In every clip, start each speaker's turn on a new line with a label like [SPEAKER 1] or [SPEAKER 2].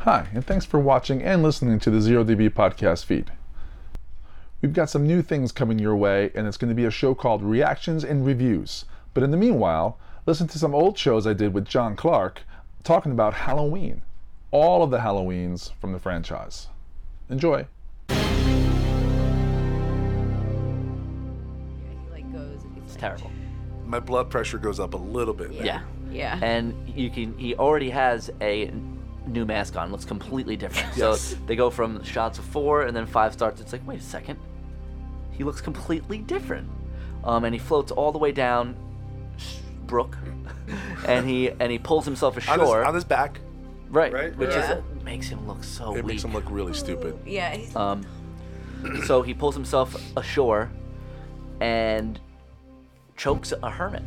[SPEAKER 1] Hi, and thanks for watching and listening to the ZeroDB podcast feed. We've got some new things coming your way, and it's going to be a show called Reactions and Reviews. But in the meanwhile, listen to some old shows I did with John Clark talking about Halloween, all of the Halloweens from the franchise. Enjoy.
[SPEAKER 2] He like goes. It's
[SPEAKER 3] terrible.
[SPEAKER 4] my blood pressure goes up a little bit. there.
[SPEAKER 3] Yeah.
[SPEAKER 2] Yeah.
[SPEAKER 3] And you can he already has a n- new mask on. Looks completely different.
[SPEAKER 4] Yes.
[SPEAKER 3] So they go from shots of four and then five starts. It's like, wait a second. He looks completely different. Um, and he floats all the way down sh- brook. and he and he pulls himself
[SPEAKER 4] On, his,
[SPEAKER 3] ashore.
[SPEAKER 4] on his back,
[SPEAKER 3] right.
[SPEAKER 4] right?
[SPEAKER 3] Which
[SPEAKER 2] Yeah.
[SPEAKER 3] is makes him look so
[SPEAKER 4] it
[SPEAKER 3] weak.
[SPEAKER 4] makes him look really stupid.
[SPEAKER 2] yeah. He's,
[SPEAKER 3] Um, so he pulls himself ashore and chokes a hermit.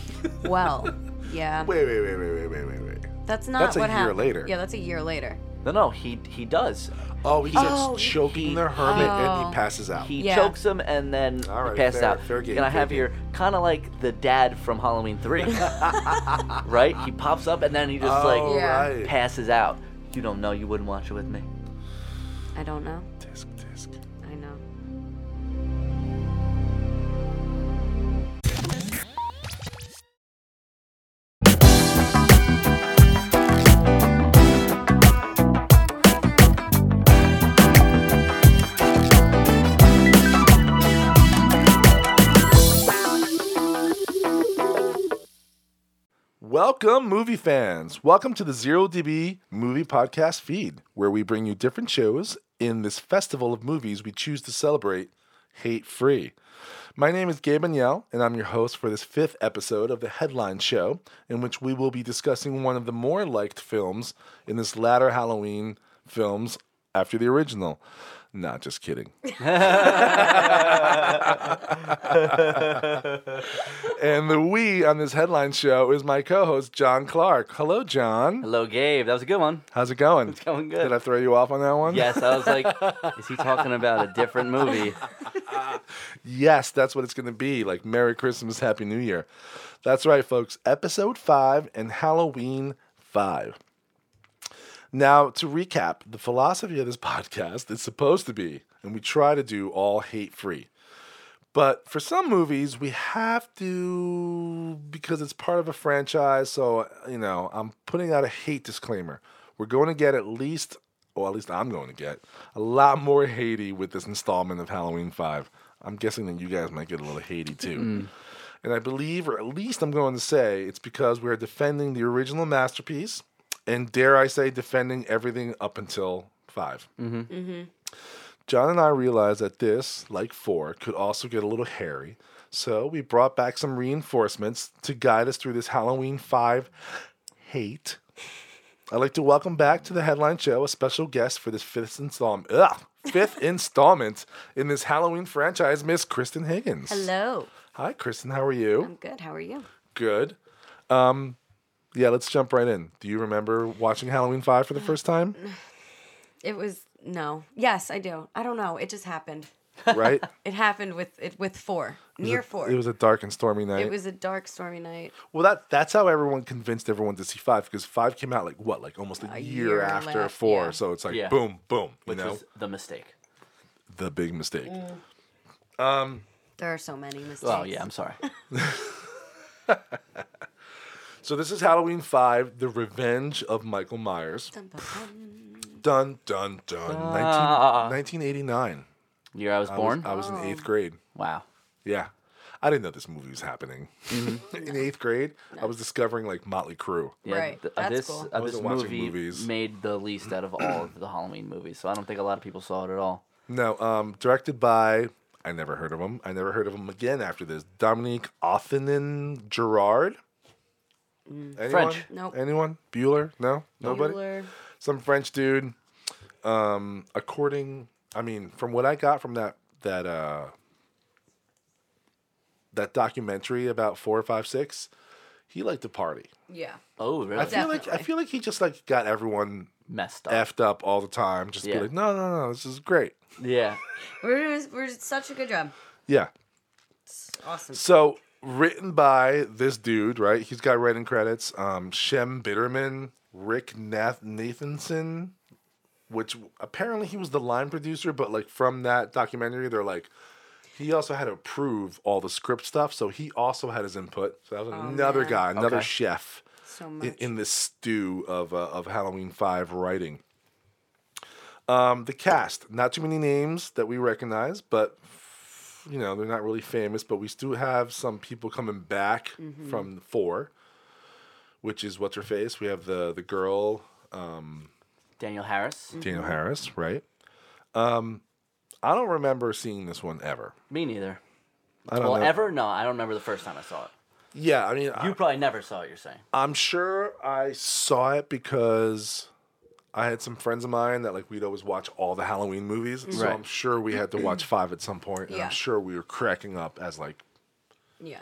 [SPEAKER 2] well. Yeah.
[SPEAKER 4] Wait, wait, wait, wait, wait, wait, wait, wait.
[SPEAKER 2] that's not
[SPEAKER 4] that's a
[SPEAKER 2] what
[SPEAKER 4] year
[SPEAKER 2] happened.
[SPEAKER 4] later.
[SPEAKER 2] Yeah, that's a year later.
[SPEAKER 3] No, no, he he does.
[SPEAKER 4] Oh, he's
[SPEAKER 2] Oh, he-
[SPEAKER 4] choking
[SPEAKER 3] he-
[SPEAKER 4] the hermit and
[SPEAKER 2] Oh.
[SPEAKER 4] he passes out.
[SPEAKER 3] He
[SPEAKER 2] Yeah.
[SPEAKER 3] chokes him and then
[SPEAKER 4] All right,
[SPEAKER 3] passes
[SPEAKER 4] fair-
[SPEAKER 3] out.
[SPEAKER 4] fair game,
[SPEAKER 3] and I
[SPEAKER 4] fair
[SPEAKER 3] have here kind of like the dad from Halloween 3. right? He pops up and then he just
[SPEAKER 4] Oh,
[SPEAKER 3] like
[SPEAKER 2] Yeah.
[SPEAKER 4] right.
[SPEAKER 3] passes out. You don't know. You wouldn't watch it with me.
[SPEAKER 2] I don't know.
[SPEAKER 4] Disc, disc.
[SPEAKER 2] I know.
[SPEAKER 4] Welcome, movie fans. Welcome to the Zero DB Movie Podcast feed, where we bring you different shows in this festival of movies we choose to celebrate hate free. My name is Gabe Yell, and I'm your host for this fifth episode of the Headline Show, in which we will be discussing one of the more liked films in this latter Halloween films after the original. Not just kidding. and the we on this headline show is my co-host John Clark. Hello, John.
[SPEAKER 3] Hello, Gabe. That was a good one.
[SPEAKER 4] How's it going? It's
[SPEAKER 3] going good.
[SPEAKER 4] Did I throw you off on that one?
[SPEAKER 3] Yes, I was like, is he talking about a different movie?
[SPEAKER 4] Yes, that's what it's going to be. Like Merry Christmas, Happy New Year. That's right, folks. Episode 5 and Halloween 5. Now, to recap, the philosophy of this podcast is supposed to be, and we try to do all hate free. But for some movies, we have to, because it's part of a franchise. So, you know, I'm putting out a hate disclaimer. We're going to get at least, or at least I'm going to get, a lot more Haiti with this installment of Halloween 5. I'm guessing that you guys might get a little Haiti too. And I believe, or at least I'm going to say, it's because we're defending the original masterpiece and, dare I say, defending everything up until 5. John and I realized that this, like four, could also get a little hairy, so we brought back some reinforcements to guide us through this Halloween 5 hate. I'd like to welcome back to the headline show a special guest for this fifth installment. Ugh, fifth installment in this Halloween franchise, Miss Kristen Higgins.
[SPEAKER 2] Hello.
[SPEAKER 4] Hi, Kristen. How are you?
[SPEAKER 2] I'm good. How are you?
[SPEAKER 4] Good. Um, yeah, let's jump right in. Do you remember watching Halloween 5 for the first time?
[SPEAKER 2] It was no. Yes, I do. I don't know. It just happened.
[SPEAKER 4] Right?
[SPEAKER 2] It happened with it with four near four.
[SPEAKER 4] It was a dark and stormy night.
[SPEAKER 2] It was a dark, stormy night.
[SPEAKER 4] Well, that that's how everyone convinced everyone to see five because five came out like what, like almost a,
[SPEAKER 2] A
[SPEAKER 4] year,
[SPEAKER 2] year
[SPEAKER 4] after
[SPEAKER 2] left,
[SPEAKER 4] four.
[SPEAKER 2] yeah.
[SPEAKER 4] So it's like
[SPEAKER 3] Yeah.
[SPEAKER 4] boom, boom. You
[SPEAKER 3] Which
[SPEAKER 4] know,
[SPEAKER 3] was the mistake.
[SPEAKER 4] the big mistake.
[SPEAKER 2] There are so many mistakes.
[SPEAKER 3] Oh, yeah, I'm sorry.
[SPEAKER 4] So this is Halloween five, the Revenge of Michael Myers.
[SPEAKER 2] Dun, dun, dun.
[SPEAKER 4] Dun dun dun.
[SPEAKER 3] Ah.
[SPEAKER 4] 19, 1989.
[SPEAKER 3] Year I was
[SPEAKER 4] I was-
[SPEAKER 3] born?
[SPEAKER 4] I was in
[SPEAKER 2] Oh.
[SPEAKER 4] eighth grade.
[SPEAKER 3] Wow.
[SPEAKER 4] Yeah, I didn't know this movie was happening.
[SPEAKER 3] Mm-hmm.
[SPEAKER 4] in eighth grade, I was discovering like Motley Crue.
[SPEAKER 2] Right,
[SPEAKER 3] th-
[SPEAKER 2] that's
[SPEAKER 3] this
[SPEAKER 2] cool.
[SPEAKER 3] uh,
[SPEAKER 2] I
[SPEAKER 3] this
[SPEAKER 4] wasn't watching
[SPEAKER 3] movie
[SPEAKER 4] movies.
[SPEAKER 3] made the least out of all of the Halloween movies, so I don't think a lot of people saw it at all.
[SPEAKER 4] No, um, directed by. I never heard of him. I never heard of him again after this. Dominique Othenen Gerard. Anyone?
[SPEAKER 3] Mm. French.
[SPEAKER 2] Nope.
[SPEAKER 4] Anyone? Bueller? No. Nobody.
[SPEAKER 2] Bueller.
[SPEAKER 4] Some French dude. Um, according, I mean, from what I got from that that uh, that documentary about four, five, six, he liked to party.
[SPEAKER 2] Yeah.
[SPEAKER 3] Oh, really?
[SPEAKER 4] I feel like I
[SPEAKER 2] Definitely.
[SPEAKER 4] feel like he just like got everyone
[SPEAKER 3] Messed up.
[SPEAKER 4] effed up all the time. Just be
[SPEAKER 3] Yeah.
[SPEAKER 4] like, no, no, no, this is great.
[SPEAKER 3] yeah.
[SPEAKER 2] We're doing, we're such a good job.
[SPEAKER 4] Yeah.
[SPEAKER 2] It's awesome.
[SPEAKER 4] So written by this dude, right? He's got writing credits. Um, Shem Bitterman, Rick Nath- Nathanson, which apparently he was the line producer, but like from that documentary, they're like, he also had to approve all the script stuff, so he also had his input. So that was another
[SPEAKER 2] Oh, man.
[SPEAKER 4] guy, another
[SPEAKER 3] Okay.
[SPEAKER 4] chef
[SPEAKER 2] So
[SPEAKER 4] in,
[SPEAKER 2] much.
[SPEAKER 4] in this stew of uh, of Halloween Five writing. Um, the cast, not too many names that we recognize, but you know they're not really famous. But we still have some people coming back from four, which is what's her face. We have the the girl
[SPEAKER 3] Daniel Harris.
[SPEAKER 4] Daniel Harris, right? Um, I don't remember seeing this one ever.
[SPEAKER 3] Me neither.
[SPEAKER 4] I don't
[SPEAKER 3] well,
[SPEAKER 4] know.
[SPEAKER 3] ever? No, I don't remember the first time I saw it.
[SPEAKER 4] Yeah, I mean, I-
[SPEAKER 3] You probably never saw it. You're saying.
[SPEAKER 4] I'm sure I saw it because I had some friends of mine that like we'd always watch all the Halloween movies. So
[SPEAKER 3] Right.
[SPEAKER 4] I'm sure we had to watch five at some point, and
[SPEAKER 2] Yeah.
[SPEAKER 4] I'm sure we were cracking up as like.
[SPEAKER 2] yeah.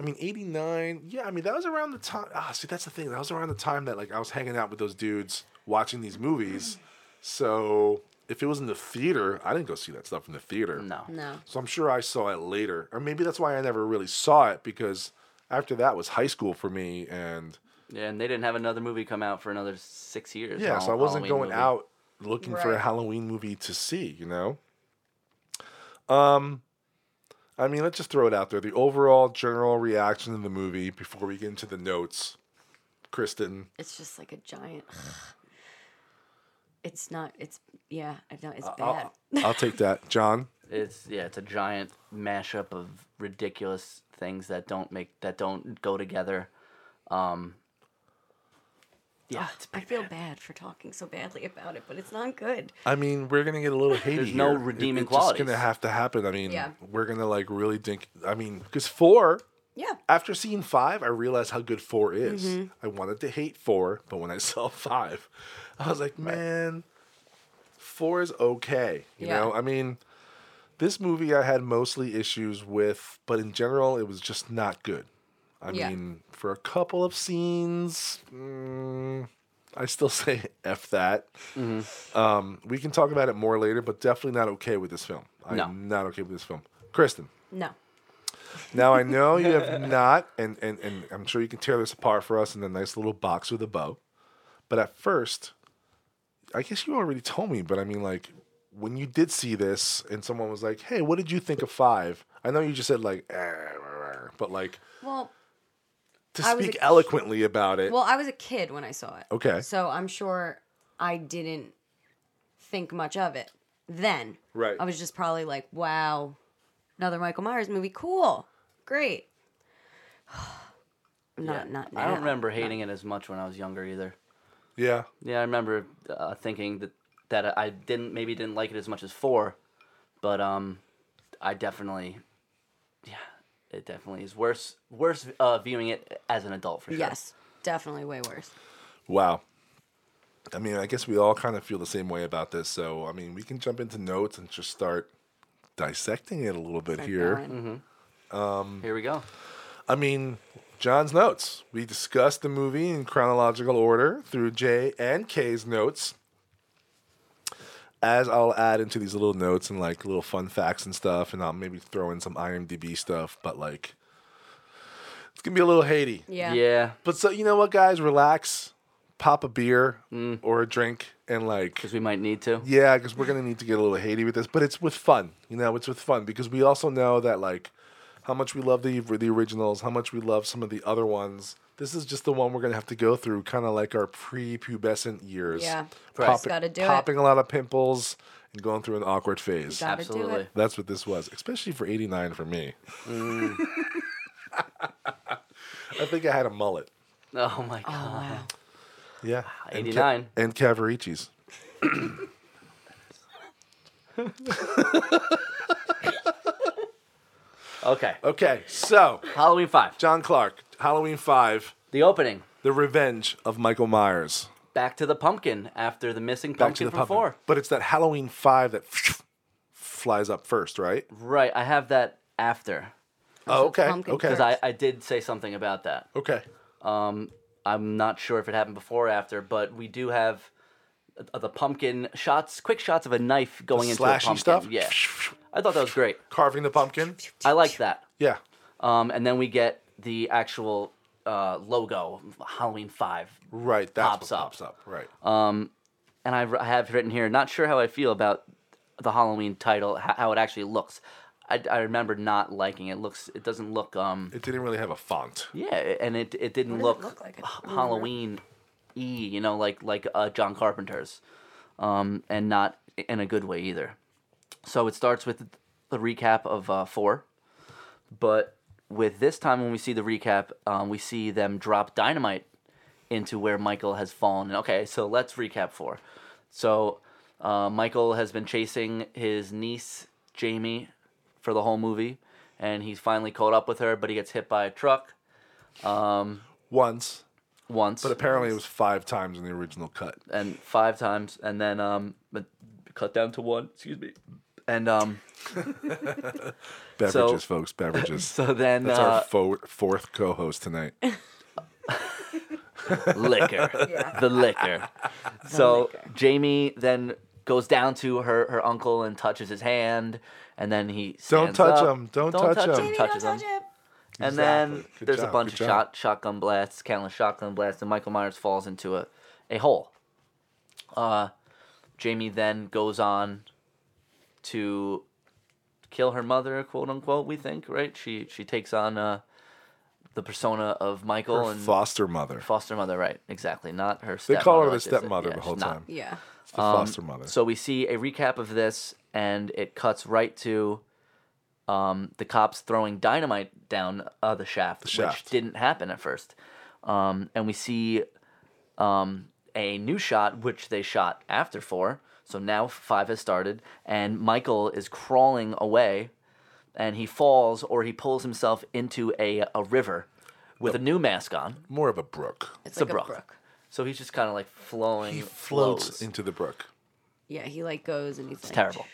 [SPEAKER 4] I mean, '89. Yeah, I mean that was around the time. Ah, see, that's the thing. That was around the time that like I was hanging out with those dudes watching these movies. So if it was in the theater, I didn't go see that stuff in the theater.
[SPEAKER 3] No.
[SPEAKER 2] No.
[SPEAKER 4] So I'm sure I saw it later, or maybe that's why I never really saw it because after that was high school for me, and
[SPEAKER 3] Yeah, and they didn't have another movie come out for another six years.
[SPEAKER 4] Yeah,
[SPEAKER 3] an
[SPEAKER 4] so I
[SPEAKER 3] all-
[SPEAKER 4] wasn't
[SPEAKER 3] Halloween
[SPEAKER 4] going
[SPEAKER 3] movie.
[SPEAKER 4] out looking for a
[SPEAKER 2] Right.
[SPEAKER 4] Halloween movie to see, you know? Um I mean, let's just throw it out there. The overall general reaction of the movie before we get into the notes. Kristen,
[SPEAKER 2] It's just like a giant. It's not. It's yeah. I don't. It's bad.
[SPEAKER 4] I'll, I'll take that. John,
[SPEAKER 3] It's yeah, it's a giant mashup of ridiculous things that don't make that don't go together. Um, yeah, it's
[SPEAKER 2] I
[SPEAKER 3] pretty
[SPEAKER 2] feel
[SPEAKER 3] bad.
[SPEAKER 2] bad for talking so badly about it, but it's not good.
[SPEAKER 4] I mean, we're gonna get a little hated.
[SPEAKER 3] There's no
[SPEAKER 4] here.
[SPEAKER 3] redeeming
[SPEAKER 4] it's
[SPEAKER 3] qualities.
[SPEAKER 4] It's gonna have to happen. I mean,
[SPEAKER 2] Yeah.
[SPEAKER 4] we're gonna like really dink. I mean, because four
[SPEAKER 2] Yeah.
[SPEAKER 4] after seeing five, I realized how good four is.
[SPEAKER 2] Mm-hmm.
[SPEAKER 4] I wanted to hate four, but when I saw five, I was like, man, four is okay. You
[SPEAKER 2] Yeah.
[SPEAKER 4] know, I mean, this movie I had mostly issues with, but in general, it was just not good. I
[SPEAKER 2] Yeah.
[SPEAKER 4] mean, for a couple of scenes, mm, I still say F that.
[SPEAKER 2] Mm-hmm.
[SPEAKER 4] Um, we can talk about it more later, but definitely not okay with this film. I'm
[SPEAKER 3] No.
[SPEAKER 4] not okay with this film. Kristen.
[SPEAKER 2] No.
[SPEAKER 4] Now I know you have not, and, and, and I'm sure you can tear this apart for us in a nice little box with a bow. But at first, I guess you already told me, but I mean, like, when you did see this and someone was like, hey, what did you think of five? I know you just said, like, eh, rah, rah, but like,
[SPEAKER 2] Well,
[SPEAKER 4] to
[SPEAKER 2] I was
[SPEAKER 4] speak
[SPEAKER 2] a-
[SPEAKER 4] eloquently about it.
[SPEAKER 2] well, I was a kid when I saw it.
[SPEAKER 4] Okay.
[SPEAKER 2] So I'm sure I didn't think much of it then.
[SPEAKER 4] Right.
[SPEAKER 2] I was just probably like, wow, another Michael Myers movie. Cool. Great. not not now.
[SPEAKER 3] I don't remember hating it as much when I was younger either.
[SPEAKER 4] yeah.
[SPEAKER 3] Yeah, I remember uh, thinking that that I didn't maybe didn't like it as much as four, but um, I definitely, yeah, it definitely is worse worse uh, viewing it as an adult for sure.
[SPEAKER 2] Yes. Definitely way worse.
[SPEAKER 4] Wow. I mean, I guess we all kind of feel the same way about this. So, I mean, we can jump into notes and just start dissecting it a little bit
[SPEAKER 2] Like
[SPEAKER 4] here.
[SPEAKER 2] Darren.
[SPEAKER 3] Here we go.
[SPEAKER 4] I mean, John's notes. We discussed the movie in chronological order through J and K's notes. As I'll add into these little notes and like little fun facts and stuff, and I'll maybe throw in some IMDb stuff, but like, it's gonna be a little Haiti.
[SPEAKER 2] Yeah.
[SPEAKER 3] Yeah,
[SPEAKER 4] But so, you know what, guys? Relax, pop a beer or a drink, and like,
[SPEAKER 3] because we might need to.
[SPEAKER 4] yeah, because we're gonna need to get a little Haiti with this, but it's with fun. You know, it's with fun because we also know that like how much we love the the originals, how much we love some of the other ones. This is just the one we're gonna have to go through, kind of like our pre-pubescent years.
[SPEAKER 2] Yeah.
[SPEAKER 3] Right.
[SPEAKER 4] Popping-
[SPEAKER 2] Gotta do it.
[SPEAKER 4] popping a lot of pimples and going through an awkward phase.
[SPEAKER 2] Gotta do
[SPEAKER 3] Absolutely.
[SPEAKER 2] it.
[SPEAKER 4] That's what this was, especially for '89 for me. I think I had a mullet.
[SPEAKER 3] Oh my god.
[SPEAKER 2] Wow.
[SPEAKER 4] Yeah, And ca-
[SPEAKER 3] 89.
[SPEAKER 4] and Cavaricci's.
[SPEAKER 3] Okay.
[SPEAKER 4] Okay, so
[SPEAKER 3] Halloween five.
[SPEAKER 4] John Clark, Halloween Five.
[SPEAKER 3] The opening.
[SPEAKER 4] The Revenge of Michael Myers.
[SPEAKER 3] Back to the pumpkin after the missing
[SPEAKER 4] Back to
[SPEAKER 3] pumpkin
[SPEAKER 4] the
[SPEAKER 3] from
[SPEAKER 4] pumpkin.
[SPEAKER 3] four.
[SPEAKER 4] But it's that Halloween five that flies up first, right?
[SPEAKER 3] Right. I have that after
[SPEAKER 4] Oh, okay.
[SPEAKER 2] pumpkin
[SPEAKER 4] Okay.
[SPEAKER 2] first.
[SPEAKER 3] because I, I did say something about that.
[SPEAKER 4] okay.
[SPEAKER 3] Um, I'm not sure if it happened before or after, but we do have uh, the pumpkin shots, quick shots of a knife going into a
[SPEAKER 4] Slashy
[SPEAKER 3] pumpkin.
[SPEAKER 4] stuff.
[SPEAKER 3] Yeah. I thought that was great.
[SPEAKER 4] Carving the pumpkin.
[SPEAKER 3] I like that.
[SPEAKER 4] Yeah.
[SPEAKER 3] Um, and then we get the actual uh, logo, Halloween Five,
[SPEAKER 4] Right. That's
[SPEAKER 3] Pops
[SPEAKER 4] what
[SPEAKER 3] up.
[SPEAKER 4] pops up. Right.
[SPEAKER 3] and I've, I have written here, not sure how I feel about the Halloween title, ho- how it actually looks. I, I remember not liking it. Looks, it doesn't look. Um,
[SPEAKER 4] it didn't really have a font.
[SPEAKER 3] yeah, and it it didn't
[SPEAKER 2] does it
[SPEAKER 3] look,
[SPEAKER 2] look like? I don't remember.
[SPEAKER 3] Halloween, e you know, like like uh, John Carpenter's, um, and not in a good way either. So it starts with the recap of uh, four, but with this time when we see the recap, um, we see them drop dynamite into where Michael has fallen. Okay, so let's recap four. So uh, Michael has been chasing his niece Jamie for the whole movie, and he's finally caught up with her, but he gets hit by a truck
[SPEAKER 4] Once,
[SPEAKER 3] once
[SPEAKER 4] but apparently it was five times in the original cut.
[SPEAKER 3] and five times, and then um, but cut down to one. Excuse me. And um,
[SPEAKER 4] Beverages, folks. Beverages.
[SPEAKER 3] so then
[SPEAKER 4] That's
[SPEAKER 3] uh,
[SPEAKER 4] our fo- fourth co-host tonight.
[SPEAKER 3] uh, liquor.
[SPEAKER 2] Yeah.
[SPEAKER 3] The liquor. so
[SPEAKER 2] liquor.
[SPEAKER 3] Jamie then goes down to her, her uncle and touches his hand, and then he
[SPEAKER 4] Don't
[SPEAKER 3] stands
[SPEAKER 4] touch
[SPEAKER 3] up.
[SPEAKER 4] him. Don't touch him.
[SPEAKER 2] Jamie,
[SPEAKER 3] Touches
[SPEAKER 2] don't
[SPEAKER 3] him.
[SPEAKER 2] touch it.
[SPEAKER 3] And then
[SPEAKER 4] Exactly. Good
[SPEAKER 3] there's
[SPEAKER 4] job,
[SPEAKER 3] a bunch
[SPEAKER 4] good
[SPEAKER 3] of
[SPEAKER 4] job.
[SPEAKER 3] shot, shotgun blasts, countless shotgun blasts, and Michael Myers falls into a, a hole. Uh, Jamie then goes on to kill her mother, quote unquote. We think, right? She she takes on uh, the persona of Michael
[SPEAKER 4] Her
[SPEAKER 3] and
[SPEAKER 4] foster mother.
[SPEAKER 3] foster mother, right? Exactly, not her.
[SPEAKER 4] They call her
[SPEAKER 3] stepmother,
[SPEAKER 4] the stepmother
[SPEAKER 3] like this. Yeah,
[SPEAKER 4] the whole
[SPEAKER 3] she's not.
[SPEAKER 4] time.
[SPEAKER 2] Yeah.
[SPEAKER 4] It's the foster mother.
[SPEAKER 3] So we see a recap of this, and it cuts right to um, the cops throwing dynamite down uh, the shaft,
[SPEAKER 4] shaft.
[SPEAKER 3] which didn't happen at first. Um, and we see um, a new shot, which they shot after four. So now five has started, and Michael is crawling away, and he falls or he pulls himself into a, a river with a new mask on.
[SPEAKER 4] More of a brook.
[SPEAKER 2] It's,
[SPEAKER 3] It's
[SPEAKER 2] like
[SPEAKER 3] a brook. So he's just kind of like flowing.
[SPEAKER 4] He floats
[SPEAKER 3] flows.
[SPEAKER 4] into the brook.
[SPEAKER 2] Yeah, he like goes and he's like
[SPEAKER 3] Terrible.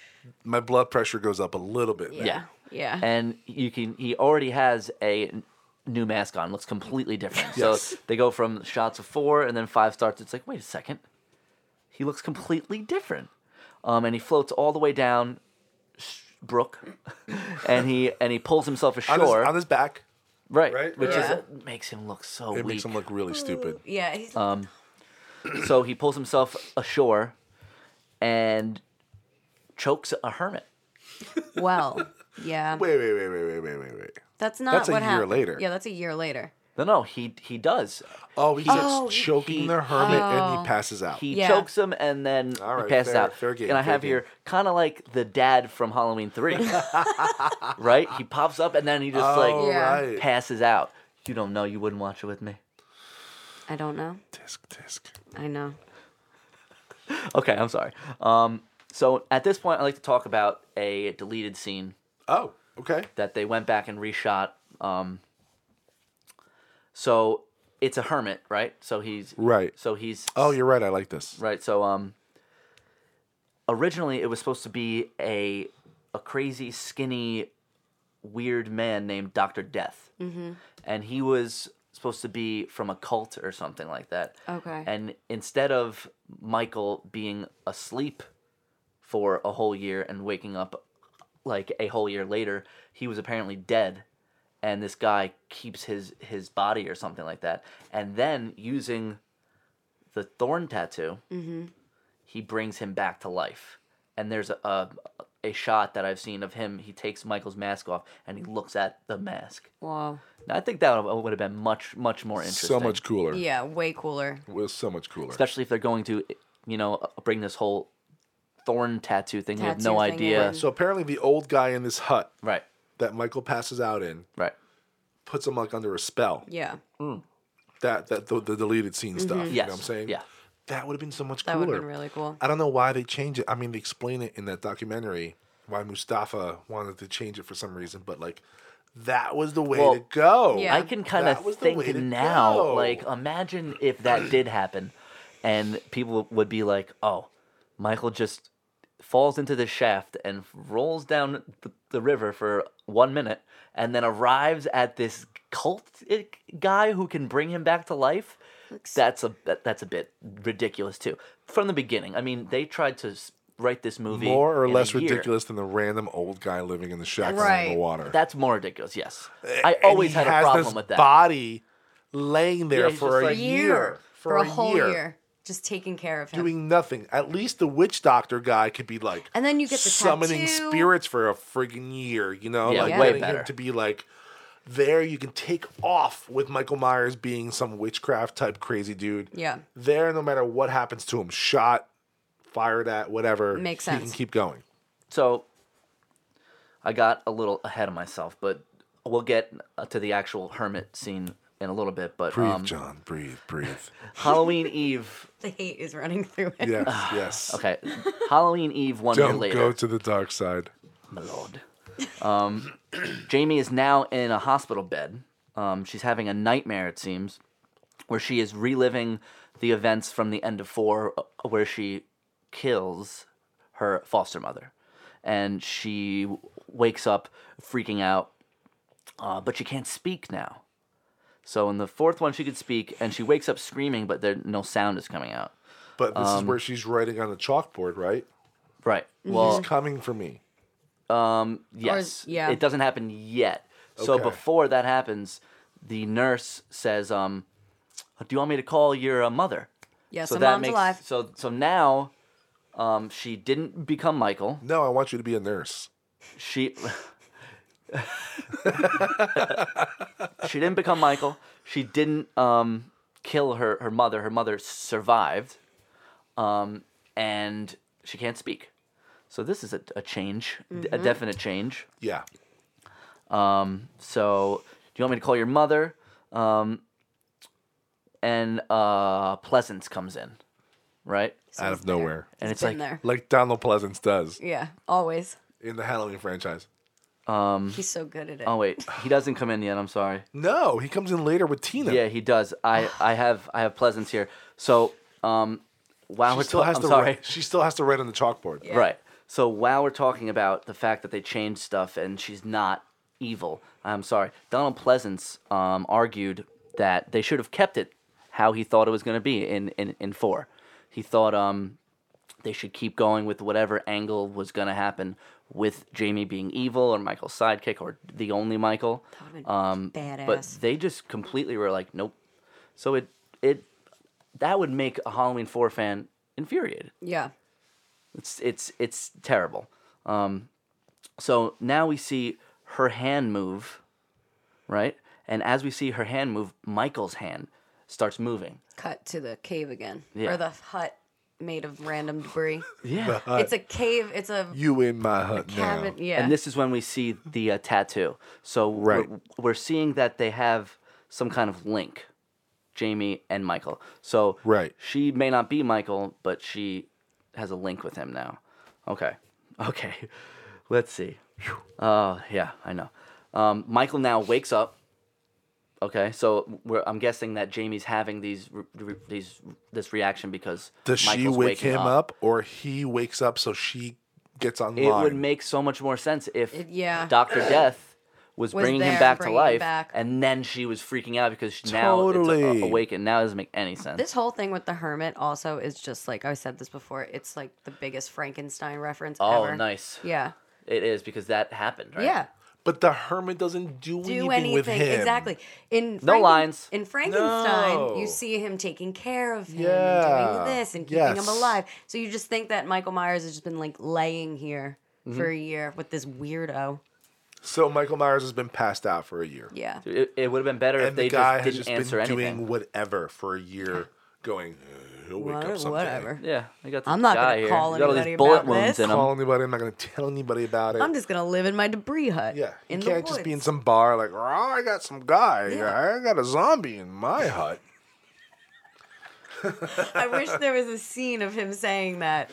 [SPEAKER 4] My blood pressure goes up a little bit. there.
[SPEAKER 2] Yeah. Yeah.
[SPEAKER 3] and you can he already has a n- new mask on looks completely different
[SPEAKER 4] Yes.
[SPEAKER 3] so they go from shots of four and then five starts it's like wait a second he looks completely different um, and he floats all the way down sh- brook and he and he pulls himself
[SPEAKER 4] On, his,
[SPEAKER 3] ashore
[SPEAKER 4] on his back,
[SPEAKER 3] right,
[SPEAKER 4] right,
[SPEAKER 3] which
[SPEAKER 2] right.
[SPEAKER 3] is makes him look so
[SPEAKER 4] it
[SPEAKER 3] weak
[SPEAKER 4] makes him look really stupid.
[SPEAKER 2] yeah, he's
[SPEAKER 3] um, so he pulls himself ashore and chokes a hermit
[SPEAKER 2] well. Yeah.
[SPEAKER 4] Wait, wait, wait, wait, wait, wait, wait, wait.
[SPEAKER 2] that's not
[SPEAKER 4] that's a
[SPEAKER 2] what
[SPEAKER 4] year
[SPEAKER 2] happened.
[SPEAKER 4] later.
[SPEAKER 2] Yeah, that's a year later.
[SPEAKER 3] no no he he does
[SPEAKER 4] Oh, he's
[SPEAKER 2] Oh, he- Oh.
[SPEAKER 4] choking
[SPEAKER 3] he-
[SPEAKER 4] the hermit and he passes out.
[SPEAKER 3] He
[SPEAKER 2] Yeah.
[SPEAKER 3] chokes him and then
[SPEAKER 4] All right,
[SPEAKER 3] he passes
[SPEAKER 4] fair-
[SPEAKER 3] out.
[SPEAKER 4] fair game,
[SPEAKER 3] and I
[SPEAKER 4] fair
[SPEAKER 3] have
[SPEAKER 4] game.
[SPEAKER 3] here kind of like the dad from Halloween Three, right? He pops up and then he just
[SPEAKER 4] All
[SPEAKER 3] like
[SPEAKER 2] Yeah.
[SPEAKER 4] Oh, right.
[SPEAKER 3] passes out. You don't know. You wouldn't watch it with me.
[SPEAKER 2] I don't know.
[SPEAKER 4] Disc, disc.
[SPEAKER 2] I know.
[SPEAKER 3] Okay, I'm sorry. Um, so at this point, I like to talk about a deleted scene
[SPEAKER 4] Oh, okay.
[SPEAKER 3] that they went back and reshot. Um, so it's a hermit, right? So he's
[SPEAKER 4] Right.
[SPEAKER 3] So he's
[SPEAKER 4] Oh, you're right. I like this.
[SPEAKER 3] Right. So um originally it was supposed to be a a crazy skinny weird man named Dr. Death. Mm-hmm. And he was supposed to be from a cult or something like that.
[SPEAKER 2] Okay.
[SPEAKER 3] And instead of Michael being asleep for a whole year and waking up like a whole year later, he was apparently dead and this guy keeps his his body or something like that. And then using the thorn tattoo, he brings him back to life. And there's a, a a shot that I've seen of him. He takes Michael's mask off and he looks at the mask.
[SPEAKER 2] Wow.
[SPEAKER 3] Now, I think that would have been much much more interesting.
[SPEAKER 4] So much cooler.
[SPEAKER 2] Yeah, way cooler.
[SPEAKER 4] It was so much cooler.
[SPEAKER 3] especially if they're going to, you know, uh, bring this whole thorn tattoo thing. we have no
[SPEAKER 2] Tattoo thing
[SPEAKER 3] idea.
[SPEAKER 2] in.
[SPEAKER 4] So apparently, the old guy in this hut
[SPEAKER 3] Right.
[SPEAKER 4] that Michael passes out in
[SPEAKER 3] Right.
[SPEAKER 4] puts him like under a spell.
[SPEAKER 2] Yeah.
[SPEAKER 4] That that the, the deleted scene stuff. You
[SPEAKER 3] Yes.
[SPEAKER 4] know what I'm saying?
[SPEAKER 3] Yeah.
[SPEAKER 4] That would have been so much
[SPEAKER 2] Mm-hmm.
[SPEAKER 4] cooler.
[SPEAKER 2] That would have been really cool.
[SPEAKER 4] I don't know why they change it. I mean, they explain it in that documentary why Mustafa wanted to change it for some reason, but like that was the way
[SPEAKER 3] Well,
[SPEAKER 4] to go.
[SPEAKER 2] Yeah.
[SPEAKER 3] I can kind
[SPEAKER 4] That
[SPEAKER 3] of
[SPEAKER 4] was the way
[SPEAKER 3] think
[SPEAKER 4] to
[SPEAKER 3] now,
[SPEAKER 4] go.
[SPEAKER 3] like, imagine if that did happen and people would be like, oh, Michael just falls into the shaft and rolls down the, the river for one minute and then arrives at this cult i- guy who can bring him back to life. That's a that, that's a bit ridiculous too. From the beginning, I mean, they tried to s- write this movie
[SPEAKER 4] More or
[SPEAKER 3] in a
[SPEAKER 4] less
[SPEAKER 3] year.
[SPEAKER 4] ridiculous than the random old guy living in the shack in
[SPEAKER 2] Right.
[SPEAKER 4] the water.
[SPEAKER 3] That's more ridiculous. Yes, I
[SPEAKER 4] And
[SPEAKER 3] always
[SPEAKER 4] he
[SPEAKER 3] had a
[SPEAKER 4] has
[SPEAKER 3] problem
[SPEAKER 4] this
[SPEAKER 3] with that.
[SPEAKER 4] Body laying there
[SPEAKER 3] Yeah, he's
[SPEAKER 4] for
[SPEAKER 3] just
[SPEAKER 4] a
[SPEAKER 3] like-
[SPEAKER 4] year.
[SPEAKER 2] for, a, whole year. just taking care of him.
[SPEAKER 4] Doing nothing. At least the witch doctor guy could be like
[SPEAKER 2] And then you get the
[SPEAKER 4] summoning
[SPEAKER 2] tattoo.
[SPEAKER 4] spirits for a friggin' year, you know?
[SPEAKER 3] Yeah,
[SPEAKER 4] like
[SPEAKER 2] way
[SPEAKER 4] getting
[SPEAKER 3] better.
[SPEAKER 4] him to be like there you can take off with Michael Myers being some witchcraft type crazy dude.
[SPEAKER 2] yeah,
[SPEAKER 4] There no matter what happens to him, shot, fired at, whatever.
[SPEAKER 2] Makes
[SPEAKER 4] He
[SPEAKER 2] sense.
[SPEAKER 4] can keep going.
[SPEAKER 3] So I got a little ahead of myself, but we'll get uh, to the actual hermit scene in a little bit. But
[SPEAKER 4] Breathe,
[SPEAKER 3] um,
[SPEAKER 4] John. Breathe, breathe.
[SPEAKER 3] Halloween Eve.
[SPEAKER 2] the hate is running through it.
[SPEAKER 4] yes, yes.
[SPEAKER 3] Okay, Halloween Eve one year
[SPEAKER 4] Don't
[SPEAKER 3] later.
[SPEAKER 4] go to the dark side.
[SPEAKER 3] my lord. Um, Jamie is now in a hospital bed. Um, she's having a nightmare, it seems, where she is reliving the events from the end of four, uh, where she kills her foster mother, and she w- wakes up freaking out, uh, but she can't speak now. So in the fourth one, she could speak, and she wakes up screaming, but there no sound is coming out.
[SPEAKER 4] But this is where she's writing on a chalkboard, right?
[SPEAKER 3] Right. Well,
[SPEAKER 4] He's coming for me.
[SPEAKER 3] Yes.
[SPEAKER 2] yeah.
[SPEAKER 3] It doesn't happen yet. So
[SPEAKER 4] Okay.
[SPEAKER 3] before that happens, the nurse says, um, "Do you want me to call your uh, mother?"
[SPEAKER 2] Yes,
[SPEAKER 3] so
[SPEAKER 2] my
[SPEAKER 3] that
[SPEAKER 2] mom's
[SPEAKER 3] makes,
[SPEAKER 2] alive.
[SPEAKER 3] So so now, um, she didn't become Michael.
[SPEAKER 4] No, I want you to be a nurse.
[SPEAKER 3] She. she didn't become Michael. She didn't um, kill her, her mother. Her mother survived, um, and she can't speak. So this is a, a change, a
[SPEAKER 2] Mm-hmm.
[SPEAKER 3] definite change.
[SPEAKER 4] Yeah.
[SPEAKER 3] Um, so, do you want me to call your mother? Um, and uh, Pleasance comes in, right?
[SPEAKER 4] out of nowhere.
[SPEAKER 3] And it's
[SPEAKER 2] been
[SPEAKER 3] like, Mm-hmm.
[SPEAKER 2] there.
[SPEAKER 4] Like Donald Pleasance does
[SPEAKER 2] Yeah, always.
[SPEAKER 4] in the Halloween franchise.
[SPEAKER 2] He's so good at it.
[SPEAKER 3] oh wait, he doesn't come in yet. I'm sorry.
[SPEAKER 4] No, he comes in later with Tina.
[SPEAKER 3] Yeah, he does. I, I have I have Pleasance here. So, um, wow,
[SPEAKER 4] She still has
[SPEAKER 3] I'm
[SPEAKER 4] to
[SPEAKER 3] sorry.
[SPEAKER 4] write, she still has to write on the chalkboard.
[SPEAKER 3] Right. So while we're talking about the fact that they changed stuff and she's not evil, I'm sorry. Donald Pleasance um, argued that they should have kept it how he thought it was going to be in, in, in four. He thought um, they should keep going with whatever angle was going to happen with Jamie being evil or Michael's sidekick or the only Michael.
[SPEAKER 2] would've been
[SPEAKER 3] Um, But
[SPEAKER 2] badass.
[SPEAKER 3] they just completely were like, nope. So it it that would make a Halloween four fan infuriated.
[SPEAKER 2] Yeah.
[SPEAKER 3] It's it's it's terrible. Um, so now we see her hand move, right? And as we see her hand move, Michael's hand starts moving.
[SPEAKER 2] Cut to the cave again,
[SPEAKER 3] Yeah.
[SPEAKER 2] or the hut made of random debris.
[SPEAKER 3] Yeah.
[SPEAKER 2] it's a cave. It's a
[SPEAKER 4] You in my hut now.
[SPEAKER 2] cabin. Yeah.
[SPEAKER 3] And this is when we see the uh, tattoo. So
[SPEAKER 4] Right.
[SPEAKER 3] we're, we're seeing that they have some kind of link, Jamie and Michael. So
[SPEAKER 4] Right.
[SPEAKER 3] she may not be Michael, but she has a link with him now. Okay. Okay. Let's see. Oh, yeah, I know. Um, Michael now wakes up. Okay, so we're, I'm guessing that Jamie's having these re- re- these this reaction because
[SPEAKER 4] Does she
[SPEAKER 3] Michael's
[SPEAKER 4] wake
[SPEAKER 3] waking
[SPEAKER 4] him up.
[SPEAKER 3] up.
[SPEAKER 4] or he wakes up so she gets online?
[SPEAKER 3] It would make so much more sense if
[SPEAKER 2] It- yeah.
[SPEAKER 3] Dr. Death was,
[SPEAKER 2] Was
[SPEAKER 3] bringing him
[SPEAKER 2] there,
[SPEAKER 3] back
[SPEAKER 2] bringing
[SPEAKER 3] to
[SPEAKER 2] him
[SPEAKER 3] life,
[SPEAKER 2] back.
[SPEAKER 3] and then she was freaking out because she now it's
[SPEAKER 4] Totally.
[SPEAKER 3] a- awakened. Now it doesn't make any sense.
[SPEAKER 2] This whole thing with the hermit also is just like I said this before. It's like the biggest Frankenstein reference
[SPEAKER 3] oh,
[SPEAKER 2] ever.
[SPEAKER 3] nice.
[SPEAKER 2] Yeah.
[SPEAKER 3] It is because that happened, right?
[SPEAKER 2] Yeah.
[SPEAKER 4] but the hermit doesn't do,
[SPEAKER 2] Do
[SPEAKER 4] anything, with
[SPEAKER 2] anything
[SPEAKER 4] him.
[SPEAKER 2] exactly. In
[SPEAKER 3] No
[SPEAKER 2] Franken-
[SPEAKER 3] lines.
[SPEAKER 2] In Frankenstein,
[SPEAKER 4] No.
[SPEAKER 2] you see him taking care of him
[SPEAKER 4] Yeah.
[SPEAKER 2] and doing this and keeping
[SPEAKER 4] Yes.
[SPEAKER 2] him alive. So you just think that Michael Myers has just been like laying here
[SPEAKER 3] Mm-hmm.
[SPEAKER 2] for a year with this weirdo.
[SPEAKER 4] So Michael Myers has been passed out for a year.
[SPEAKER 2] Yeah.
[SPEAKER 3] It, it would have been better if
[SPEAKER 4] And
[SPEAKER 3] they
[SPEAKER 4] the guy
[SPEAKER 3] just
[SPEAKER 4] has
[SPEAKER 3] didn't
[SPEAKER 4] just
[SPEAKER 3] answer
[SPEAKER 4] been
[SPEAKER 3] anything.
[SPEAKER 4] doing whatever for a year, going, "Uh, he'll wake up
[SPEAKER 2] Whatever.
[SPEAKER 4] someday.
[SPEAKER 2] whatever.
[SPEAKER 3] yeah, I got this
[SPEAKER 2] I'm not
[SPEAKER 3] guy
[SPEAKER 2] gonna
[SPEAKER 3] here.
[SPEAKER 2] call
[SPEAKER 3] He's got all
[SPEAKER 2] anybody
[SPEAKER 3] these bullet
[SPEAKER 2] about
[SPEAKER 3] wounds
[SPEAKER 2] this. Oh
[SPEAKER 3] in him.
[SPEAKER 4] Call anybody. I'm not going to tell anybody about it.
[SPEAKER 2] I'm just gonna live in my debris hut.
[SPEAKER 4] Yeah, you
[SPEAKER 2] In the
[SPEAKER 4] can't
[SPEAKER 2] woods.
[SPEAKER 4] just be in some bar like, oh, I got some guy.
[SPEAKER 2] Yeah.
[SPEAKER 4] I got a zombie in my hut.
[SPEAKER 2] I wish there was a scene of him saying that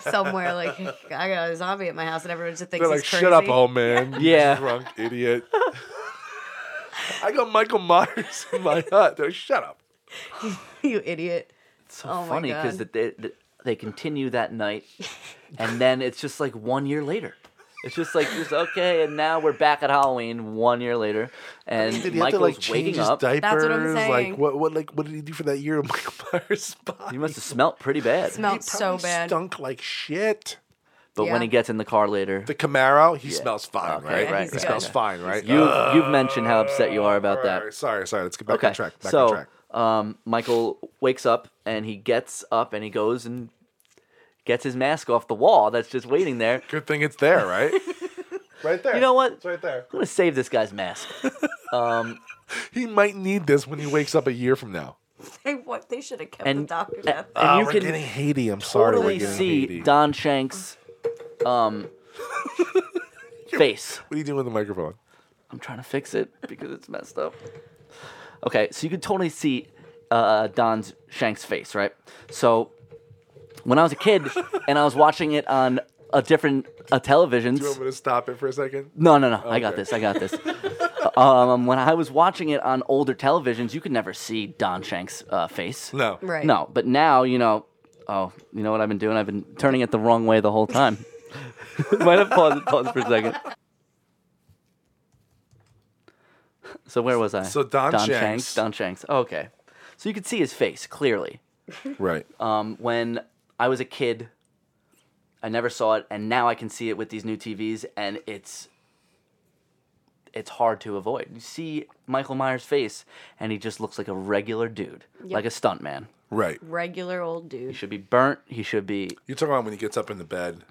[SPEAKER 2] somewhere. Like, I got a zombie at my house, and everyone just thinks
[SPEAKER 4] They're
[SPEAKER 2] he's
[SPEAKER 4] like,
[SPEAKER 2] crazy.
[SPEAKER 4] shut up, old man. you
[SPEAKER 3] Yeah.
[SPEAKER 4] drunk idiot. I got Michael Myers in my hut. They're like, shut up.
[SPEAKER 2] you idiot.
[SPEAKER 3] It's so
[SPEAKER 2] Oh my
[SPEAKER 3] funny because
[SPEAKER 2] God.
[SPEAKER 3] they, they- they continue that night, and then it's just like one year later. It's just like just okay, and now we're back at Halloween one year later, and
[SPEAKER 4] Did he
[SPEAKER 3] Michael's
[SPEAKER 4] have to like change
[SPEAKER 3] waking
[SPEAKER 4] his
[SPEAKER 3] up.
[SPEAKER 4] diapers?
[SPEAKER 2] That's what I'm
[SPEAKER 4] Like
[SPEAKER 2] saying.
[SPEAKER 4] what? What? Like what did he do for that year of Michael Myers' body?
[SPEAKER 3] He must have smelt pretty bad.
[SPEAKER 4] He
[SPEAKER 2] Smelled so
[SPEAKER 4] probably
[SPEAKER 2] bad.
[SPEAKER 4] Stunk like shit.
[SPEAKER 3] But when
[SPEAKER 2] Yeah.
[SPEAKER 3] he gets in the car later,
[SPEAKER 4] The Camaro, he
[SPEAKER 3] Yeah.
[SPEAKER 4] smells fine,
[SPEAKER 3] Okay,
[SPEAKER 4] right?
[SPEAKER 2] right,
[SPEAKER 4] he
[SPEAKER 2] right.
[SPEAKER 4] smells fine, right?
[SPEAKER 3] you you've mentioned how upset you are about that.
[SPEAKER 4] Alright, Sorry, sorry. Let's get back
[SPEAKER 3] okay.
[SPEAKER 4] on track. Back
[SPEAKER 3] so
[SPEAKER 4] on track.
[SPEAKER 3] um, Michael wakes up and he gets up and he goes and gets his mask off the wall that's just waiting there.
[SPEAKER 4] Good thing it's there, right? right there.
[SPEAKER 3] You know what?
[SPEAKER 4] It's right there.
[SPEAKER 3] I'm gonna save this guy's mask. Um,
[SPEAKER 4] He might need this when he wakes up a year from now.
[SPEAKER 2] They, what, they should have kept
[SPEAKER 3] and
[SPEAKER 2] the doctor
[SPEAKER 3] and,
[SPEAKER 2] death.
[SPEAKER 4] Ah,
[SPEAKER 3] and you
[SPEAKER 4] we're
[SPEAKER 3] can
[SPEAKER 4] getting Haiti. I'm sorry. We're
[SPEAKER 3] totally
[SPEAKER 4] getting
[SPEAKER 3] see
[SPEAKER 4] Haiti.
[SPEAKER 3] Don Shanks' um, face.
[SPEAKER 4] what are you doing with the microphone?
[SPEAKER 3] I'm trying to fix it because it's messed up. Okay, so you can totally see uh, Don's Shank's face, right? So when I was a kid and I was watching it on a different a television.
[SPEAKER 4] You want me to stop it for a second?
[SPEAKER 3] No, no, no. I got
[SPEAKER 4] Okay.
[SPEAKER 3] this. I got this. um, when I was watching it on older televisions, you could never see Don Shank's uh, face.
[SPEAKER 4] No.
[SPEAKER 2] right.
[SPEAKER 3] No, but now you know. Oh, you know what I've been doing? I've been turning it the wrong way the whole time. Might have paused, paused for a second. So where was I?
[SPEAKER 4] So Don Shanks.
[SPEAKER 3] Don Shanks. Oh, okay. So you could see his face clearly.
[SPEAKER 4] Right.
[SPEAKER 3] Um, when I was a kid, I never saw it, and now I can see it with these new TVs, and it's it's hard to avoid. You see Michael Myers' face, and he just looks like a regular dude, like a stunt man.
[SPEAKER 4] Right.
[SPEAKER 2] Regular old
[SPEAKER 3] He
[SPEAKER 2] dude.
[SPEAKER 3] should be burnt. He should be
[SPEAKER 4] You're talking about when he gets up in the bed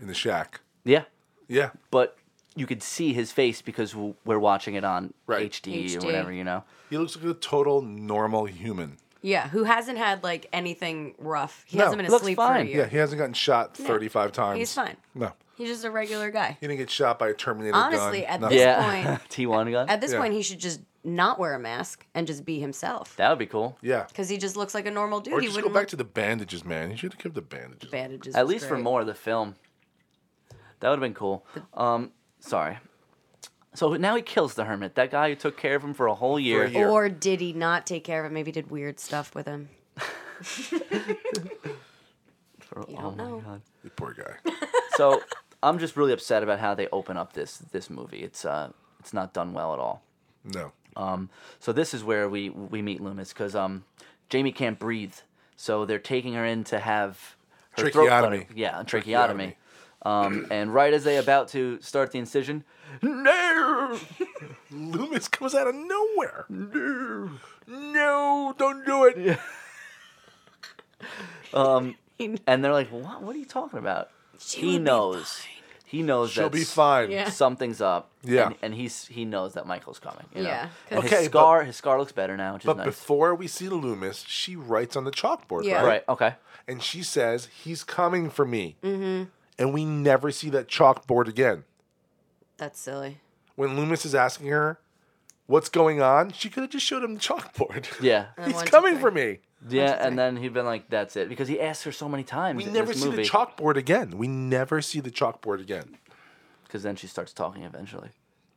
[SPEAKER 4] in the shack.
[SPEAKER 3] yeah.
[SPEAKER 4] Yeah.
[SPEAKER 3] But you could see his face because w- we're watching it on
[SPEAKER 4] Right.
[SPEAKER 3] HD,
[SPEAKER 2] HD.
[SPEAKER 3] or whatever you know.
[SPEAKER 4] He looks like a total normal human.
[SPEAKER 2] Yeah, who hasn't had like anything rough. He
[SPEAKER 4] No.
[SPEAKER 2] hasn't been
[SPEAKER 3] Looks
[SPEAKER 2] asleep for a
[SPEAKER 3] fine.
[SPEAKER 2] year.
[SPEAKER 4] Yeah, he hasn't gotten shot 35 times.
[SPEAKER 2] He's fine.
[SPEAKER 4] No.
[SPEAKER 2] He's just a regular guy.
[SPEAKER 4] He didn't get shot by a Terminator
[SPEAKER 2] Honestly,
[SPEAKER 4] gun.
[SPEAKER 2] at
[SPEAKER 4] nothing.
[SPEAKER 2] this
[SPEAKER 3] yeah,
[SPEAKER 2] point-
[SPEAKER 3] T one guy.
[SPEAKER 2] At this
[SPEAKER 4] Yeah.
[SPEAKER 2] point, he should just not wear a mask and just be himself.
[SPEAKER 3] that would be cool.
[SPEAKER 4] Yeah.
[SPEAKER 2] Because he just looks like a normal dude.
[SPEAKER 4] Or
[SPEAKER 2] he
[SPEAKER 4] just go
[SPEAKER 2] wouldn't
[SPEAKER 4] back to the bandages, man. He should have kept the bandages.
[SPEAKER 2] look bandages.
[SPEAKER 3] At
[SPEAKER 2] was
[SPEAKER 3] least for
[SPEAKER 2] great.
[SPEAKER 3] more of the film. That would have been cool. Um, sorry. So now he kills the hermit, that guy who took care of him for a whole year.
[SPEAKER 4] a year.
[SPEAKER 2] Or did he not take care of it? Maybe he did weird stuff with him.
[SPEAKER 3] For-
[SPEAKER 2] You
[SPEAKER 3] oh
[SPEAKER 2] don't
[SPEAKER 3] my
[SPEAKER 2] know.
[SPEAKER 3] God.
[SPEAKER 4] The poor guy.
[SPEAKER 3] So I'm just really upset about how they open up this this movie. It's uh, it's not done well at all.
[SPEAKER 4] No.
[SPEAKER 3] Um, so this is where we we meet Loomis because um, Jamie can't breathe, so they're taking her in to have her throat
[SPEAKER 4] Tracheotomy.
[SPEAKER 3] cutted. yeah, a tracheotomy. Um, and right as they about to start the incision, no,
[SPEAKER 4] Loomis comes out of nowhere. No, don't do it.
[SPEAKER 3] and they're like, "What? What are you talking about?"
[SPEAKER 2] She
[SPEAKER 3] he
[SPEAKER 2] would be
[SPEAKER 3] knows. He knows
[SPEAKER 4] She'll
[SPEAKER 3] that
[SPEAKER 4] be
[SPEAKER 3] s-
[SPEAKER 4] fine.
[SPEAKER 2] Yeah.
[SPEAKER 3] Something's up.
[SPEAKER 4] Yeah.
[SPEAKER 3] and, and he's he knows that Michael's coming. you know?
[SPEAKER 2] Yeah, 'cause-
[SPEAKER 3] And
[SPEAKER 4] Okay,
[SPEAKER 3] his
[SPEAKER 4] but-
[SPEAKER 3] scar his scar looks better now, which is
[SPEAKER 4] But
[SPEAKER 3] nice.
[SPEAKER 4] before we see Loomis, she writes on the chalkboard,
[SPEAKER 2] Yeah.
[SPEAKER 4] right?
[SPEAKER 3] right. Okay.
[SPEAKER 4] And she says, He's coming for me. Mm-hmm. And we never see that chalkboard again.
[SPEAKER 2] That's silly.
[SPEAKER 4] When Loomis is asking her what's going on, she could have just showed him the chalkboard.
[SPEAKER 3] Yeah.
[SPEAKER 4] He's
[SPEAKER 2] one, two,
[SPEAKER 4] coming
[SPEAKER 2] three.
[SPEAKER 4] for me.
[SPEAKER 3] Yeah, and then he'd been like, "That's it," because he asked her so many times.
[SPEAKER 4] We
[SPEAKER 3] in
[SPEAKER 4] never
[SPEAKER 3] this
[SPEAKER 4] see
[SPEAKER 3] movie.
[SPEAKER 4] the chalkboard again. We never see the chalkboard again.
[SPEAKER 3] because then she starts talking eventually,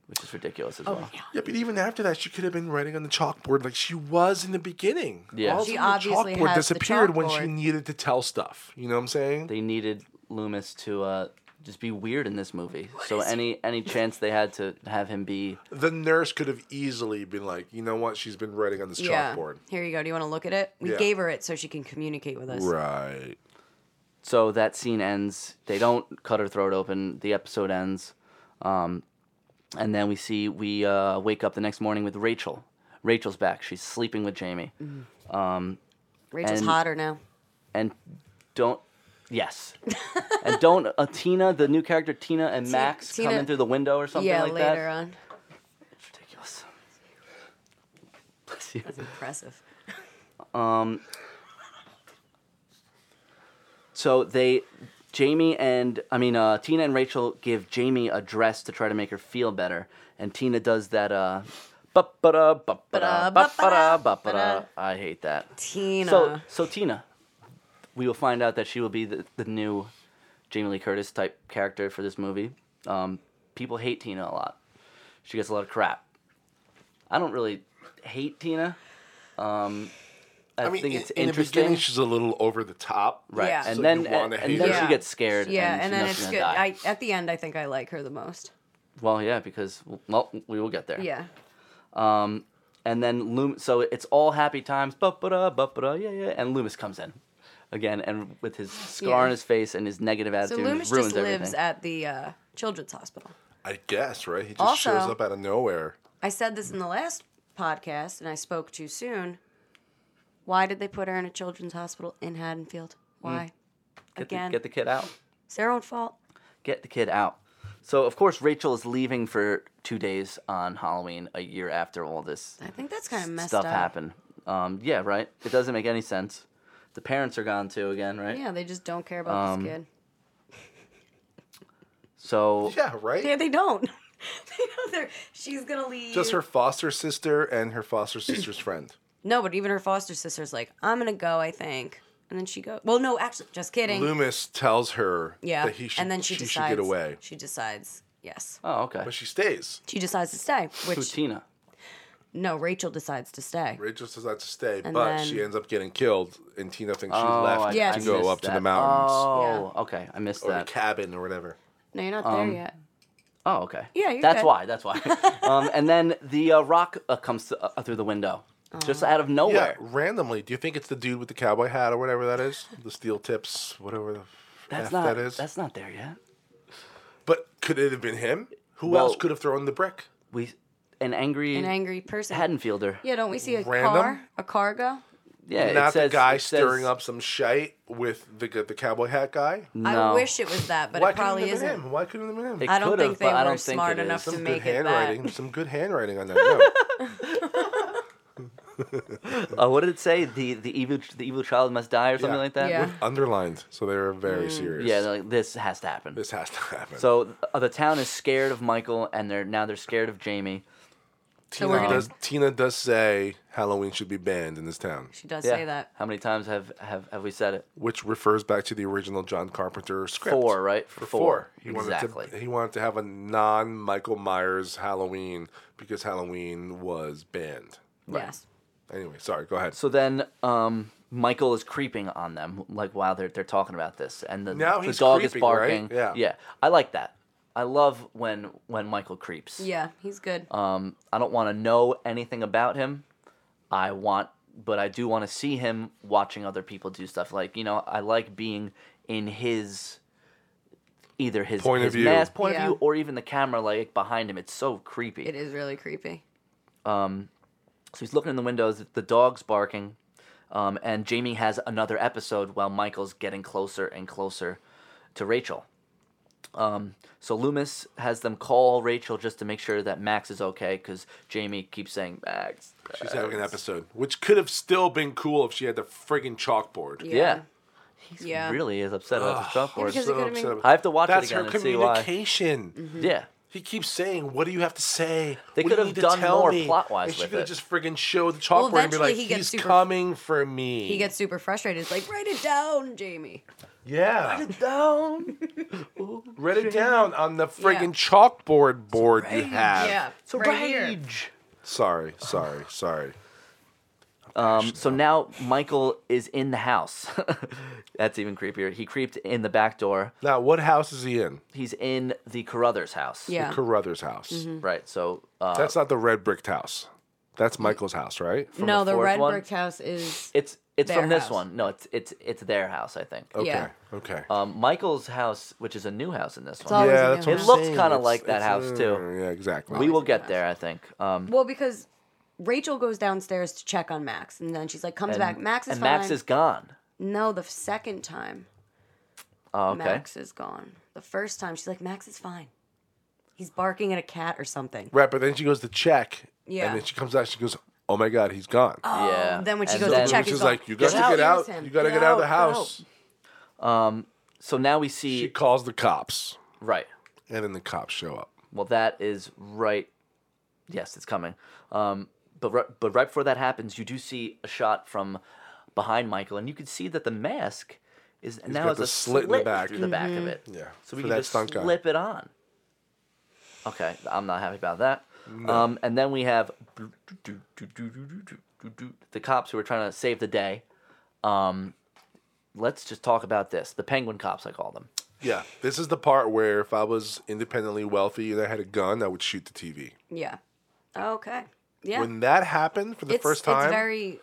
[SPEAKER 3] which is ridiculous as
[SPEAKER 2] Oh,
[SPEAKER 3] well.
[SPEAKER 4] Yeah, but even after that, she could have been writing on the chalkboard like she was in the beginning.
[SPEAKER 3] Yeah.
[SPEAKER 4] All of
[SPEAKER 3] She
[SPEAKER 4] a sudden
[SPEAKER 2] obviously
[SPEAKER 4] the chalkboard
[SPEAKER 2] has the
[SPEAKER 4] disappeared when she
[SPEAKER 2] chalkboard.
[SPEAKER 4] needed to tell stuff. You know what I'm saying?
[SPEAKER 3] They needed Loomis to uh, just be weird in this movie, so any any chance they had to have him be
[SPEAKER 4] the nurse could have easily been like, you know what? She's been writing on this
[SPEAKER 2] Yeah.
[SPEAKER 4] chalkboard.
[SPEAKER 2] Here you go. Do you want to look at it? We
[SPEAKER 4] Yeah.
[SPEAKER 2] gave her it so she can communicate with us.
[SPEAKER 4] Right.
[SPEAKER 3] so that scene ends. They don't cut her throat open. The episode ends, um, and then we see we uh, wake up the next morning with Rachel. Rachel's back. She's sleeping with Jamie,
[SPEAKER 2] Mm-hmm. Rachel's
[SPEAKER 3] And-
[SPEAKER 2] hotter now.
[SPEAKER 3] and don't. Yes, and don't uh, Tina, the new character Tina and Max
[SPEAKER 2] Tina-
[SPEAKER 3] come in through the window or something
[SPEAKER 2] Yeah,
[SPEAKER 3] like
[SPEAKER 2] later
[SPEAKER 3] that.
[SPEAKER 2] on.
[SPEAKER 3] Ridiculous. Bless you.
[SPEAKER 2] That's impressive.
[SPEAKER 3] So they, Jamie and I mean uh, Tina and Rachel give Jamie a dress to try to make her feel better, and Tina does that. Uh, ba-ba-da,
[SPEAKER 2] Ba-da,
[SPEAKER 3] ba-ba-da, ba-ba-da,
[SPEAKER 2] ba-ba-da,
[SPEAKER 3] ba-ba-da.
[SPEAKER 2] ba-da.
[SPEAKER 3] I hate that.
[SPEAKER 2] Tina.
[SPEAKER 3] So so Tina, we will find out that she will be the, the new Jamie Lee Curtis type character for this movie. Um, people hate Tina a lot. She gets a lot of crap. I don't really hate Tina. Um, I,
[SPEAKER 4] I mean,
[SPEAKER 3] think
[SPEAKER 4] in-
[SPEAKER 3] it's
[SPEAKER 4] in the
[SPEAKER 3] interesting.
[SPEAKER 4] beginning, she's a little over the top.
[SPEAKER 3] Right.
[SPEAKER 2] Yeah.
[SPEAKER 3] And
[SPEAKER 4] So
[SPEAKER 3] then
[SPEAKER 4] you wanna
[SPEAKER 3] and,
[SPEAKER 4] hate
[SPEAKER 3] then
[SPEAKER 2] her.
[SPEAKER 3] she
[SPEAKER 2] Yeah.
[SPEAKER 3] gets scared.
[SPEAKER 2] yeah,
[SPEAKER 3] and,
[SPEAKER 2] and,
[SPEAKER 3] she
[SPEAKER 2] then
[SPEAKER 3] knows
[SPEAKER 2] it's
[SPEAKER 3] she's
[SPEAKER 2] good.
[SPEAKER 3] gonna die.
[SPEAKER 2] I, at the end, I think I like her the most.
[SPEAKER 3] Well, yeah, because well, we will get there.
[SPEAKER 2] Yeah.
[SPEAKER 3] Um, and then Loom. So it's all happy times. Ba ba da ba ba da. Yeah yeah. And Loomis comes in. again, and with his scar
[SPEAKER 2] Yeah.
[SPEAKER 3] on his face and his negative
[SPEAKER 2] So
[SPEAKER 3] attitude,
[SPEAKER 2] Loomis
[SPEAKER 3] ruins
[SPEAKER 2] just
[SPEAKER 3] everything.
[SPEAKER 2] lives at the uh, children's hospital.
[SPEAKER 4] I guess, right? He just
[SPEAKER 2] Also-
[SPEAKER 4] shows up out of nowhere.
[SPEAKER 2] I said this in the last podcast, and I spoke too soon. Why did they put her in a children's hospital in Haddonfield?
[SPEAKER 3] Hmm.
[SPEAKER 2] Why?
[SPEAKER 3] get, the,
[SPEAKER 2] Again,
[SPEAKER 3] get the kid out.
[SPEAKER 2] it's their own fault.
[SPEAKER 3] Get the kid out. So of course Rachel is leaving for two days on Halloween, a year after all this
[SPEAKER 2] I think that's kind of messed
[SPEAKER 3] stuff
[SPEAKER 2] up.
[SPEAKER 3] happened. Um, yeah, right. It doesn't make any sense. The parents are gone too again, right?
[SPEAKER 2] Yeah, they just don't care about
[SPEAKER 3] Um,
[SPEAKER 2] this kid.
[SPEAKER 3] So
[SPEAKER 4] Yeah, right?
[SPEAKER 2] Yeah, they don't. they know they're, she's gonna leave.
[SPEAKER 4] Just her foster sister and her foster sister's friend.
[SPEAKER 2] No, but even her foster sister's like, I'm gonna go. I think, and then she go. Well, no, actually, just kidding.
[SPEAKER 4] Loomis tells her
[SPEAKER 2] yeah,
[SPEAKER 4] that he should,
[SPEAKER 2] and then she,
[SPEAKER 4] she should
[SPEAKER 2] decides.
[SPEAKER 4] get away.
[SPEAKER 2] She decides. Yes,
[SPEAKER 3] Oh, okay.
[SPEAKER 4] But she stays.
[SPEAKER 2] she decides to stay. Which
[SPEAKER 3] So Tina.
[SPEAKER 2] no, Rachel decides to stay.
[SPEAKER 4] Rachel decides to stay,
[SPEAKER 2] And
[SPEAKER 4] but
[SPEAKER 2] then-
[SPEAKER 4] she ends up getting killed, and Tina thinks she
[SPEAKER 3] Oh,
[SPEAKER 4] left
[SPEAKER 3] I-
[SPEAKER 2] Yeah.
[SPEAKER 4] to
[SPEAKER 3] I
[SPEAKER 4] go
[SPEAKER 3] missed
[SPEAKER 4] up to the
[SPEAKER 3] that.
[SPEAKER 4] mountains
[SPEAKER 3] Oh, okay. I missed
[SPEAKER 4] or
[SPEAKER 3] that.
[SPEAKER 4] the cabin or whatever.
[SPEAKER 2] No, you're not
[SPEAKER 3] Um,
[SPEAKER 2] there yet.
[SPEAKER 3] Oh, okay.
[SPEAKER 2] Yeah, you're
[SPEAKER 3] That's
[SPEAKER 2] good.
[SPEAKER 3] why. That's why. um, and then the uh, rock uh, comes th- uh, through the window, just out of
[SPEAKER 4] Yeah,
[SPEAKER 3] nowhere.
[SPEAKER 4] randomly. Do you think it's the dude with the cowboy hat or whatever that is? The steel tips, whatever the
[SPEAKER 3] That's
[SPEAKER 4] F
[SPEAKER 3] not.
[SPEAKER 4] that is.
[SPEAKER 3] That's not there yet.
[SPEAKER 4] But could it have been him? Who
[SPEAKER 3] Well-
[SPEAKER 4] else could have thrown the brick?
[SPEAKER 3] We an angry,
[SPEAKER 2] An angry person.
[SPEAKER 3] Haddonfielder. Yeah,
[SPEAKER 2] yeah, don't we see a
[SPEAKER 4] Random?
[SPEAKER 2] car? A cargo?
[SPEAKER 3] it
[SPEAKER 4] Not
[SPEAKER 3] says-
[SPEAKER 4] the guy
[SPEAKER 3] it says-
[SPEAKER 4] stirring up some shite with the the cowboy hat guy.
[SPEAKER 3] No.
[SPEAKER 2] I wish it was that, but
[SPEAKER 4] Why
[SPEAKER 2] it
[SPEAKER 4] couldn't
[SPEAKER 2] probably
[SPEAKER 4] it have been
[SPEAKER 2] isn't.
[SPEAKER 4] him? Why couldn't it have been him?
[SPEAKER 3] It
[SPEAKER 2] I don't
[SPEAKER 3] could've,
[SPEAKER 2] think
[SPEAKER 3] but
[SPEAKER 2] they
[SPEAKER 3] I
[SPEAKER 2] were
[SPEAKER 3] don't think
[SPEAKER 2] smart
[SPEAKER 3] it
[SPEAKER 2] enough
[SPEAKER 3] is.
[SPEAKER 2] to
[SPEAKER 4] Some good
[SPEAKER 2] make it
[SPEAKER 4] handwriting.
[SPEAKER 2] that.
[SPEAKER 4] Some good handwriting on that. note.
[SPEAKER 3] Uh, what did it say? The the evil the evil child must die or something
[SPEAKER 4] Yeah.
[SPEAKER 3] like that.
[SPEAKER 2] Yeah.
[SPEAKER 4] Underlined, so they were very serious.
[SPEAKER 3] Mm, Yeah, they're like this has to happen.
[SPEAKER 4] this has to happen.
[SPEAKER 3] So uh, the town is scared of Michael, and they're now they're scared of Jamie.
[SPEAKER 4] Tina,
[SPEAKER 2] we're gonna-
[SPEAKER 4] does, Tina does say Halloween should be banned in this town,
[SPEAKER 2] She does
[SPEAKER 3] Yeah.
[SPEAKER 2] say that.
[SPEAKER 3] How many times have have, have we said it?
[SPEAKER 4] which refers back to the original John Carpenter script.
[SPEAKER 3] Four, right? For
[SPEAKER 4] Four. He
[SPEAKER 3] exactly.
[SPEAKER 4] wanted to he wanted to have a non Michael Myers Halloween because Halloween was banned.
[SPEAKER 2] Yes.
[SPEAKER 4] Anyway, sorry, go ahead.
[SPEAKER 3] So then um, Michael is creeping on them, like while they're they're talking about this, and the,
[SPEAKER 4] Now
[SPEAKER 3] the
[SPEAKER 4] he's
[SPEAKER 3] dog is
[SPEAKER 4] creeping, right?
[SPEAKER 3] barking.
[SPEAKER 4] Yeah.
[SPEAKER 3] yeah, I like that. I love when when Michael creeps.
[SPEAKER 2] Yeah, he's good.
[SPEAKER 4] Uh,
[SPEAKER 3] Um, I don't want to know anything about him. I want, but I do want to see him watching other people do stuff. Like you know, I like being in his either his
[SPEAKER 4] Point of
[SPEAKER 3] his
[SPEAKER 4] view.
[SPEAKER 3] mask point
[SPEAKER 2] Yeah.
[SPEAKER 3] of view or even the camera like behind him. It's so creepy.
[SPEAKER 2] it is really creepy.
[SPEAKER 3] So he's looking in the windows. The dog's barking, um, and Jamie has another episode while Michael's getting closer and closer to Rachel. Um, so Loomis has them call Rachel just to make sure that Max is okay because Jamie keeps saying Max.
[SPEAKER 4] She's having
[SPEAKER 3] uh,
[SPEAKER 4] an episode, which could have still been cool if she had the friggin' chalkboard.
[SPEAKER 3] Yeah. He
[SPEAKER 2] Yeah.
[SPEAKER 3] really is upset about the chalkboard.
[SPEAKER 2] because it could've been-
[SPEAKER 4] upset.
[SPEAKER 3] I have to watch
[SPEAKER 4] That's
[SPEAKER 3] it again
[SPEAKER 4] her
[SPEAKER 3] and see why.
[SPEAKER 4] communication.
[SPEAKER 3] Yeah.
[SPEAKER 4] He keeps saying, "What do you have to say?
[SPEAKER 3] They
[SPEAKER 4] What do
[SPEAKER 3] could
[SPEAKER 4] you
[SPEAKER 3] have
[SPEAKER 4] need to
[SPEAKER 3] done
[SPEAKER 4] tell
[SPEAKER 3] more
[SPEAKER 4] me?"
[SPEAKER 3] plot-wise
[SPEAKER 4] And she
[SPEAKER 3] with
[SPEAKER 4] could
[SPEAKER 3] it.
[SPEAKER 4] have just friggin' showed the chalkboard and be
[SPEAKER 2] eventually
[SPEAKER 4] like,
[SPEAKER 2] he gets
[SPEAKER 4] "He's
[SPEAKER 2] super-
[SPEAKER 4] coming for me."
[SPEAKER 2] He gets super frustrated. He's like, write it down, Jamie.
[SPEAKER 4] yeah.
[SPEAKER 3] Down.
[SPEAKER 4] Write it down on the friggin'
[SPEAKER 2] Yeah.
[SPEAKER 4] chalkboard board you have.
[SPEAKER 2] Yeah.
[SPEAKER 3] So
[SPEAKER 2] right here.
[SPEAKER 3] rage.
[SPEAKER 4] Sorry, sorry, sorry.
[SPEAKER 3] Um, so now Michael is in the house. That's even creepier. He creeped in the back door.
[SPEAKER 4] Now, what house is he in?
[SPEAKER 3] He's in the Carruthers house.
[SPEAKER 2] Yeah. Mm-hmm.
[SPEAKER 4] Carruthers' house.
[SPEAKER 3] Right. So uh,
[SPEAKER 4] That's not the red bricked house. That's Michael's house, right?
[SPEAKER 2] no,
[SPEAKER 3] the
[SPEAKER 2] the
[SPEAKER 3] fourth
[SPEAKER 2] red
[SPEAKER 3] one?
[SPEAKER 2] brick house is
[SPEAKER 3] it's it's
[SPEAKER 2] Their
[SPEAKER 3] from this
[SPEAKER 2] house.
[SPEAKER 3] one. No, it's it's it's their house. I think.
[SPEAKER 4] Okay,
[SPEAKER 2] yeah. Oh,
[SPEAKER 4] okay.
[SPEAKER 3] Um, Michael's house, which is a new house in this
[SPEAKER 2] all-
[SPEAKER 3] one.
[SPEAKER 2] always
[SPEAKER 4] yeah,
[SPEAKER 2] a
[SPEAKER 4] that's
[SPEAKER 2] new
[SPEAKER 4] what
[SPEAKER 2] house.
[SPEAKER 4] I'm
[SPEAKER 3] It looks
[SPEAKER 4] saying.
[SPEAKER 3] kinda
[SPEAKER 4] It's-
[SPEAKER 3] like that
[SPEAKER 4] it's-
[SPEAKER 3] house, too.
[SPEAKER 4] uh, Yeah, exactly.
[SPEAKER 3] we will get there, I think. Um,
[SPEAKER 2] well because Rachel goes downstairs to check on Max, and then she's like, comes back. Max is
[SPEAKER 3] and
[SPEAKER 2] fine.
[SPEAKER 3] Max is gone.
[SPEAKER 2] no, the second time
[SPEAKER 3] Oh, okay.
[SPEAKER 2] Max is gone. The first time she's like, Max is fine. He's barking at a cat or something.
[SPEAKER 4] Right, but then she goes to check.
[SPEAKER 2] Yeah.
[SPEAKER 4] And then she comes out. She goes, "Oh my God, he's gone."
[SPEAKER 3] yeah.
[SPEAKER 2] Oh, then when she
[SPEAKER 3] And
[SPEAKER 2] goes to
[SPEAKER 3] then-
[SPEAKER 2] check,
[SPEAKER 4] Which
[SPEAKER 2] he's
[SPEAKER 4] is
[SPEAKER 2] gone.
[SPEAKER 4] like, you got
[SPEAKER 2] Get
[SPEAKER 4] to get
[SPEAKER 2] out.
[SPEAKER 4] out.
[SPEAKER 2] Use him.
[SPEAKER 4] You got to
[SPEAKER 2] Get
[SPEAKER 4] get out of the
[SPEAKER 2] out, get
[SPEAKER 4] house.
[SPEAKER 3] So now we see.
[SPEAKER 4] She calls the cops,
[SPEAKER 3] right.
[SPEAKER 4] and then the cops show up.
[SPEAKER 3] Well, that is right. Yes, it's coming. Um, but ri- but right before that happens, you do see a shot from behind Michael, and you can see that the mask is now
[SPEAKER 4] got
[SPEAKER 3] is
[SPEAKER 4] the
[SPEAKER 3] a
[SPEAKER 4] slit in the back. Mm-hmm.
[SPEAKER 3] through the back of it.
[SPEAKER 4] Yeah,
[SPEAKER 3] So we
[SPEAKER 4] for
[SPEAKER 3] can
[SPEAKER 4] that
[SPEAKER 3] just
[SPEAKER 4] stunt guy.
[SPEAKER 3] slip it on. Okay, I'm not happy about that. Um, and then we have the cops who are trying to save the day. Um, let's just talk about this. The penguin cops, I call them.
[SPEAKER 4] Yeah, this is the part where if I was independently wealthy and I had a gun, I would shoot the TV.
[SPEAKER 2] Yeah. Okay. Yeah.
[SPEAKER 4] When that happened for the
[SPEAKER 2] it's,
[SPEAKER 4] first time,
[SPEAKER 2] It's very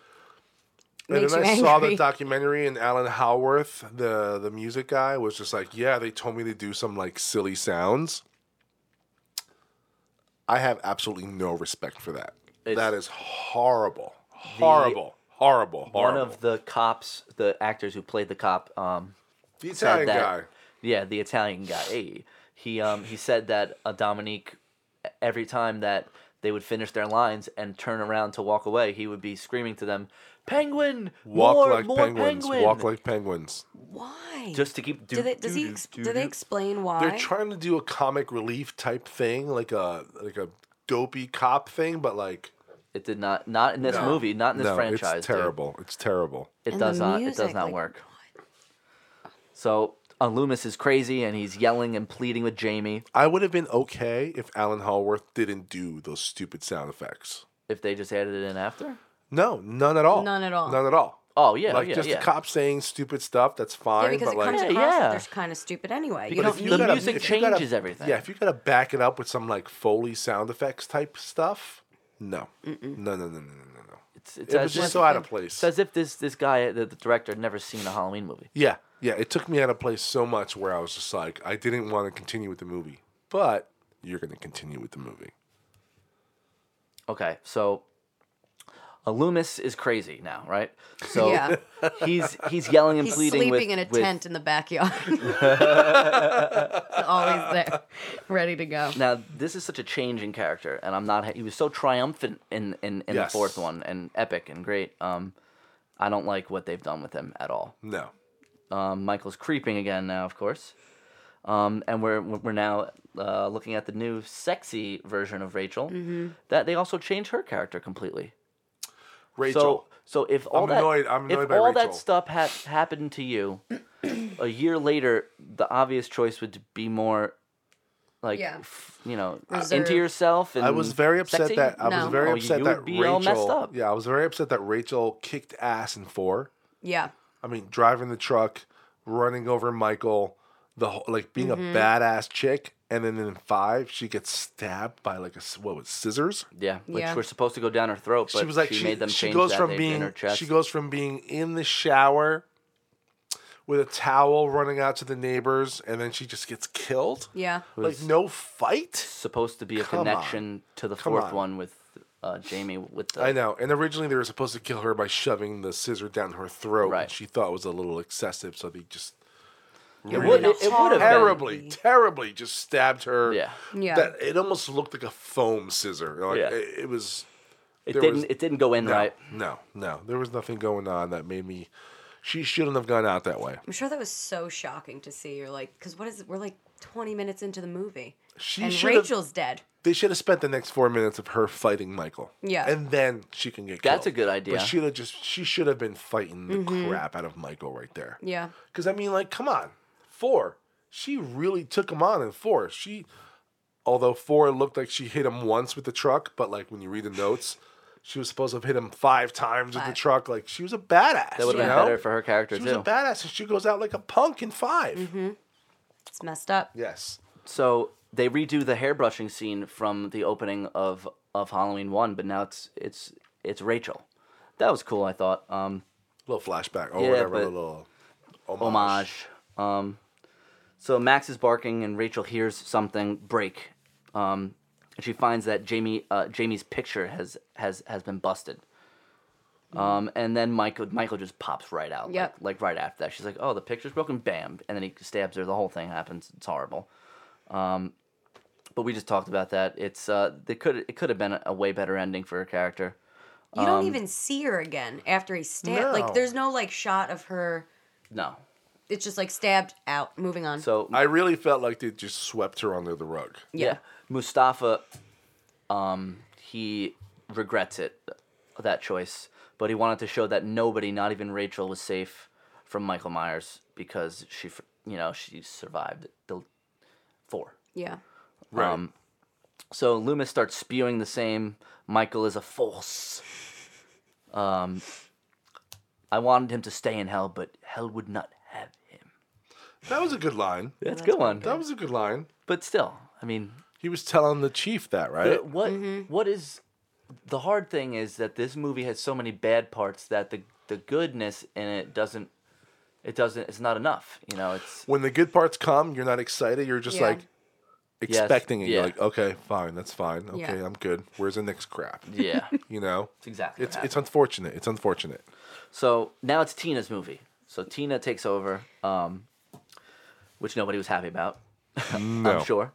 [SPEAKER 4] And
[SPEAKER 2] Makes
[SPEAKER 4] then
[SPEAKER 2] you
[SPEAKER 4] I saw the
[SPEAKER 2] angry.
[SPEAKER 4] documentary, and Alan Howarth, the the music guy, was just like, "Yeah, they told me to do some like silly sounds." I have absolutely no respect for that.
[SPEAKER 3] It's-
[SPEAKER 4] that is horrible, horrible, horrible,
[SPEAKER 3] One
[SPEAKER 4] horrible.
[SPEAKER 3] of the cops, the actors who played the cop, um,
[SPEAKER 4] the
[SPEAKER 3] said
[SPEAKER 4] Italian
[SPEAKER 3] that.
[SPEAKER 4] guy.
[SPEAKER 3] Yeah, the Italian guy. Hey, he um he said that uh, Dominique every time that they would finish their lines and turn around to walk away, he would be screaming to them, "Penguin,
[SPEAKER 4] Walk
[SPEAKER 3] more,
[SPEAKER 4] like
[SPEAKER 3] more
[SPEAKER 4] penguins.
[SPEAKER 3] penguin!"
[SPEAKER 4] Walk like penguins.
[SPEAKER 2] Why?
[SPEAKER 3] just to keep.
[SPEAKER 2] do they, does he ex- do they explain why?
[SPEAKER 4] They're trying to do a comic relief type thing, like a like a dopey cop thing, but like
[SPEAKER 3] It did not. Not in this
[SPEAKER 4] No.
[SPEAKER 3] movie. Not in this
[SPEAKER 4] no,
[SPEAKER 3] franchise.
[SPEAKER 4] it's
[SPEAKER 3] dude.
[SPEAKER 4] terrible. It's terrible.
[SPEAKER 3] It
[SPEAKER 2] And the
[SPEAKER 3] does not. it does
[SPEAKER 2] music,
[SPEAKER 3] not
[SPEAKER 2] like,
[SPEAKER 3] work. So uh, Loomis is crazy and he's yelling and pleading with Jamie
[SPEAKER 4] I would have been okay if Alan Hallworth didn't do those stupid sound effects.
[SPEAKER 3] if they just added it in after.
[SPEAKER 4] No, none at all.
[SPEAKER 2] None at all.
[SPEAKER 4] None at all.
[SPEAKER 3] Oh yeah,
[SPEAKER 4] like
[SPEAKER 3] yeah,
[SPEAKER 4] just
[SPEAKER 3] yeah.
[SPEAKER 4] the cop saying stupid stuff. That's fine.
[SPEAKER 2] yeah, because
[SPEAKER 4] but
[SPEAKER 2] it
[SPEAKER 4] like,
[SPEAKER 2] comes
[SPEAKER 3] Yeah,
[SPEAKER 2] across
[SPEAKER 3] yeah.
[SPEAKER 2] that they're kind of stupid anyway. You
[SPEAKER 4] but
[SPEAKER 2] don't
[SPEAKER 4] if
[SPEAKER 2] need
[SPEAKER 3] the
[SPEAKER 4] gotta-
[SPEAKER 3] music
[SPEAKER 4] if you gotta-
[SPEAKER 3] changes everything.
[SPEAKER 4] Yeah, if you gotta back it up with some like Foley sound effects type stuff, no, no, no, no, no, no, no, no.
[SPEAKER 3] It's, it's
[SPEAKER 4] It
[SPEAKER 3] as
[SPEAKER 4] was just
[SPEAKER 3] if-
[SPEAKER 4] so out of place.
[SPEAKER 3] It's as if this this guy, the, the director, had never seen a Halloween movie.
[SPEAKER 4] Yeah, yeah. It took me out of place so much where I was just like, I didn't want to continue with the movie, but you're going to continue with the movie.
[SPEAKER 3] Okay, so uh, Loomis is crazy now, right? So
[SPEAKER 2] Yeah.
[SPEAKER 3] he's he's yelling and
[SPEAKER 2] He's
[SPEAKER 3] pleading
[SPEAKER 2] sleeping
[SPEAKER 3] with,
[SPEAKER 2] in a
[SPEAKER 3] with-
[SPEAKER 2] tent in the backyard. It's always there, ready to go.
[SPEAKER 3] Now this is such a change in character, and I'm not. He was so triumphant in in, in
[SPEAKER 4] Yes.
[SPEAKER 3] the fourth one, and epic and great. Um, I don't like what they've done with him at all.
[SPEAKER 4] No.
[SPEAKER 3] Um, Michael's creeping again now, of course. Um, and we're we're now uh, looking at the new sexy version of Rachel.
[SPEAKER 2] Mm-hmm.
[SPEAKER 3] That they also changed her character completely.
[SPEAKER 4] Rachel.
[SPEAKER 3] So so if all
[SPEAKER 4] I'm
[SPEAKER 3] that
[SPEAKER 4] annoyed- I'm annoyed
[SPEAKER 3] if
[SPEAKER 4] by
[SPEAKER 3] all
[SPEAKER 4] Rachel.
[SPEAKER 3] that stuff ha- happened to you, a year later, the obvious choice would be more like
[SPEAKER 2] Yeah.
[SPEAKER 3] f- you know uh,
[SPEAKER 2] Reserved.
[SPEAKER 3] into yourself. And
[SPEAKER 4] I was very upset
[SPEAKER 3] mm, sexy.
[SPEAKER 4] that I was
[SPEAKER 2] No.
[SPEAKER 4] very
[SPEAKER 3] Oh, you
[SPEAKER 4] upset
[SPEAKER 3] would
[SPEAKER 4] that
[SPEAKER 3] be
[SPEAKER 4] Rachel.
[SPEAKER 3] all messed up.
[SPEAKER 4] Yeah, I was very upset that Rachel kicked ass in four.
[SPEAKER 2] Yeah,
[SPEAKER 4] I mean, driving the truck, running over Michael, the whole, like being
[SPEAKER 3] Mm-hmm.
[SPEAKER 4] a badass chick, and then in five she gets stabbed by like a s- what was scissors.
[SPEAKER 3] yeah, which
[SPEAKER 2] Yeah.
[SPEAKER 3] were supposed to go down her throat, but
[SPEAKER 4] she was like she,
[SPEAKER 3] made them
[SPEAKER 4] she
[SPEAKER 3] change
[SPEAKER 4] goes
[SPEAKER 3] that.
[SPEAKER 4] from
[SPEAKER 3] They-
[SPEAKER 4] being
[SPEAKER 3] in her chest.
[SPEAKER 4] she goes from being in the shower with a towel running out to the neighbors and then she just gets killed
[SPEAKER 2] yeah.
[SPEAKER 4] like no fight
[SPEAKER 3] supposed to be a
[SPEAKER 4] Come on.
[SPEAKER 3] connection to the
[SPEAKER 4] Come
[SPEAKER 3] fourth
[SPEAKER 4] on.
[SPEAKER 3] one with uh, Jamie with the
[SPEAKER 4] i know and originally they were supposed to kill her by shoving the scissor down her throat
[SPEAKER 3] Right.
[SPEAKER 4] which she thought was a little excessive so they just
[SPEAKER 3] it would it, would have been
[SPEAKER 4] terribly terribly just stabbed her
[SPEAKER 3] yeah
[SPEAKER 2] Yeah.
[SPEAKER 4] that, it almost looked like a foam scissor like
[SPEAKER 3] Yeah.
[SPEAKER 4] it, it was
[SPEAKER 3] it
[SPEAKER 4] There
[SPEAKER 3] didn't
[SPEAKER 4] was-
[SPEAKER 3] it didn't go in
[SPEAKER 4] no,
[SPEAKER 3] right
[SPEAKER 4] no no there was nothing going on that made me she shouldn't have gone out that way
[SPEAKER 2] I'm sure that was so shocking to see. You're like, because what is? We're like 20 minutes into the movie,
[SPEAKER 4] She
[SPEAKER 2] and
[SPEAKER 4] should've-
[SPEAKER 2] Rachel's dead.
[SPEAKER 4] They should have spent the next four minutes of her fighting Michael.
[SPEAKER 2] Yeah.
[SPEAKER 4] And then she can get
[SPEAKER 3] That's
[SPEAKER 4] killed.
[SPEAKER 3] a good idea.
[SPEAKER 4] But she have just she should have been fighting the crap out of Michael right there.
[SPEAKER 2] Mm-hmm. Yeah,
[SPEAKER 4] Cause I mean, like, come on. Four. She really took him on in four. She although four looked like she hit him once with the truck, but like when you read the notes, she was supposed to have hit him five times with the
[SPEAKER 2] Five.
[SPEAKER 4] truck. Like she was a badass.
[SPEAKER 3] that would have
[SPEAKER 4] you
[SPEAKER 3] been
[SPEAKER 4] know?
[SPEAKER 3] better for her character
[SPEAKER 4] She was
[SPEAKER 3] too
[SPEAKER 4] a badass and she goes out like a punk in 5
[SPEAKER 2] Mm-hmm. it's messed up.
[SPEAKER 4] Yes.
[SPEAKER 3] so they redo the hairbrushing scene from the opening of of Halloween one but now it's it's it's Rachel that was cool I thought um
[SPEAKER 4] little flashback or
[SPEAKER 3] Yeah,
[SPEAKER 4] whatever,
[SPEAKER 3] but-
[SPEAKER 4] little
[SPEAKER 3] homage. Um, so Max is barking, and Rachel hears something break. Um, and she finds that Jamie uh, Jamie's picture has has has been busted. Um, and then Michael Michael just pops right out. like-
[SPEAKER 2] Yep.
[SPEAKER 3] Like, right after that, she's like, "Oh, the picture's broken." Bam! And then he stabs her. The whole thing happens. It's horrible. Um, but we just talked about that. It's uh, they could it could have been a, a way better ending for her character.
[SPEAKER 2] You
[SPEAKER 3] Um,
[SPEAKER 2] don't even see her again after he stabbed.
[SPEAKER 4] No.
[SPEAKER 2] Like, there's no like shot of her.
[SPEAKER 3] No.
[SPEAKER 2] It's just like stabbed out. Moving on.
[SPEAKER 3] So
[SPEAKER 4] I really felt like they just swept her under the rug.
[SPEAKER 3] Yeah. Mustafa, um, he regrets it, that choice, but he wanted to show that nobody, not even Rachel, was safe from Michael Myers because she, f- you know, she survived the four. Um,
[SPEAKER 2] yeah.
[SPEAKER 4] Right.
[SPEAKER 3] So Loomis starts spewing the same. Michael is a false. Um, I wanted him to stay in hell, but hell would not have him.
[SPEAKER 4] that was a good line.
[SPEAKER 3] That's a good one.
[SPEAKER 4] That was a good line.
[SPEAKER 3] But still, I mean,
[SPEAKER 4] He was telling the chief that, right?
[SPEAKER 3] Mm-hmm. But what what is the hard thing is that this movie has so many bad parts that the the goodness in it doesn't it doesn't it's not enough. You know, it's
[SPEAKER 4] When the good parts come, you're not excited. You're just
[SPEAKER 2] Yeah.
[SPEAKER 4] like expecting it. You're
[SPEAKER 3] yeah.
[SPEAKER 4] like, okay, fine, that's fine. Okay,
[SPEAKER 2] Yeah.
[SPEAKER 4] I'm good. Where's the next crap?
[SPEAKER 3] yeah. It's
[SPEAKER 4] You know,
[SPEAKER 3] exactly. what
[SPEAKER 4] it's it's
[SPEAKER 3] happened.
[SPEAKER 4] unfortunate. It's unfortunate.
[SPEAKER 3] so now it's Tina's movie. So Tina takes over, um, which nobody was happy about.
[SPEAKER 4] No,
[SPEAKER 3] I'm sure.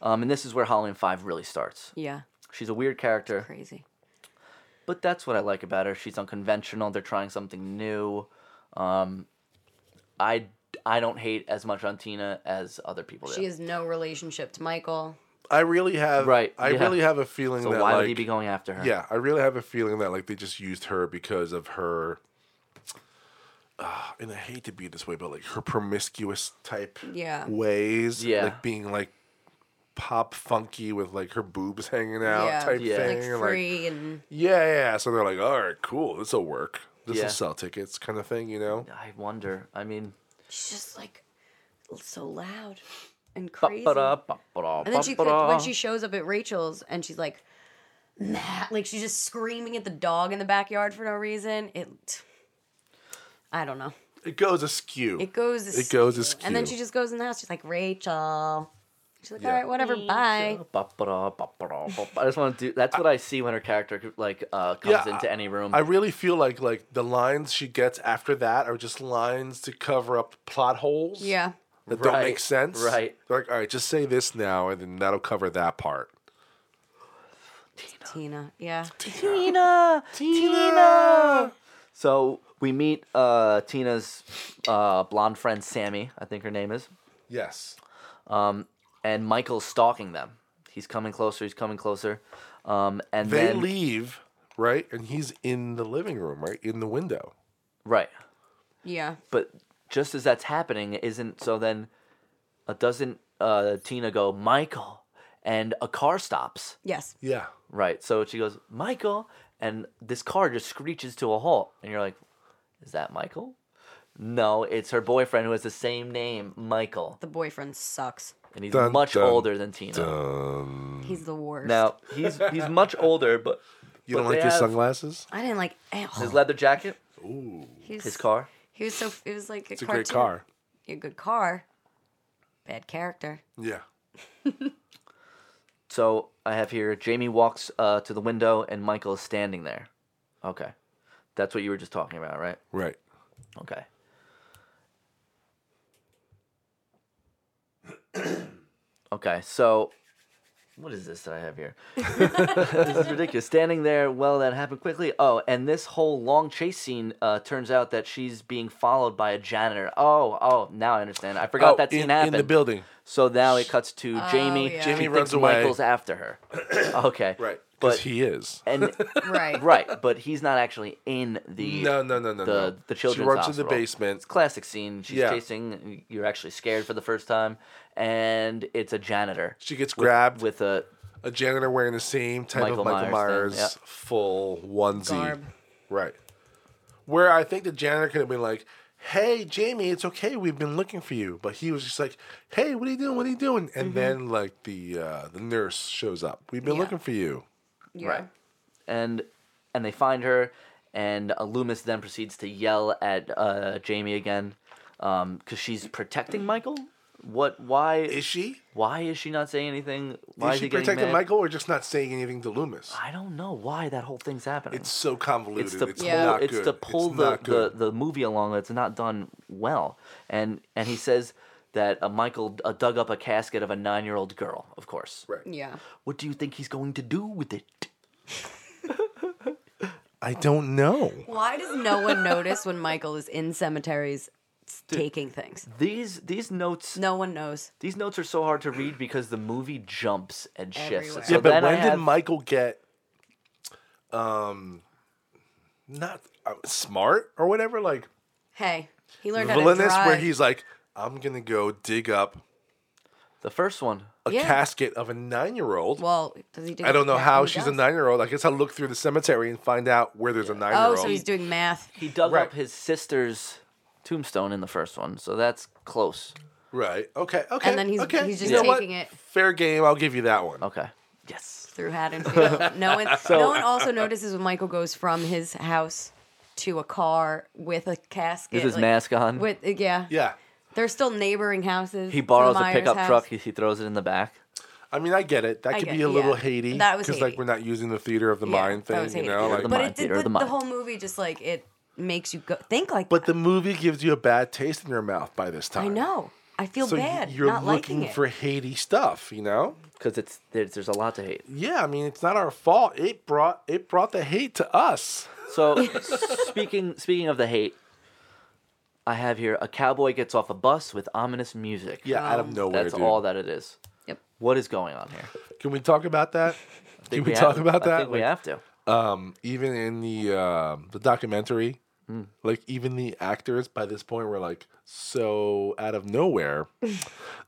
[SPEAKER 3] Um, and this is where Halloween Five really starts.
[SPEAKER 2] Yeah.
[SPEAKER 3] She's a weird character.
[SPEAKER 2] Crazy.
[SPEAKER 3] but that's what I like about her. She's unconventional. They're trying something new. Um, I I don't hate as much on Tina as other people do.
[SPEAKER 2] She has no relationship to Michael.
[SPEAKER 4] I really have.
[SPEAKER 3] Right,
[SPEAKER 4] I
[SPEAKER 3] yeah.
[SPEAKER 4] really have a feeling
[SPEAKER 3] so
[SPEAKER 4] that
[SPEAKER 3] why
[SPEAKER 4] like,
[SPEAKER 3] would he be going after her?
[SPEAKER 4] Yeah, I really have a feeling that like they just used her because of her. Uh, and I hate to be this way, but like her promiscuous type
[SPEAKER 2] Yeah.
[SPEAKER 4] ways,
[SPEAKER 3] Yeah.
[SPEAKER 4] like being like pop funky with like her boobs hanging out
[SPEAKER 2] Yeah.
[SPEAKER 4] type
[SPEAKER 3] Yeah.
[SPEAKER 4] thing.
[SPEAKER 2] Like
[SPEAKER 4] and,
[SPEAKER 2] free and
[SPEAKER 4] yeah, yeah. So they're like, all right, cool, this will work. This
[SPEAKER 3] Yeah.
[SPEAKER 4] will sell tickets, kind of thing, you know.
[SPEAKER 3] I wonder. I mean,
[SPEAKER 2] she's just like so loud and crazy.
[SPEAKER 3] ba-ba-da,
[SPEAKER 2] And then she could,
[SPEAKER 3] ba-ba-da.
[SPEAKER 2] when she shows up at Rachel's and she's like, Matt, like she's just screaming at the dog in the backyard for no reason. It, I don't know.
[SPEAKER 4] It goes askew.
[SPEAKER 2] It goes.
[SPEAKER 4] It goes
[SPEAKER 2] And then she
[SPEAKER 4] askew.
[SPEAKER 2] just goes in the house. She's like, Rachel. She's like,
[SPEAKER 4] Yeah.
[SPEAKER 2] all right, whatever, bye.
[SPEAKER 3] Ba-ba-da, ba-ba-da, ba-ba- I just want to do. That's what I see when her character like uh, comes
[SPEAKER 4] Yeah,
[SPEAKER 3] into any room.
[SPEAKER 4] I really feel like like the lines she gets after that are just lines to cover up plot holes.
[SPEAKER 2] Yeah.
[SPEAKER 4] that don't
[SPEAKER 3] Right,
[SPEAKER 4] make sense.
[SPEAKER 3] right.
[SPEAKER 4] They're like, all right, just say this now, and then that'll cover that part.
[SPEAKER 2] Tina. Yeah.
[SPEAKER 3] Tina, Tina. So we meet uh, Tina's uh, blonde friend Sammy. I think her name is.
[SPEAKER 4] Yes.
[SPEAKER 3] Um, and Michael's stalking them. He's coming closer. He's coming closer. Um, and
[SPEAKER 4] They
[SPEAKER 3] then
[SPEAKER 4] leave, right? And he's in the living room, right? In the window.
[SPEAKER 3] right,
[SPEAKER 2] Yeah.
[SPEAKER 3] but just as that's happening, isn't so then uh, doesn't uh, Tina go Michael, and a car stops.
[SPEAKER 2] Yes.
[SPEAKER 4] Yeah.
[SPEAKER 3] Right, so she goes Michael, and this car just screeches to a halt, and you're like, is that Michael? No, it's her boyfriend who has the same name, Michael,
[SPEAKER 2] The boyfriend sucks.
[SPEAKER 3] and he's
[SPEAKER 4] Dun,
[SPEAKER 3] much
[SPEAKER 4] dun,
[SPEAKER 3] older than Tina.
[SPEAKER 2] He's the worst.
[SPEAKER 3] Now he's he's much older, but
[SPEAKER 4] You
[SPEAKER 3] But
[SPEAKER 4] don't like
[SPEAKER 3] they
[SPEAKER 4] your
[SPEAKER 3] have-
[SPEAKER 4] sunglasses?
[SPEAKER 2] I didn't like.
[SPEAKER 3] his
[SPEAKER 2] Oh,
[SPEAKER 3] leather jacket,
[SPEAKER 2] he was,
[SPEAKER 3] his car.
[SPEAKER 2] He was so. It was like a
[SPEAKER 4] It's a great
[SPEAKER 2] cartoon-
[SPEAKER 4] car.
[SPEAKER 2] A good car. Bad character.
[SPEAKER 4] Yeah.
[SPEAKER 3] So I have here Jamie walks uh, to the window and Michael is standing there. Okay. That's what you were just talking about, right?
[SPEAKER 4] Right.
[SPEAKER 3] Okay. okay, so what is this that I have here? this is ridiculous. Standing there, well, that happened quickly. Oh, and this whole long chase scene uh, turns out that she's being followed by a janitor. Oh, oh, now I understand. I forgot
[SPEAKER 4] Oh,
[SPEAKER 3] that scene
[SPEAKER 4] in,
[SPEAKER 3] happened.
[SPEAKER 4] in the building.
[SPEAKER 3] So now it cuts to Jamie.
[SPEAKER 2] yeah.
[SPEAKER 3] She
[SPEAKER 4] Jamie
[SPEAKER 3] thinks
[SPEAKER 4] runs away.
[SPEAKER 3] Michael's after her. okay.
[SPEAKER 4] Right.
[SPEAKER 3] But
[SPEAKER 4] Because he is.
[SPEAKER 3] and
[SPEAKER 2] Right.
[SPEAKER 3] right, but he's not actually in the
[SPEAKER 4] No, no, no, no,
[SPEAKER 3] the
[SPEAKER 4] no.
[SPEAKER 3] the children's
[SPEAKER 4] She runs
[SPEAKER 3] hospital.
[SPEAKER 4] to the basement.
[SPEAKER 3] It's a classic scene. She's
[SPEAKER 4] Yeah.
[SPEAKER 3] chasing. You're actually scared for the first time, and it's a janitor
[SPEAKER 4] She gets grabbed with
[SPEAKER 3] with a
[SPEAKER 4] a janitor wearing the same type
[SPEAKER 3] Michael
[SPEAKER 4] of Michael
[SPEAKER 3] Myers
[SPEAKER 4] Myers,
[SPEAKER 3] thing, yeah.
[SPEAKER 4] full onesie.
[SPEAKER 2] Garb.
[SPEAKER 4] Right. Where I think the janitor could have been like, "Hey, Jamie, it's okay. We've been looking for you." But he was just like, "Hey, what are you doing? What are you doing?" And then like the uh, the nurse shows up. We've been
[SPEAKER 2] Yeah.
[SPEAKER 4] looking for you.
[SPEAKER 2] Yeah.
[SPEAKER 3] right, and and they find her, and uh, Loomis then proceeds to yell at uh, Jamie again, because she's protecting Michael. What? Why
[SPEAKER 4] Is she?
[SPEAKER 3] Why is she not saying anything? Why is,
[SPEAKER 4] is she
[SPEAKER 3] he getting
[SPEAKER 4] protecting
[SPEAKER 3] mad?
[SPEAKER 4] Michael or just not saying anything to Loomis?
[SPEAKER 3] I don't know why that whole thing's happening.
[SPEAKER 4] It's so convoluted.
[SPEAKER 3] it's
[SPEAKER 4] It's,
[SPEAKER 3] to pull,
[SPEAKER 2] Yeah.
[SPEAKER 4] not
[SPEAKER 3] it's
[SPEAKER 4] good.
[SPEAKER 3] to pull
[SPEAKER 4] it's
[SPEAKER 3] the,
[SPEAKER 4] not
[SPEAKER 3] the,
[SPEAKER 4] good.
[SPEAKER 3] the movie along that's not done well. And and he says that uh, Michael uh, dug up a casket of a nine year old girl. Of course.
[SPEAKER 4] Right.
[SPEAKER 2] Yeah.
[SPEAKER 3] What do you think he's going to do with it?
[SPEAKER 4] I don't know.
[SPEAKER 2] Why does no one notice when Michael is in cemeteries s- taking things?
[SPEAKER 3] These these notes
[SPEAKER 2] No one knows.
[SPEAKER 3] these notes are so hard to read because the movie jumps and shifts.
[SPEAKER 2] Everywhere.
[SPEAKER 3] So
[SPEAKER 4] yeah, but
[SPEAKER 3] then I
[SPEAKER 4] when
[SPEAKER 3] have-
[SPEAKER 4] did Michael get um not uh, smart or whatever like
[SPEAKER 2] Hey, he learned how to
[SPEAKER 4] villainous
[SPEAKER 2] drive.
[SPEAKER 4] where he's like I'm going to go dig up
[SPEAKER 3] the first one?
[SPEAKER 4] a
[SPEAKER 2] Yeah.
[SPEAKER 4] casket of a 9-year-old.
[SPEAKER 2] Well, does he do?
[SPEAKER 4] I don't know
[SPEAKER 2] yeah,
[SPEAKER 4] how
[SPEAKER 2] he
[SPEAKER 4] she's a
[SPEAKER 2] does.
[SPEAKER 4] 9-year-old. I guess I'll look through the cemetery and find out where there's a 9-year-old.
[SPEAKER 2] Oh, so he's doing math.
[SPEAKER 3] He dug
[SPEAKER 4] Right.
[SPEAKER 3] up his sister's tombstone in the first one, so that's close.
[SPEAKER 4] right. Okay. Okay.
[SPEAKER 2] And then he's-
[SPEAKER 4] okay.
[SPEAKER 2] he's just
[SPEAKER 4] you know
[SPEAKER 2] taking
[SPEAKER 4] what?
[SPEAKER 2] it.
[SPEAKER 4] Fair game. I'll give you that one.
[SPEAKER 3] Okay. Yes.
[SPEAKER 2] Through Haddonfield. no one. no one also notices when Michael goes from his house to a car with a casket.
[SPEAKER 3] With his
[SPEAKER 2] like,
[SPEAKER 3] mask on.
[SPEAKER 2] With yeah.
[SPEAKER 4] Yeah.
[SPEAKER 2] They're still neighboring houses.
[SPEAKER 3] He
[SPEAKER 2] to
[SPEAKER 3] borrows a
[SPEAKER 2] Meyer's
[SPEAKER 3] pickup
[SPEAKER 2] house.
[SPEAKER 3] truck. He, he throws it in the back.
[SPEAKER 4] I mean, I get it. That
[SPEAKER 2] I
[SPEAKER 4] could
[SPEAKER 2] get
[SPEAKER 4] be a
[SPEAKER 2] it,
[SPEAKER 4] little
[SPEAKER 2] yeah.
[SPEAKER 4] Haiti
[SPEAKER 2] That was
[SPEAKER 4] because like
[SPEAKER 2] Haiti.
[SPEAKER 4] we're not using the theater of the
[SPEAKER 2] Yeah,
[SPEAKER 4] mind
[SPEAKER 2] that
[SPEAKER 4] thing,
[SPEAKER 2] was
[SPEAKER 4] you
[SPEAKER 2] hated.
[SPEAKER 4] know. Like,
[SPEAKER 3] the
[SPEAKER 2] but
[SPEAKER 3] mind,
[SPEAKER 2] it
[SPEAKER 3] theater
[SPEAKER 2] did,
[SPEAKER 3] of
[SPEAKER 2] but
[SPEAKER 3] the
[SPEAKER 2] the,
[SPEAKER 3] mind.
[SPEAKER 2] whole movie just like it makes you go think like
[SPEAKER 4] but
[SPEAKER 2] that.
[SPEAKER 4] the movie gives you a bad taste in your mouth by this time.
[SPEAKER 2] I know. I feel
[SPEAKER 4] So y-
[SPEAKER 2] bad.
[SPEAKER 4] you're
[SPEAKER 2] not
[SPEAKER 4] looking
[SPEAKER 2] liking it.
[SPEAKER 4] for Haiti stuff, you know?
[SPEAKER 3] Because it's there's, there's a lot to hate.
[SPEAKER 4] Yeah, I mean, it's not our fault. It brought it brought the hate to us.
[SPEAKER 3] So speaking speaking of the hate, I have here a cowboy gets off a bus with ominous music.
[SPEAKER 4] Yeah, out of nowhere.
[SPEAKER 3] that's
[SPEAKER 4] dude.
[SPEAKER 3] all that it is.
[SPEAKER 2] Yep.
[SPEAKER 3] What is going on here?
[SPEAKER 4] Can we talk about that? Can
[SPEAKER 3] think
[SPEAKER 4] we,
[SPEAKER 3] have-
[SPEAKER 4] talk about that?
[SPEAKER 3] I think we
[SPEAKER 4] Like,
[SPEAKER 3] have to.
[SPEAKER 4] um, even in the um the documentary,
[SPEAKER 3] Hmm.
[SPEAKER 4] like even the actors by this point were like so out of nowhere.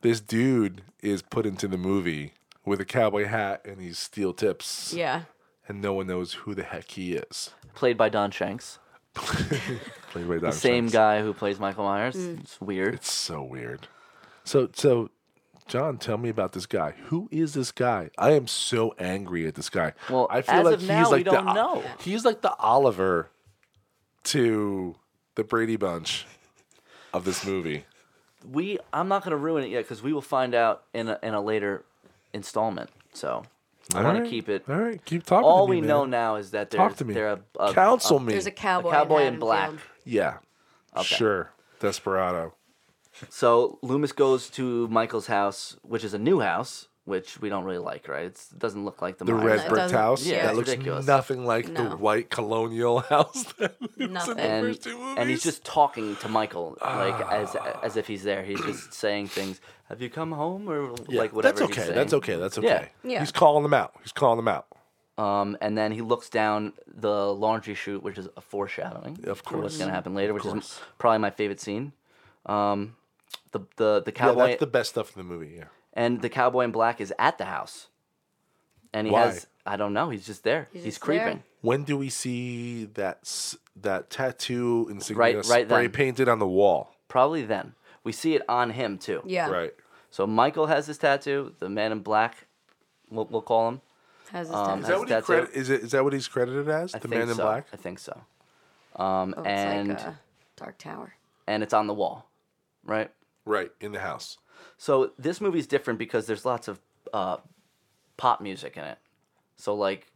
[SPEAKER 4] this dude is put into the movie with a cowboy hat and these steel tips,
[SPEAKER 2] Yeah.
[SPEAKER 4] and no one knows who the heck he is.
[SPEAKER 3] Played by Don Shanks,
[SPEAKER 4] Played by Don
[SPEAKER 3] same
[SPEAKER 4] Shanks.
[SPEAKER 3] guy who plays Michael Myers. It's weird.
[SPEAKER 4] It's so weird. So so John, tell me about this guy. Who is this guy? I am so angry at this guy.
[SPEAKER 3] Well,
[SPEAKER 4] I feel
[SPEAKER 3] as
[SPEAKER 4] like
[SPEAKER 3] of
[SPEAKER 4] he's
[SPEAKER 3] now, we
[SPEAKER 4] like the
[SPEAKER 3] don't
[SPEAKER 4] O-
[SPEAKER 3] know.
[SPEAKER 4] he's like the Oliver to the Brady Bunch of this movie.
[SPEAKER 3] we I'm not gonna ruin it yet because we will find out in a, in a later installment. So I want to keep it.
[SPEAKER 4] All right, keep talking.
[SPEAKER 3] All
[SPEAKER 4] to me,
[SPEAKER 3] we know
[SPEAKER 4] man.
[SPEAKER 3] now is that there's
[SPEAKER 4] Talk to me.
[SPEAKER 3] they're a, a-
[SPEAKER 4] Counsel me.
[SPEAKER 2] There's a cowboy.
[SPEAKER 3] a cowboy in
[SPEAKER 2] Haddonfield.
[SPEAKER 3] black.
[SPEAKER 4] yeah, sure. Desperado.
[SPEAKER 3] So Loomis goes to Michael's house, which is a new house, which we don't really like, right? It's, it doesn't look like the,
[SPEAKER 4] The
[SPEAKER 3] Myers
[SPEAKER 4] red
[SPEAKER 3] house.
[SPEAKER 2] it
[SPEAKER 4] brick
[SPEAKER 2] doesn't-
[SPEAKER 4] house.
[SPEAKER 2] yeah,
[SPEAKER 4] that
[SPEAKER 2] it's
[SPEAKER 4] looks
[SPEAKER 3] ridiculous.
[SPEAKER 4] nothing like the
[SPEAKER 2] No.
[SPEAKER 4] white colonial house. That lives in the
[SPEAKER 2] Nothing.
[SPEAKER 3] and
[SPEAKER 4] first two
[SPEAKER 3] and he's
[SPEAKER 4] movies.
[SPEAKER 3] just talking to Michael like
[SPEAKER 4] Ah.
[SPEAKER 3] as as if he's there. He's just saying things. Have you come home or
[SPEAKER 4] Yeah,
[SPEAKER 3] like whatever?
[SPEAKER 4] That's
[SPEAKER 3] he's
[SPEAKER 4] okay.
[SPEAKER 3] saying.
[SPEAKER 4] That's okay. That's okay.
[SPEAKER 3] Yeah.
[SPEAKER 2] Yeah.
[SPEAKER 4] He's calling them out. He's calling them out.
[SPEAKER 3] Um, and then he looks down the laundry chute, which is a foreshadowing
[SPEAKER 4] Of
[SPEAKER 3] for what's
[SPEAKER 4] course.
[SPEAKER 3] gonna happen later, which is m- probably my favorite scene. Um, the the the
[SPEAKER 4] Yeah,
[SPEAKER 3] cowboy
[SPEAKER 4] that's the best stuff in the movie. Yeah.
[SPEAKER 3] and the cowboy in black is at the house, and he
[SPEAKER 4] Why?
[SPEAKER 3] has I don't know. He's just there. He's,
[SPEAKER 2] just
[SPEAKER 3] creeping.
[SPEAKER 2] there.
[SPEAKER 4] When do we see that s- that tattoo insignia
[SPEAKER 3] Right- right
[SPEAKER 4] spray
[SPEAKER 3] then.
[SPEAKER 4] painted on the wall?
[SPEAKER 3] Probably then. We see it on him too.
[SPEAKER 2] Yeah.
[SPEAKER 4] Right.
[SPEAKER 3] So Michael has his tattoo. The man in black, we'll, we'll call him.
[SPEAKER 2] Has his
[SPEAKER 3] Um,
[SPEAKER 2] tattoo.
[SPEAKER 4] Is that,
[SPEAKER 3] Has
[SPEAKER 4] what he
[SPEAKER 3] tattoo.
[SPEAKER 4] credit, is, it, is that what he's credited as?
[SPEAKER 3] I
[SPEAKER 4] the
[SPEAKER 3] think
[SPEAKER 4] man in
[SPEAKER 3] so.
[SPEAKER 4] black?
[SPEAKER 3] I think so. Um,
[SPEAKER 2] Oh, it's
[SPEAKER 3] and
[SPEAKER 2] like a dark tower.
[SPEAKER 3] and it's on the wall, right?
[SPEAKER 4] Right, in the house.
[SPEAKER 3] So this movie's different because there's lots of uh, pop music in it. So like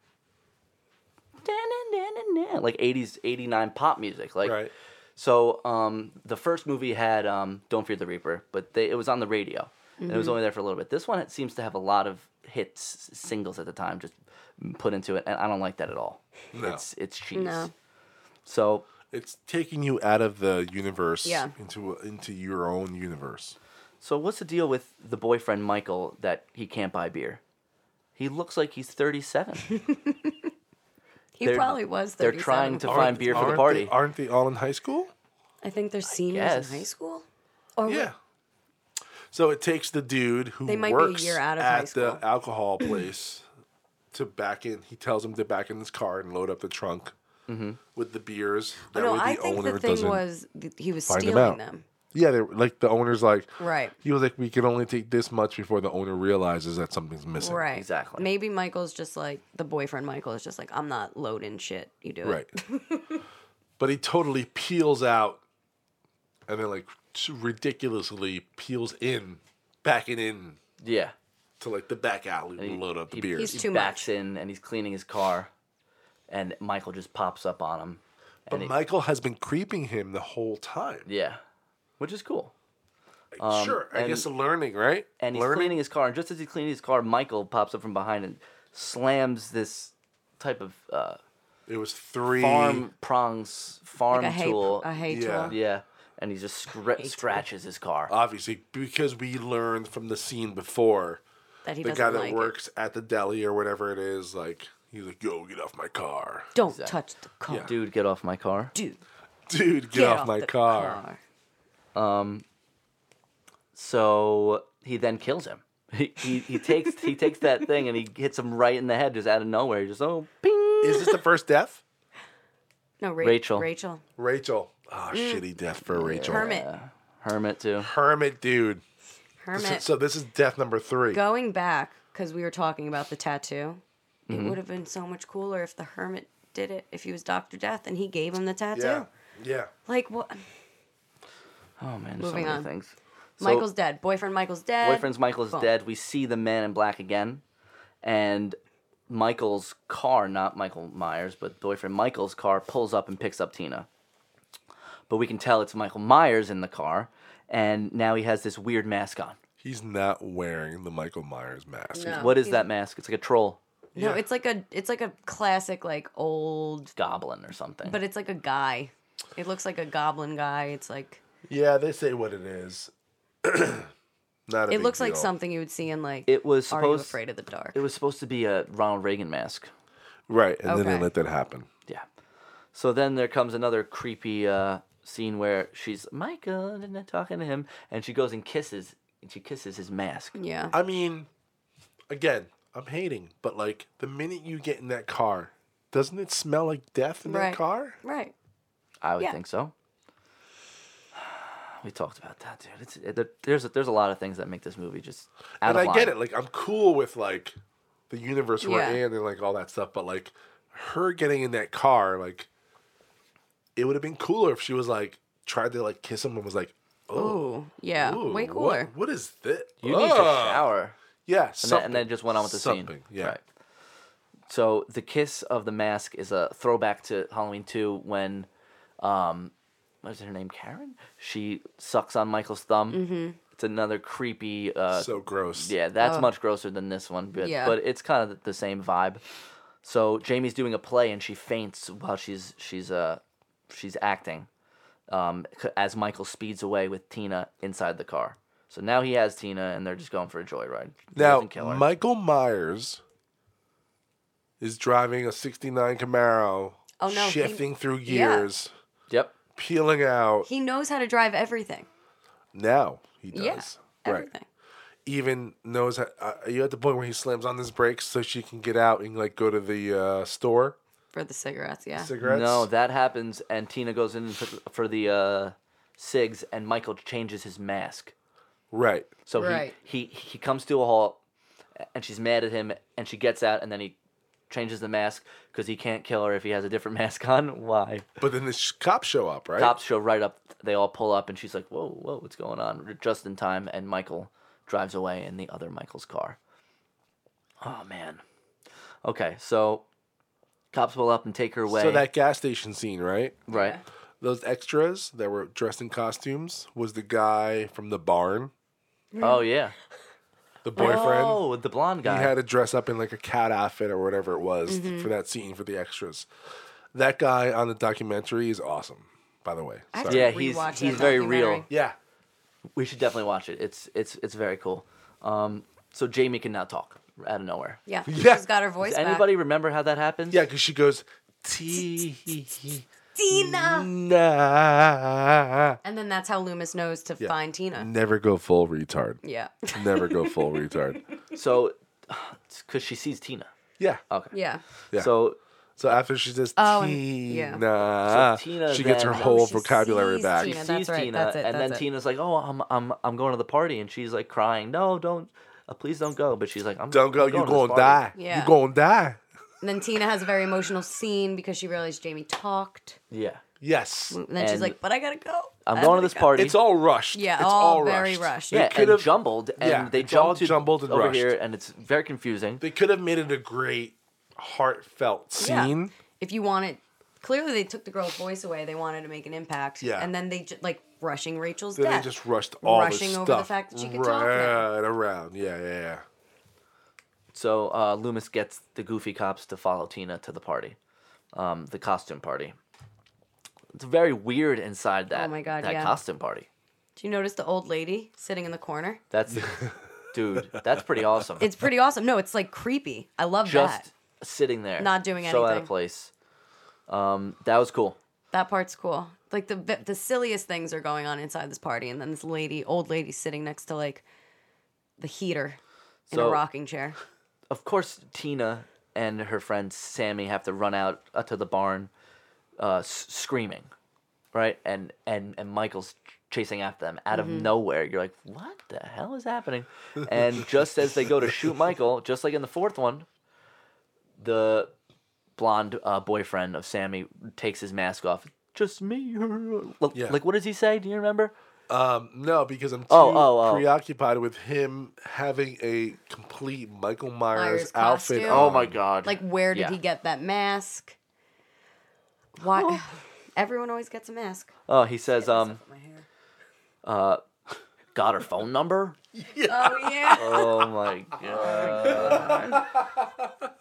[SPEAKER 3] like 80s 89 pop music like
[SPEAKER 4] Right.
[SPEAKER 3] so um the first movie had um don't fear the reaper but they, it was on the radio and
[SPEAKER 2] Mm-hmm.
[SPEAKER 3] it was only there for a little bit this one it seems to have a lot of hits singles at the time just put into it and i don't like that at all
[SPEAKER 4] No.
[SPEAKER 3] it's it's cheese
[SPEAKER 2] No.
[SPEAKER 3] so
[SPEAKER 4] It's taking you out of the universe
[SPEAKER 2] Yeah.
[SPEAKER 4] into into your own universe.
[SPEAKER 3] So what's the deal with the boyfriend Michael that he can't buy beer? He looks like he's 37.
[SPEAKER 2] He
[SPEAKER 3] They're-
[SPEAKER 2] probably was.
[SPEAKER 3] they're
[SPEAKER 2] 37.
[SPEAKER 3] trying to find beer for
[SPEAKER 4] aren't
[SPEAKER 3] the party.
[SPEAKER 4] They, aren't they all in high school?
[SPEAKER 2] I think they're seniors
[SPEAKER 3] guess.
[SPEAKER 2] in high school. Or
[SPEAKER 4] Yeah. So it takes the dude who
[SPEAKER 2] They might be a
[SPEAKER 4] works
[SPEAKER 2] year out of
[SPEAKER 4] at
[SPEAKER 2] high school.
[SPEAKER 4] the alcohol place to back in. He tells him to back in his car and load up the trunk
[SPEAKER 3] Mm-hmm.
[SPEAKER 4] with the beers. That
[SPEAKER 2] no,
[SPEAKER 4] way the
[SPEAKER 2] I think
[SPEAKER 4] owner
[SPEAKER 2] the thing
[SPEAKER 4] doesn't-
[SPEAKER 2] was th- he was
[SPEAKER 4] find them
[SPEAKER 2] stealing
[SPEAKER 4] out.
[SPEAKER 2] them,
[SPEAKER 4] Yeah, they were- like the owner's like
[SPEAKER 2] Right.
[SPEAKER 4] He was like, we can only take this much before the owner realizes that something's missing.
[SPEAKER 2] Right.
[SPEAKER 3] Exactly.
[SPEAKER 2] Maybe Michael's just like the boyfriend. Michael is just like, I'm not loading shit. You do it.
[SPEAKER 4] Right. but he totally peels out, and then like ridiculously peels in, backing in
[SPEAKER 3] yeah.
[SPEAKER 4] to like the back alley to load up the
[SPEAKER 3] he-
[SPEAKER 4] beers.
[SPEAKER 2] He's too
[SPEAKER 3] he backs
[SPEAKER 2] much.
[SPEAKER 3] in and he's cleaning his car and Michael just pops up on him.
[SPEAKER 4] But Michael has been creeping him the whole time.
[SPEAKER 3] Yeah. Which is cool.
[SPEAKER 4] sure, I
[SPEAKER 3] and-
[SPEAKER 4] guess learning, right?
[SPEAKER 3] And he's
[SPEAKER 4] learning.
[SPEAKER 3] cleaning his car and just as he's cleaning his car, Michael pops up from behind and slams this type of uh,
[SPEAKER 4] It was three.
[SPEAKER 3] farm prongs farm
[SPEAKER 2] Like a hay,
[SPEAKER 3] tool.
[SPEAKER 2] a hay
[SPEAKER 4] Yeah.
[SPEAKER 2] tool.
[SPEAKER 3] yeah. And he just scra- scratches his car.
[SPEAKER 4] Obviously, because we learned from the scene before,
[SPEAKER 2] That he
[SPEAKER 4] the
[SPEAKER 2] doesn't
[SPEAKER 4] guy that
[SPEAKER 2] like.
[SPEAKER 4] works at the deli or whatever it is, like he's like, "Yo, get off my car,
[SPEAKER 2] Don't touch the car,
[SPEAKER 4] Yeah.
[SPEAKER 3] Dude, get off my car.
[SPEAKER 2] dude.
[SPEAKER 4] dude, get,
[SPEAKER 2] Get
[SPEAKER 4] off, my
[SPEAKER 2] the
[SPEAKER 4] car.
[SPEAKER 3] So he then kills him. He, he, he takes he takes that thing and he hits him right in the head just out of nowhere. He Just oh ping.
[SPEAKER 4] Is this the first death?
[SPEAKER 2] No, Ra-
[SPEAKER 3] Rachel.
[SPEAKER 2] Rachel. Rachel.
[SPEAKER 4] Rachel. Oh, shitty death for Rachel.
[SPEAKER 2] Hermit.
[SPEAKER 3] Hermit too.
[SPEAKER 4] Hermit, dude. This is-
[SPEAKER 2] Hermit.
[SPEAKER 4] so this is death number three.
[SPEAKER 3] Mm-hmm.
[SPEAKER 2] Going back, because we were talking about the tattoo, it would have been so much cooler if the hermit did it, if he was Doctor Death, and he gave him the tattoo.
[SPEAKER 4] Yeah. Yeah.
[SPEAKER 2] Like what?
[SPEAKER 3] Oh man, there's so
[SPEAKER 2] Moving
[SPEAKER 3] many
[SPEAKER 2] on.
[SPEAKER 3] things. So,
[SPEAKER 2] Michael's dead. Boyfriend Michael's dead.
[SPEAKER 3] boyfriend's Michael's
[SPEAKER 2] Boom.
[SPEAKER 3] dead. We see the man in black again, and Michael's car, not Michael Myers, but boyfriend Michael's car, pulls up and picks up Tina. But we can tell it's Michael Myers in the car, and now he has this weird mask on.
[SPEAKER 4] He's not wearing the Michael Myers mask.
[SPEAKER 2] No.
[SPEAKER 3] what is
[SPEAKER 2] Oh, he's-
[SPEAKER 3] that mask? It's like a troll
[SPEAKER 2] No,
[SPEAKER 4] Yeah.
[SPEAKER 2] it's like a it's like a classic like old,
[SPEAKER 3] goblin or something.
[SPEAKER 2] but it's like a guy. It looks like a goblin guy. It's like
[SPEAKER 4] Yeah, they say what it is. not a
[SPEAKER 2] it
[SPEAKER 4] big
[SPEAKER 2] looks like
[SPEAKER 4] deal.
[SPEAKER 2] something you would see in like
[SPEAKER 3] it was
[SPEAKER 2] Are you
[SPEAKER 3] supposed
[SPEAKER 2] afraid of the dark?
[SPEAKER 3] it was supposed to be a Ronald Reagan mask.
[SPEAKER 4] Right, and then
[SPEAKER 2] Okay.
[SPEAKER 4] they let that happen.
[SPEAKER 3] Yeah. So then there comes another creepy uh, scene where she's Michael and I'm talking to him, and she goes and kisses and she kisses his mask.
[SPEAKER 2] Yeah.
[SPEAKER 4] I mean, again, I'm hating, but like the minute you get in that car, doesn't it smell like death in
[SPEAKER 2] Right.
[SPEAKER 4] that car?
[SPEAKER 2] Right.
[SPEAKER 3] I would
[SPEAKER 2] Yeah.
[SPEAKER 3] think so. We talked about that, dude. It's it, there- there's a, there's a lot of things that make this movie just out
[SPEAKER 4] and
[SPEAKER 3] of
[SPEAKER 4] I
[SPEAKER 3] line.
[SPEAKER 4] get it. Like I'm cool with like the universe
[SPEAKER 2] Yeah.
[SPEAKER 4] we're in and like all that stuff, but like her getting in that car, like it would have been cooler if she was like tried to like kiss him and was like, "Oh,
[SPEAKER 2] Ooh. Yeah.
[SPEAKER 4] ooh,
[SPEAKER 2] Way
[SPEAKER 4] what-
[SPEAKER 2] cooler.
[SPEAKER 4] what is this?
[SPEAKER 3] You need to
[SPEAKER 4] Ugh."
[SPEAKER 3] shower.
[SPEAKER 4] Yeah,
[SPEAKER 3] And then, and then just went on with the
[SPEAKER 4] Something,
[SPEAKER 3] scene.
[SPEAKER 4] Yeah.
[SPEAKER 3] Right. So the kiss of the mask is a throwback to Halloween two when, um, what is her name? Karen. She sucks on Michael's thumb. Mm-hmm. It's another creepy. Uh,
[SPEAKER 4] So gross.
[SPEAKER 3] yeah, that's much grosser than this one, but
[SPEAKER 2] Yeah.
[SPEAKER 3] but it's kind of the same vibe. So Jamie's doing a play and she faints while she's she's uh she's acting, um, c- as Michael speeds away with Tina inside the car. So now he has Tina and they're just going for a joyride. He
[SPEAKER 4] Now,
[SPEAKER 3] doesn't kill her.
[SPEAKER 4] Michael Myers is driving a 69 Camaro,
[SPEAKER 2] Oh, no, he-
[SPEAKER 4] shifting through
[SPEAKER 2] yeah.
[SPEAKER 4] gears,
[SPEAKER 3] yep.
[SPEAKER 4] peeling out.
[SPEAKER 2] He knows how to drive everything.
[SPEAKER 4] now he does.
[SPEAKER 2] Yeah.
[SPEAKER 4] Right.
[SPEAKER 2] Everything.
[SPEAKER 4] Even knows how, uh, are you at the point where he slams on his brakes so she can get out and like go to the uh, store?
[SPEAKER 2] For the cigarettes, yeah.
[SPEAKER 4] Cigarettes?
[SPEAKER 3] No, that happens, and Tina goes in for, for the uh, SIGs, and Michael changes his mask.
[SPEAKER 4] right.
[SPEAKER 3] So
[SPEAKER 2] Right.
[SPEAKER 3] he, he he comes to a halt, and she's mad at him, and she gets out, and then he changes the mask because he can't kill her if he has a different mask on. Why?
[SPEAKER 4] But then the sh- cops show up, right?
[SPEAKER 3] Cops show right up. They all pull up, and she's like, "Whoa, whoa, what's going on?" Just in time, and Michael drives away in the other Michael's car. Oh man. Okay, so cops pull up and take her away.
[SPEAKER 4] So that gas station scene, right?
[SPEAKER 3] right.
[SPEAKER 4] Those extras that were dressed in costumes was the guy from the barn,
[SPEAKER 3] Oh yeah.
[SPEAKER 4] the boyfriend.
[SPEAKER 3] Oh, the blonde guy.
[SPEAKER 4] He had to dress up in like a cat outfit or whatever it was for that scene for the extras. That guy on the documentary is awesome, by the way.
[SPEAKER 2] I have
[SPEAKER 4] Sorry.
[SPEAKER 2] to
[SPEAKER 3] Yeah, he's-
[SPEAKER 2] rewatch
[SPEAKER 3] he's
[SPEAKER 2] that
[SPEAKER 3] very real.
[SPEAKER 2] documentary.
[SPEAKER 4] Yeah.
[SPEAKER 3] we should definitely watch it. It's it's it's very cool. Um, so Jamie can now talk out of nowhere.
[SPEAKER 2] Yeah.
[SPEAKER 4] Yeah.
[SPEAKER 2] She's got her voice
[SPEAKER 3] Does
[SPEAKER 2] back.
[SPEAKER 3] anybody remember how that happens?
[SPEAKER 4] Yeah, because she goes, Tina.
[SPEAKER 2] Tina. And then that's how Loomis knows to find Tina.
[SPEAKER 4] Never go full retard.
[SPEAKER 2] Yeah.
[SPEAKER 4] Never go full retard.
[SPEAKER 3] So, because she sees Tina.
[SPEAKER 4] Yeah.
[SPEAKER 3] Okay.
[SPEAKER 2] yeah.
[SPEAKER 4] Yeah.
[SPEAKER 3] So
[SPEAKER 4] So after she says
[SPEAKER 2] Oh, and- yeah.
[SPEAKER 4] Tina,
[SPEAKER 3] So Tina
[SPEAKER 4] she gets her
[SPEAKER 3] then-
[SPEAKER 4] whole
[SPEAKER 2] she
[SPEAKER 4] vocabulary
[SPEAKER 2] sees
[SPEAKER 4] back.
[SPEAKER 2] Tina. Yeah,
[SPEAKER 3] sees
[SPEAKER 2] that's right,
[SPEAKER 3] Tina,
[SPEAKER 2] that's it,
[SPEAKER 3] and then
[SPEAKER 2] that's it.
[SPEAKER 3] Tina's like, "Oh, I'm I'm I'm going to the party," and she's like crying, "No, don't, uh, please don't go." But she's like, "I'm
[SPEAKER 4] Don't go,
[SPEAKER 3] I'm
[SPEAKER 4] you're
[SPEAKER 3] to this
[SPEAKER 4] going to
[SPEAKER 3] party."
[SPEAKER 4] die.
[SPEAKER 2] Yeah.
[SPEAKER 4] You're going to die.
[SPEAKER 2] And then Tina has a very emotional scene because she realized Jamie talked.
[SPEAKER 3] Yeah,
[SPEAKER 4] Yes.
[SPEAKER 2] And then she's
[SPEAKER 3] And-
[SPEAKER 2] like, but I gotta go.
[SPEAKER 3] I'm
[SPEAKER 2] I
[SPEAKER 3] going to
[SPEAKER 2] gotta
[SPEAKER 3] this
[SPEAKER 2] go."
[SPEAKER 3] party.
[SPEAKER 4] It's all rushed.
[SPEAKER 2] Yeah,
[SPEAKER 4] It's
[SPEAKER 2] all,
[SPEAKER 4] all
[SPEAKER 2] very
[SPEAKER 4] rushed.
[SPEAKER 2] rushed.
[SPEAKER 3] yeah,
[SPEAKER 4] could
[SPEAKER 3] and
[SPEAKER 4] have-
[SPEAKER 3] jumbled, and
[SPEAKER 4] yeah,
[SPEAKER 3] they
[SPEAKER 4] it's all
[SPEAKER 3] jumped to
[SPEAKER 4] jumbled and
[SPEAKER 3] over
[SPEAKER 4] rushed.
[SPEAKER 3] here, and it's very confusing.
[SPEAKER 4] They could have made it a great, heartfelt
[SPEAKER 2] Yeah.
[SPEAKER 4] scene.
[SPEAKER 2] If you want it, clearly they took the girl's voice away. They wanted to make an impact.
[SPEAKER 4] Yeah.
[SPEAKER 2] And then they ju- like rushing Rachel's
[SPEAKER 4] Then
[SPEAKER 2] death.
[SPEAKER 4] they just rushed all
[SPEAKER 2] Rushing
[SPEAKER 4] this
[SPEAKER 2] over the
[SPEAKER 4] stuff
[SPEAKER 2] fact that she could
[SPEAKER 4] right
[SPEAKER 2] talk now.
[SPEAKER 4] around. Yeah, yeah, yeah.
[SPEAKER 3] So uh, Loomis gets the goofy cops to follow Tina to the party, um, the costume party. It's very weird inside that.
[SPEAKER 2] Oh my God,
[SPEAKER 3] That
[SPEAKER 2] yeah.
[SPEAKER 3] costume party.
[SPEAKER 2] Do you notice the old lady sitting in the corner?
[SPEAKER 3] That's, dude, that's pretty awesome.
[SPEAKER 2] It's pretty awesome. No, it's like creepy. I love
[SPEAKER 3] just
[SPEAKER 2] that.
[SPEAKER 3] sitting there,
[SPEAKER 2] Not doing
[SPEAKER 3] so out of
[SPEAKER 2] anything.
[SPEAKER 3] place. Um, that was cool.
[SPEAKER 2] That part's cool. Like the bi- the silliest things are going on inside this party, and then this lady, old lady, sitting next to like the heater in a
[SPEAKER 3] So-
[SPEAKER 2] rocking chair.
[SPEAKER 3] Of course, Tina and her friend Sammy have to run out uh, to the barn, uh, s- screaming, right? And and and Michael's ch- chasing after them out of
[SPEAKER 2] Mm-hmm.
[SPEAKER 3] nowhere. You're like, what the hell is happening? And just as they go to shoot Michael, just like in the fourth one, the blonde uh, boyfriend of Sammy takes his mask off. Just me. Like,
[SPEAKER 4] Yeah.
[SPEAKER 3] like, what does he say? Do you remember?
[SPEAKER 4] Um, no, because I'm too
[SPEAKER 3] Oh, oh, oh.
[SPEAKER 4] preoccupied with him having a complete Michael Myers,
[SPEAKER 2] Myers
[SPEAKER 4] outfit.
[SPEAKER 2] costume?
[SPEAKER 4] on.
[SPEAKER 3] Oh my god.
[SPEAKER 2] Like, where did
[SPEAKER 3] Yeah.
[SPEAKER 2] he get that mask? Why? Everyone always gets a mask.
[SPEAKER 3] Oh, he says, Oh. um,
[SPEAKER 2] Up my hair.
[SPEAKER 3] got her phone number?
[SPEAKER 2] Oh yeah.
[SPEAKER 3] Oh my god.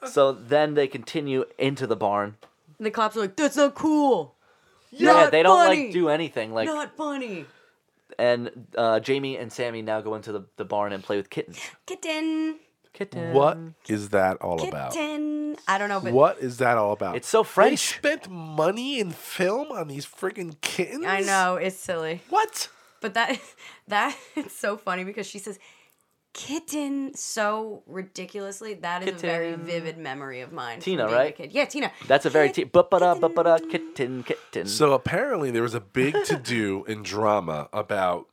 [SPEAKER 3] so then they continue into the barn.
[SPEAKER 2] And the cops are like, "That's not cool.
[SPEAKER 3] yeah,
[SPEAKER 2] Not
[SPEAKER 3] they don't
[SPEAKER 2] funny.
[SPEAKER 3] like do anything. Like
[SPEAKER 2] not funny."
[SPEAKER 3] and uh, Jamie and Sammy now go into the, the barn and play with kittens.
[SPEAKER 2] Kitten,
[SPEAKER 3] Kittens.
[SPEAKER 4] What is that all about?
[SPEAKER 2] kitten. I don't know, but
[SPEAKER 4] What is that all about?
[SPEAKER 3] It's so
[SPEAKER 4] They
[SPEAKER 3] French.
[SPEAKER 4] spent money in film on these friggin' kittens.
[SPEAKER 2] I know it's silly.
[SPEAKER 4] What?
[SPEAKER 2] But that that is so funny because she says kitten so ridiculously. That is a very
[SPEAKER 3] Kitten.
[SPEAKER 2] vivid memory of mine. from
[SPEAKER 3] Tina,
[SPEAKER 2] being a
[SPEAKER 3] right?
[SPEAKER 2] kid. Yeah, Tina.
[SPEAKER 3] That's a very t-
[SPEAKER 2] Kit-
[SPEAKER 3] but but uh but but uh kitten kitten.
[SPEAKER 4] So apparently there was a big to do in drama about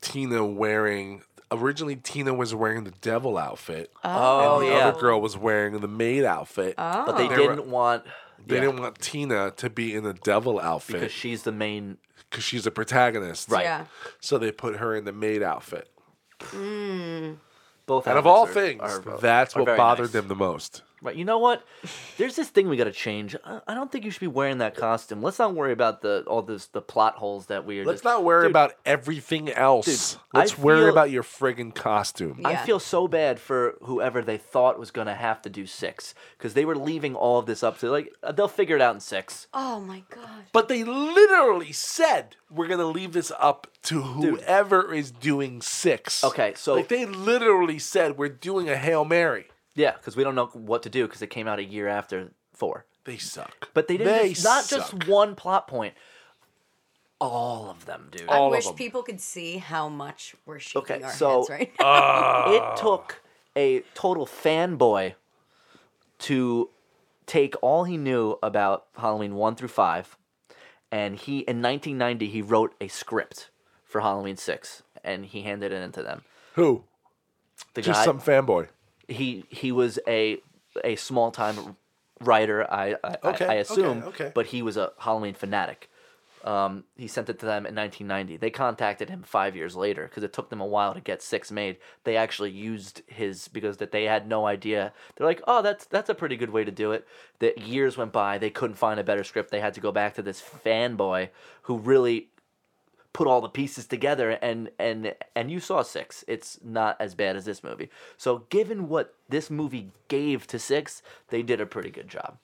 [SPEAKER 4] Tina wearing. Originally, Tina was wearing the devil outfit.
[SPEAKER 3] oh
[SPEAKER 4] and the
[SPEAKER 3] yeah. Oh.
[SPEAKER 4] other girl was wearing the maid outfit.
[SPEAKER 3] But they
[SPEAKER 4] They were-
[SPEAKER 3] didn't want
[SPEAKER 4] They
[SPEAKER 3] yeah,
[SPEAKER 4] didn't want Tina to be in the devil
[SPEAKER 3] because
[SPEAKER 4] outfit
[SPEAKER 3] she's the main
[SPEAKER 4] because she's a protagonist.
[SPEAKER 3] Right.
[SPEAKER 2] Yeah.
[SPEAKER 4] So they put her in the maid outfit.
[SPEAKER 3] both
[SPEAKER 4] Out of all things,
[SPEAKER 3] elements are- are-
[SPEAKER 4] that's
[SPEAKER 3] are
[SPEAKER 4] what
[SPEAKER 3] very
[SPEAKER 4] bothered
[SPEAKER 3] nice.
[SPEAKER 4] them the most.
[SPEAKER 3] Right. You know what? There's this thing we got to change. I, I don't think you should be wearing that costume. Let's not worry about the all this the plot holes that we are.
[SPEAKER 4] Let's
[SPEAKER 3] just-
[SPEAKER 4] not worry
[SPEAKER 3] Dude,
[SPEAKER 4] about everything else.
[SPEAKER 3] Dude, I
[SPEAKER 4] Let's worry
[SPEAKER 3] feel-
[SPEAKER 4] about your friggin' costume.
[SPEAKER 2] Yeah.
[SPEAKER 3] I feel so bad for whoever they thought was gonna have to do six because they were leaving all of this up to like uh, they'll figure it out in six.
[SPEAKER 2] Oh my god.
[SPEAKER 4] But they literally said we're gonna leave this up to whoever is doing six.
[SPEAKER 3] Okay, so-
[SPEAKER 4] like they literally said we're doing a hail mary.
[SPEAKER 3] Yeah, because we don't know what to do because it came out a year after four.
[SPEAKER 4] They suck.
[SPEAKER 3] But they didn't.
[SPEAKER 4] They
[SPEAKER 3] just, not
[SPEAKER 4] suck.
[SPEAKER 3] just one plot point. All of them, dude.
[SPEAKER 4] all
[SPEAKER 2] I
[SPEAKER 4] of
[SPEAKER 2] wish
[SPEAKER 4] them.
[SPEAKER 2] people could see how much we're shaking
[SPEAKER 3] Okay,
[SPEAKER 2] our
[SPEAKER 3] so- uh,
[SPEAKER 2] heads right now.
[SPEAKER 3] it took a total fanboy to take all he knew about Halloween 1 through 5 and he in 1990 he wrote a script for Halloween 6 and he handed it in to them.
[SPEAKER 4] Who?
[SPEAKER 3] The
[SPEAKER 4] Just
[SPEAKER 3] guy
[SPEAKER 4] some fanboy.
[SPEAKER 3] he he was a a small-time writer I I,
[SPEAKER 4] Okay,
[SPEAKER 3] I, I
[SPEAKER 4] okay,
[SPEAKER 3] assume
[SPEAKER 4] okay.
[SPEAKER 3] but he was a Halloween fanatic. Um, he sent it to them in 1990. They contacted him five years later because it took them a while to get six made. They actually used his because that they had no idea. They're like, oh, that's that's a pretty good way to do it. That years went by, they couldn't find a better script. They had to go back to this fanboy who really put all the pieces together and and and you saw six it's not as bad as this movie so given what this movie gave to six they did a pretty good job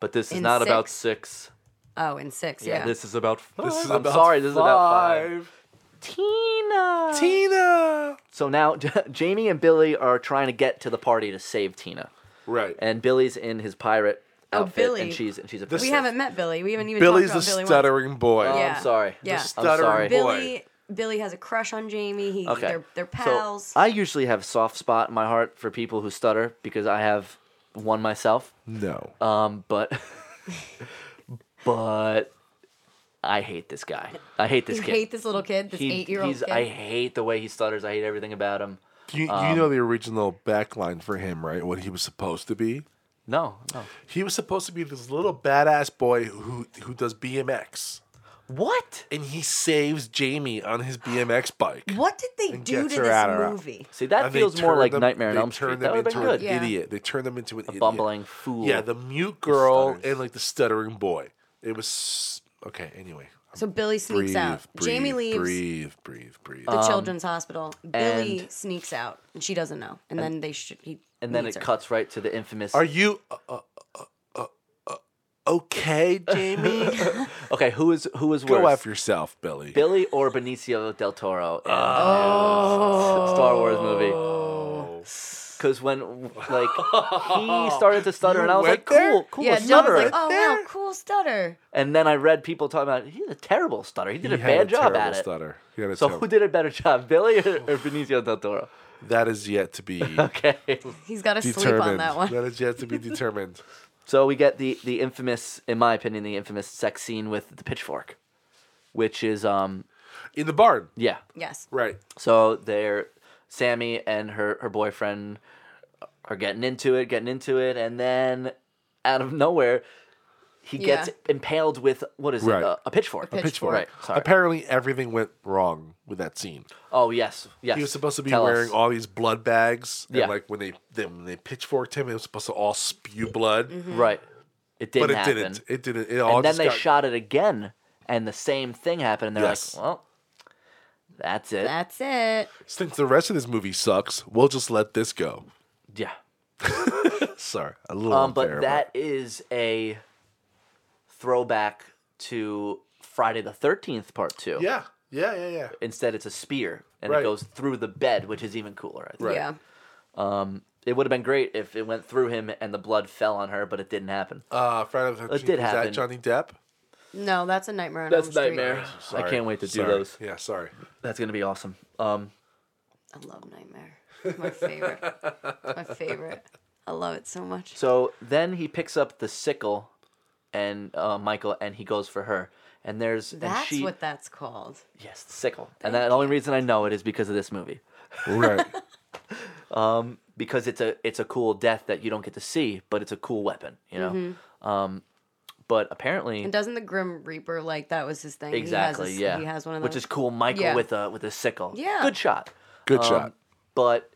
[SPEAKER 3] but this is
[SPEAKER 2] In
[SPEAKER 3] not about six
[SPEAKER 2] Oh, in six. Yeah.
[SPEAKER 3] yeah, this is about five.
[SPEAKER 4] This is
[SPEAKER 3] I'm
[SPEAKER 4] about
[SPEAKER 3] sorry, this is about five.
[SPEAKER 4] five.
[SPEAKER 3] Tina.
[SPEAKER 4] Tina.
[SPEAKER 3] so now Jamie and Billy are trying to get to the party to save Tina,
[SPEAKER 4] Right.
[SPEAKER 3] and Billy's in his pirate
[SPEAKER 2] Oh,
[SPEAKER 3] outfit,
[SPEAKER 2] Billy.
[SPEAKER 3] and she's and she's a.
[SPEAKER 4] This-
[SPEAKER 2] we haven't met Billy. We haven't even
[SPEAKER 4] Billy's
[SPEAKER 2] talked
[SPEAKER 4] a
[SPEAKER 2] about Billy. once.
[SPEAKER 4] stuttering boy.
[SPEAKER 3] Oh,
[SPEAKER 2] Yeah.
[SPEAKER 3] I'm sorry.
[SPEAKER 2] Yeah. The
[SPEAKER 3] I'm
[SPEAKER 4] stuttering boy.
[SPEAKER 3] sorry.
[SPEAKER 2] Billy Billy has a crush on Jamie. He
[SPEAKER 3] Okay.
[SPEAKER 2] they're they're
[SPEAKER 3] So,
[SPEAKER 2] pals.
[SPEAKER 3] I usually have soft spot in my heart for people who stutter because I have one myself.
[SPEAKER 4] No.
[SPEAKER 3] Um, but but I hate this guy. I hate this
[SPEAKER 2] you
[SPEAKER 3] kid.
[SPEAKER 2] hate this little kid, this
[SPEAKER 3] He-
[SPEAKER 2] eight year old
[SPEAKER 3] he's-
[SPEAKER 2] kid.
[SPEAKER 3] I hate the way he stutters. I hate everything about him.
[SPEAKER 4] you you
[SPEAKER 3] Um,
[SPEAKER 4] know the original backline for him, right? What he was supposed to be.
[SPEAKER 3] No, no.
[SPEAKER 4] He was supposed to be this little badass boy who who does BMX.
[SPEAKER 3] What?
[SPEAKER 4] and he saves Jamie on his BMX bike.
[SPEAKER 2] what did they do
[SPEAKER 4] gets
[SPEAKER 2] to
[SPEAKER 4] her out
[SPEAKER 2] this
[SPEAKER 4] of-
[SPEAKER 2] movie?
[SPEAKER 3] See, that
[SPEAKER 4] And they
[SPEAKER 3] feels more
[SPEAKER 4] turn
[SPEAKER 3] like
[SPEAKER 4] them-
[SPEAKER 3] Nightmare on
[SPEAKER 4] they
[SPEAKER 3] Elm Street.
[SPEAKER 4] turn
[SPEAKER 3] That
[SPEAKER 4] them
[SPEAKER 3] would have been
[SPEAKER 4] into an
[SPEAKER 3] good.
[SPEAKER 2] Yeah.
[SPEAKER 4] Idiot. They turned him into an idiot.
[SPEAKER 3] Bumbling fool.
[SPEAKER 4] Yeah, the mute girl
[SPEAKER 3] stutters.
[SPEAKER 4] and like the stuttering boy. It was okay. Anyway,
[SPEAKER 2] So Billy sneaks out. Jamie leaves Uh,
[SPEAKER 4] Breathe, breathe, breathe.
[SPEAKER 2] the children's hospital. Billy
[SPEAKER 3] Um, and-
[SPEAKER 2] sneaks out, and she doesn't know. And, then they should. He
[SPEAKER 3] and then it
[SPEAKER 2] meets her.
[SPEAKER 3] cuts right to the infamous.
[SPEAKER 4] Are you uh, uh, uh, uh, okay, Jamie?
[SPEAKER 3] okay, who is who is
[SPEAKER 4] Go
[SPEAKER 3] worse,
[SPEAKER 4] after yourself, Billy.
[SPEAKER 3] Billy or Benicio del Toro in
[SPEAKER 4] Oh.
[SPEAKER 3] the Star Wars movie? Because when like he started to stutter,
[SPEAKER 4] You
[SPEAKER 3] and I was
[SPEAKER 4] went
[SPEAKER 3] like, "Cool,
[SPEAKER 4] there?
[SPEAKER 3] cool,
[SPEAKER 2] Yeah,
[SPEAKER 3] a
[SPEAKER 2] John was
[SPEAKER 3] stutterer."
[SPEAKER 2] like, "Oh wow,
[SPEAKER 4] There.
[SPEAKER 2] cool stutter."
[SPEAKER 3] And then I read people talking about he's a terrible stutter. He did a
[SPEAKER 4] He had
[SPEAKER 3] bad job
[SPEAKER 4] terrible
[SPEAKER 3] at it.
[SPEAKER 4] Stutter. He had a
[SPEAKER 3] So who
[SPEAKER 4] terrible-
[SPEAKER 3] did a better job, Billy or, or Benicio del Toro?
[SPEAKER 4] that is yet to be
[SPEAKER 3] Okay.
[SPEAKER 2] He's got to sleep
[SPEAKER 4] determined.
[SPEAKER 2] on that one.
[SPEAKER 4] that is yet to be determined.
[SPEAKER 3] So we get the the infamous, in my opinion, the infamous sex scene with the pitchfork, which is um
[SPEAKER 4] In the barn,
[SPEAKER 3] yeah.
[SPEAKER 2] Yes.
[SPEAKER 4] right?
[SPEAKER 3] So they're Sammy and her her boyfriend are getting into it, getting into it, and then out of nowhere, he
[SPEAKER 2] Yeah.
[SPEAKER 3] gets impaled with what is
[SPEAKER 4] Right.
[SPEAKER 3] it? Uh, a pitchfork.
[SPEAKER 2] A pitchfork.
[SPEAKER 3] Right. Sorry.
[SPEAKER 4] Apparently, everything went wrong with that scene.
[SPEAKER 3] oh yes. Yes.
[SPEAKER 4] He was supposed to be
[SPEAKER 3] Tell us.
[SPEAKER 4] wearing all these blood bags, and
[SPEAKER 3] Yeah.
[SPEAKER 4] like when they, they when they pitchforked him, it was supposed to all spew blood,
[SPEAKER 3] Right. It didn't
[SPEAKER 4] but it
[SPEAKER 3] happen.
[SPEAKER 4] didn't. It didn't. It all
[SPEAKER 3] and then
[SPEAKER 4] just
[SPEAKER 3] they
[SPEAKER 4] got-
[SPEAKER 3] shot it again, and the same thing happened. And they're
[SPEAKER 4] Yes.
[SPEAKER 3] like, "Well, that's it.
[SPEAKER 2] That's it.
[SPEAKER 4] Since the rest of this movie sucks, we'll just let this go.
[SPEAKER 3] yeah."
[SPEAKER 4] Sorry, a little
[SPEAKER 3] Um, but
[SPEAKER 4] unfair,
[SPEAKER 3] that is a throwback to Friday the Thirteenth Part Two.
[SPEAKER 4] yeah, yeah, yeah, yeah.
[SPEAKER 3] Instead, it's a spear, and
[SPEAKER 4] Right.
[SPEAKER 3] it goes through the bed, which is even cooler. I think.
[SPEAKER 2] Yeah.
[SPEAKER 3] It would have been great if it went through him and the blood fell on her, but it didn't happen.
[SPEAKER 4] Uh, Friday the Thirteenth.
[SPEAKER 3] did
[SPEAKER 4] Is that
[SPEAKER 3] happen.
[SPEAKER 4] Johnny Depp?
[SPEAKER 2] No, that's a nightmare. On Elm Street.
[SPEAKER 3] nightmare. I
[SPEAKER 4] Sorry.
[SPEAKER 3] can't wait to do
[SPEAKER 4] Sorry.
[SPEAKER 3] those.
[SPEAKER 4] Yeah, sorry.
[SPEAKER 3] That's gonna be awesome. Um,
[SPEAKER 2] I love Nightmare. It's my favorite. it's my favorite. I love it so much.
[SPEAKER 3] So then he picks up the sickle, and uh, Michael, and he goes for her. And there's and
[SPEAKER 2] That's
[SPEAKER 3] she,
[SPEAKER 2] what that's called.
[SPEAKER 3] yes, the sickle. and that, the only reason I know it is because of this movie, Um,
[SPEAKER 4] Right.
[SPEAKER 3] because it's a it's a cool death that you don't get to see, but it's a cool weapon, you know.
[SPEAKER 2] Mm-hmm.
[SPEAKER 3] Um, but apparently,
[SPEAKER 2] And doesn't the Grim Reaper like that was his thing? He has
[SPEAKER 3] exactly,
[SPEAKER 2] his-
[SPEAKER 3] yeah,
[SPEAKER 2] He has one of those.
[SPEAKER 3] which is cool. Michael
[SPEAKER 2] Yeah.
[SPEAKER 3] with a with a sickle,
[SPEAKER 2] Yeah.
[SPEAKER 3] good shot.
[SPEAKER 4] Good
[SPEAKER 3] Um,
[SPEAKER 4] shot.
[SPEAKER 3] But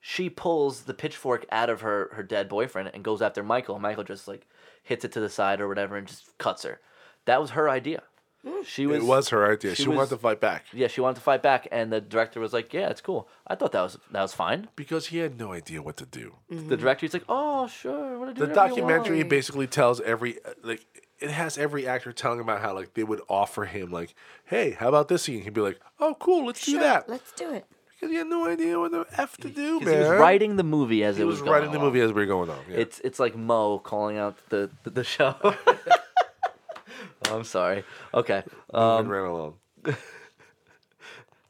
[SPEAKER 3] she pulls the pitchfork out of her her dead boyfriend and goes after Michael. Michael just like hits it to the side or whatever and just cuts her. That was her idea.
[SPEAKER 2] Hmm.
[SPEAKER 3] She was,
[SPEAKER 4] It was her idea. She,
[SPEAKER 3] she was-
[SPEAKER 4] wanted to fight back
[SPEAKER 3] Yeah, she wanted to fight back, and the director was like, "Yeah, it's cool." I thought that was that was fine.
[SPEAKER 4] because he had no idea what to do.
[SPEAKER 2] Mm-hmm.
[SPEAKER 3] The director's like, "Oh, sure." wanna do
[SPEAKER 4] The
[SPEAKER 3] whatever you want."
[SPEAKER 4] documentary basically tells every uh, like it has every actor telling about how like they would offer him like, "Hey, how about this scene?" He'd be like, "Oh, cool, let's do
[SPEAKER 2] Sure,
[SPEAKER 4] that."
[SPEAKER 2] Let's do it.
[SPEAKER 4] Because he had no idea what the f to do,
[SPEAKER 3] 'Cause
[SPEAKER 4] man.
[SPEAKER 3] he was writing the movie as
[SPEAKER 4] He
[SPEAKER 3] it
[SPEAKER 4] was
[SPEAKER 3] was,
[SPEAKER 4] writing
[SPEAKER 3] going
[SPEAKER 4] the
[SPEAKER 3] along.
[SPEAKER 4] movie as we were going on. Yeah.
[SPEAKER 3] It's it's like Mo calling out the the, the show. Oh, I'm sorry. Okay. Uh,
[SPEAKER 4] um, ran along.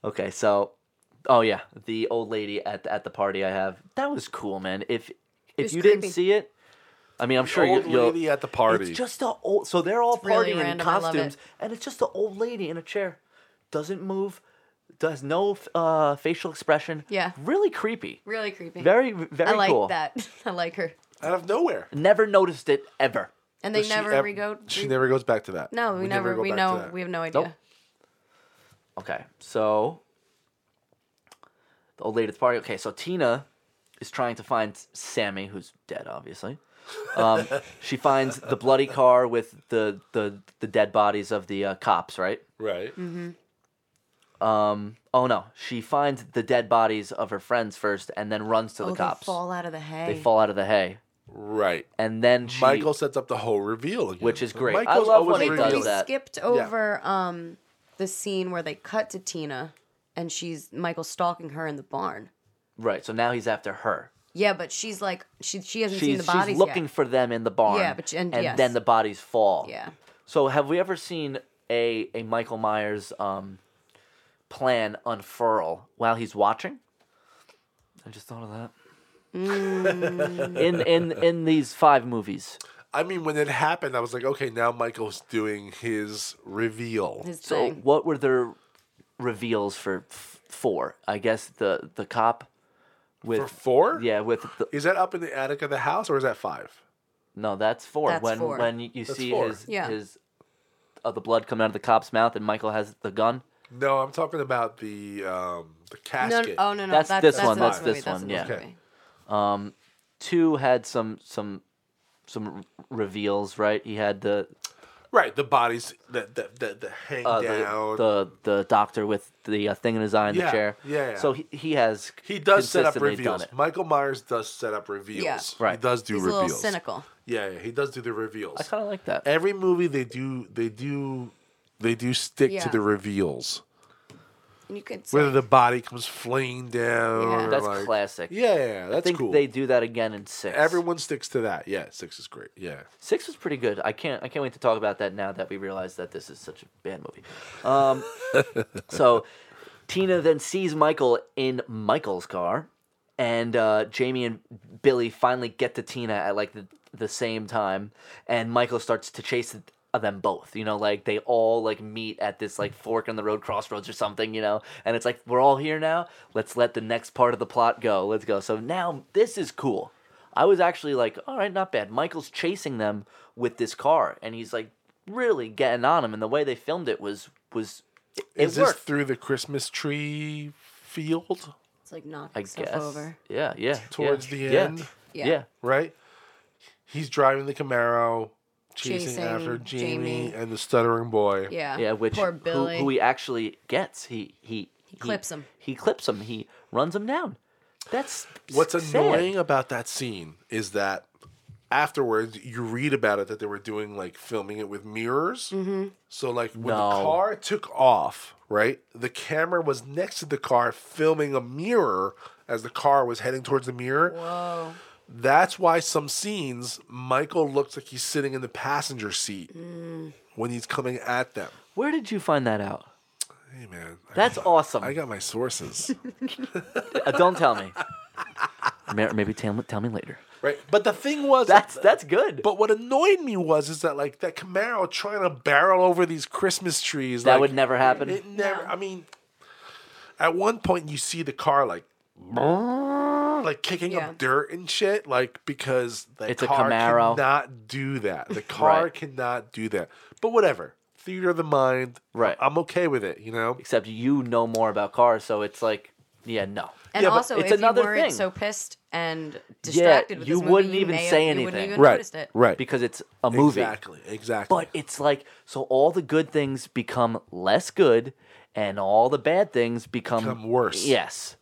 [SPEAKER 3] Okay, so oh yeah, the old lady at the, at the party I have. That was cool, man. If if
[SPEAKER 2] was
[SPEAKER 3] you
[SPEAKER 2] creepy.
[SPEAKER 3] didn't see it, I mean, I'm sure
[SPEAKER 4] Old
[SPEAKER 3] you, you'll.
[SPEAKER 4] lady at the party.
[SPEAKER 3] It's just a old. So they're all
[SPEAKER 2] really
[SPEAKER 3] partying in
[SPEAKER 2] random, I love it.
[SPEAKER 3] costumes, and it's just an old lady in a chair, doesn't move, does no f- uh, facial expression.
[SPEAKER 2] Yeah.
[SPEAKER 3] Really creepy.
[SPEAKER 2] Really creepy.
[SPEAKER 3] Very very
[SPEAKER 2] I like
[SPEAKER 3] cool.
[SPEAKER 2] that. I like her.
[SPEAKER 4] out of nowhere.
[SPEAKER 3] Never noticed it ever.
[SPEAKER 2] And they
[SPEAKER 4] She
[SPEAKER 2] never
[SPEAKER 4] ev-
[SPEAKER 2] rego.
[SPEAKER 4] She never goes back to that.
[SPEAKER 2] No, we, never.
[SPEAKER 4] go
[SPEAKER 2] we
[SPEAKER 4] back to
[SPEAKER 2] know.
[SPEAKER 4] that.
[SPEAKER 2] We have no idea.
[SPEAKER 3] Okay, so the old lady at the party. Okay, so Tina is trying to find Sammy, who's dead, obviously. Um, she finds the bloody car with the the, the dead bodies of the uh, cops, right?
[SPEAKER 4] Right.
[SPEAKER 3] Mm-hmm. Um, oh no, she finds the dead bodies of her friends first, and then runs to
[SPEAKER 2] Oh,
[SPEAKER 3] the cops.
[SPEAKER 2] they fall out of the hay.
[SPEAKER 3] They fall out of the hay,
[SPEAKER 4] Right.
[SPEAKER 3] and then she,
[SPEAKER 4] Michael sets up the whole reveal again.
[SPEAKER 3] Which is great. I
[SPEAKER 4] Michael's
[SPEAKER 3] love when
[SPEAKER 4] always
[SPEAKER 3] he does
[SPEAKER 4] revealing.
[SPEAKER 2] We
[SPEAKER 3] that.
[SPEAKER 2] skipped over um the scene where they cut to Tina and she's Michael stalking her in the barn.
[SPEAKER 3] right. So now he's after her.
[SPEAKER 2] Yeah, but she's like she she hasn't seen
[SPEAKER 3] She's,
[SPEAKER 2] the bodies
[SPEAKER 3] she's looking
[SPEAKER 2] yet.
[SPEAKER 3] for them in the barn.
[SPEAKER 2] Yeah, but she- and- yes.
[SPEAKER 3] then the bodies fall.
[SPEAKER 2] yeah.
[SPEAKER 3] So have we ever seen a a Michael Myers um plan unfurl while he's watching? I just thought of that.
[SPEAKER 2] Mm.
[SPEAKER 3] in in in these five movies.
[SPEAKER 4] I mean, when it happened, I was like, okay, now Michael's doing his reveal.
[SPEAKER 2] His
[SPEAKER 3] So
[SPEAKER 2] thing.
[SPEAKER 3] what were their reveals for f- four? I guess the the cop with
[SPEAKER 4] For four?
[SPEAKER 3] yeah with the,
[SPEAKER 4] Is that up in the attic of the house or is that five?
[SPEAKER 3] no that's four.
[SPEAKER 2] That's
[SPEAKER 3] when
[SPEAKER 2] four.
[SPEAKER 3] when you, you see
[SPEAKER 4] four.
[SPEAKER 3] his
[SPEAKER 2] Yeah.
[SPEAKER 3] his uh, the blood coming out of the cop's mouth and Michael has the gun.
[SPEAKER 4] No, I'm talking about the um, the
[SPEAKER 2] No,
[SPEAKER 4] casket.
[SPEAKER 2] no, oh no, no,
[SPEAKER 3] That's this one,
[SPEAKER 2] That's
[SPEAKER 3] that's
[SPEAKER 2] movie,
[SPEAKER 3] this
[SPEAKER 2] that's
[SPEAKER 3] one,
[SPEAKER 2] in
[SPEAKER 3] yeah.
[SPEAKER 2] movie.
[SPEAKER 4] Okay.
[SPEAKER 3] Two had some some some r- reveals right. He had the
[SPEAKER 4] Right, the bodies that that that, that hang
[SPEAKER 3] uh,
[SPEAKER 4] down.
[SPEAKER 3] the, the the doctor with the uh, thing in his eye in
[SPEAKER 4] Yeah,
[SPEAKER 3] the chair.
[SPEAKER 4] yeah, yeah.
[SPEAKER 3] So he, he has
[SPEAKER 4] he does set up
[SPEAKER 3] consistently done
[SPEAKER 4] reveals.
[SPEAKER 3] it.
[SPEAKER 4] Michael Myers does set up reveals. He
[SPEAKER 3] Right.
[SPEAKER 4] does do
[SPEAKER 2] He's a
[SPEAKER 4] reveals.
[SPEAKER 2] little cynical.
[SPEAKER 4] Yeah, yeah, he does do the reveals.
[SPEAKER 3] I kind of like that.
[SPEAKER 4] Every movie they do they do they do stick
[SPEAKER 2] Yeah.
[SPEAKER 4] to the reveals.
[SPEAKER 2] And you could say,
[SPEAKER 4] Whether the body comes flaying down.
[SPEAKER 2] Yeah.
[SPEAKER 4] or
[SPEAKER 3] That's
[SPEAKER 4] like-
[SPEAKER 3] classic.
[SPEAKER 4] Yeah, yeah, yeah, that's
[SPEAKER 3] I think
[SPEAKER 4] cool.
[SPEAKER 3] they do that again in six.
[SPEAKER 4] Everyone sticks to that. Yeah, six is great. Yeah.
[SPEAKER 3] six was pretty good. I can't I can't wait to talk about that now that we realize that this is such a bad movie. Um, so Tina then sees Michael in Michael's car, and uh, Jamie and Billy finally get to Tina at like the, the same time, and Michael starts to chase th- uh, them both. You know, like they all like meet at this like fork in the road, crossroads or something. You know, and it's like we're all here now. Let's let the next part of the plot go. Let's go. So now this is cool. I was actually like, all right, not bad. Michael's chasing them with this car, and he's like really getting on him. And the way they filmed it was was it, it
[SPEAKER 4] Is this
[SPEAKER 3] worked.
[SPEAKER 4] through the Christmas tree field
[SPEAKER 2] It's like knocking
[SPEAKER 3] I
[SPEAKER 2] stuff
[SPEAKER 3] guess.
[SPEAKER 2] over.
[SPEAKER 3] Yeah, yeah. yeah,
[SPEAKER 4] towards the
[SPEAKER 3] yeah,
[SPEAKER 4] end?
[SPEAKER 3] Yeah.
[SPEAKER 2] Yeah.
[SPEAKER 4] Right? He's driving the Camaro, chasing,
[SPEAKER 2] Chasing
[SPEAKER 4] after Jamie,
[SPEAKER 2] Jamie.
[SPEAKER 4] and the stuttering boy.
[SPEAKER 2] Yeah.
[SPEAKER 3] Yeah, which
[SPEAKER 2] Uh, poor
[SPEAKER 3] who-
[SPEAKER 2] Billy.
[SPEAKER 3] Who, he actually gets. He he, he
[SPEAKER 2] clips him.
[SPEAKER 3] He clips him. He runs him down. That's
[SPEAKER 4] What's
[SPEAKER 3] sad.
[SPEAKER 4] annoying about that scene is that afterwards you read about it that they were doing like filming it with mirrors. Mm-hmm. So like when the
[SPEAKER 3] No.
[SPEAKER 4] car took off, right? The camera was next to the car filming a mirror as the car was heading towards the mirror.
[SPEAKER 2] Whoa.
[SPEAKER 4] That's why some scenes Michael looks like he's sitting in the passenger seat when he's coming at them.
[SPEAKER 3] Where did you find that out?
[SPEAKER 4] Hey man, I-
[SPEAKER 3] That's awesome.
[SPEAKER 4] I got my sources.
[SPEAKER 3] Uh, don't tell me. Ma- Maybe tell, tell me later.
[SPEAKER 4] right. But the thing was
[SPEAKER 3] That's that's good.
[SPEAKER 4] But what annoyed me was is that like that Camaro trying to barrel over these Christmas trees.
[SPEAKER 3] that
[SPEAKER 4] like,
[SPEAKER 3] would never happen.
[SPEAKER 4] It never. I mean, at one point you see the car like, like kicking
[SPEAKER 2] Yeah.
[SPEAKER 4] up dirt and shit, like because the
[SPEAKER 3] It's a
[SPEAKER 4] car
[SPEAKER 3] Camaro.
[SPEAKER 4] cannot do that. The car
[SPEAKER 3] Right.
[SPEAKER 4] cannot do that. But whatever, theater of the mind.
[SPEAKER 3] Right.
[SPEAKER 4] I'm okay with it. You know.
[SPEAKER 3] Except you know more about cars, so it's like, yeah, no.
[SPEAKER 2] And
[SPEAKER 4] Yeah, but
[SPEAKER 2] also,
[SPEAKER 3] it's
[SPEAKER 2] if
[SPEAKER 3] another
[SPEAKER 2] you weren't
[SPEAKER 3] thing.
[SPEAKER 2] so pissed and distracted with
[SPEAKER 3] you
[SPEAKER 2] this movie,
[SPEAKER 3] wouldn't
[SPEAKER 2] you
[SPEAKER 3] even
[SPEAKER 2] may
[SPEAKER 3] say
[SPEAKER 2] have, You
[SPEAKER 3] anything.
[SPEAKER 2] wouldn't even
[SPEAKER 4] Right.
[SPEAKER 2] noticed it.
[SPEAKER 4] Right.
[SPEAKER 3] Because it's a movie.
[SPEAKER 4] Exactly. Exactly.
[SPEAKER 3] But it's like so all the good things become less good, and all the bad things become,
[SPEAKER 4] Become worse.
[SPEAKER 3] Yes.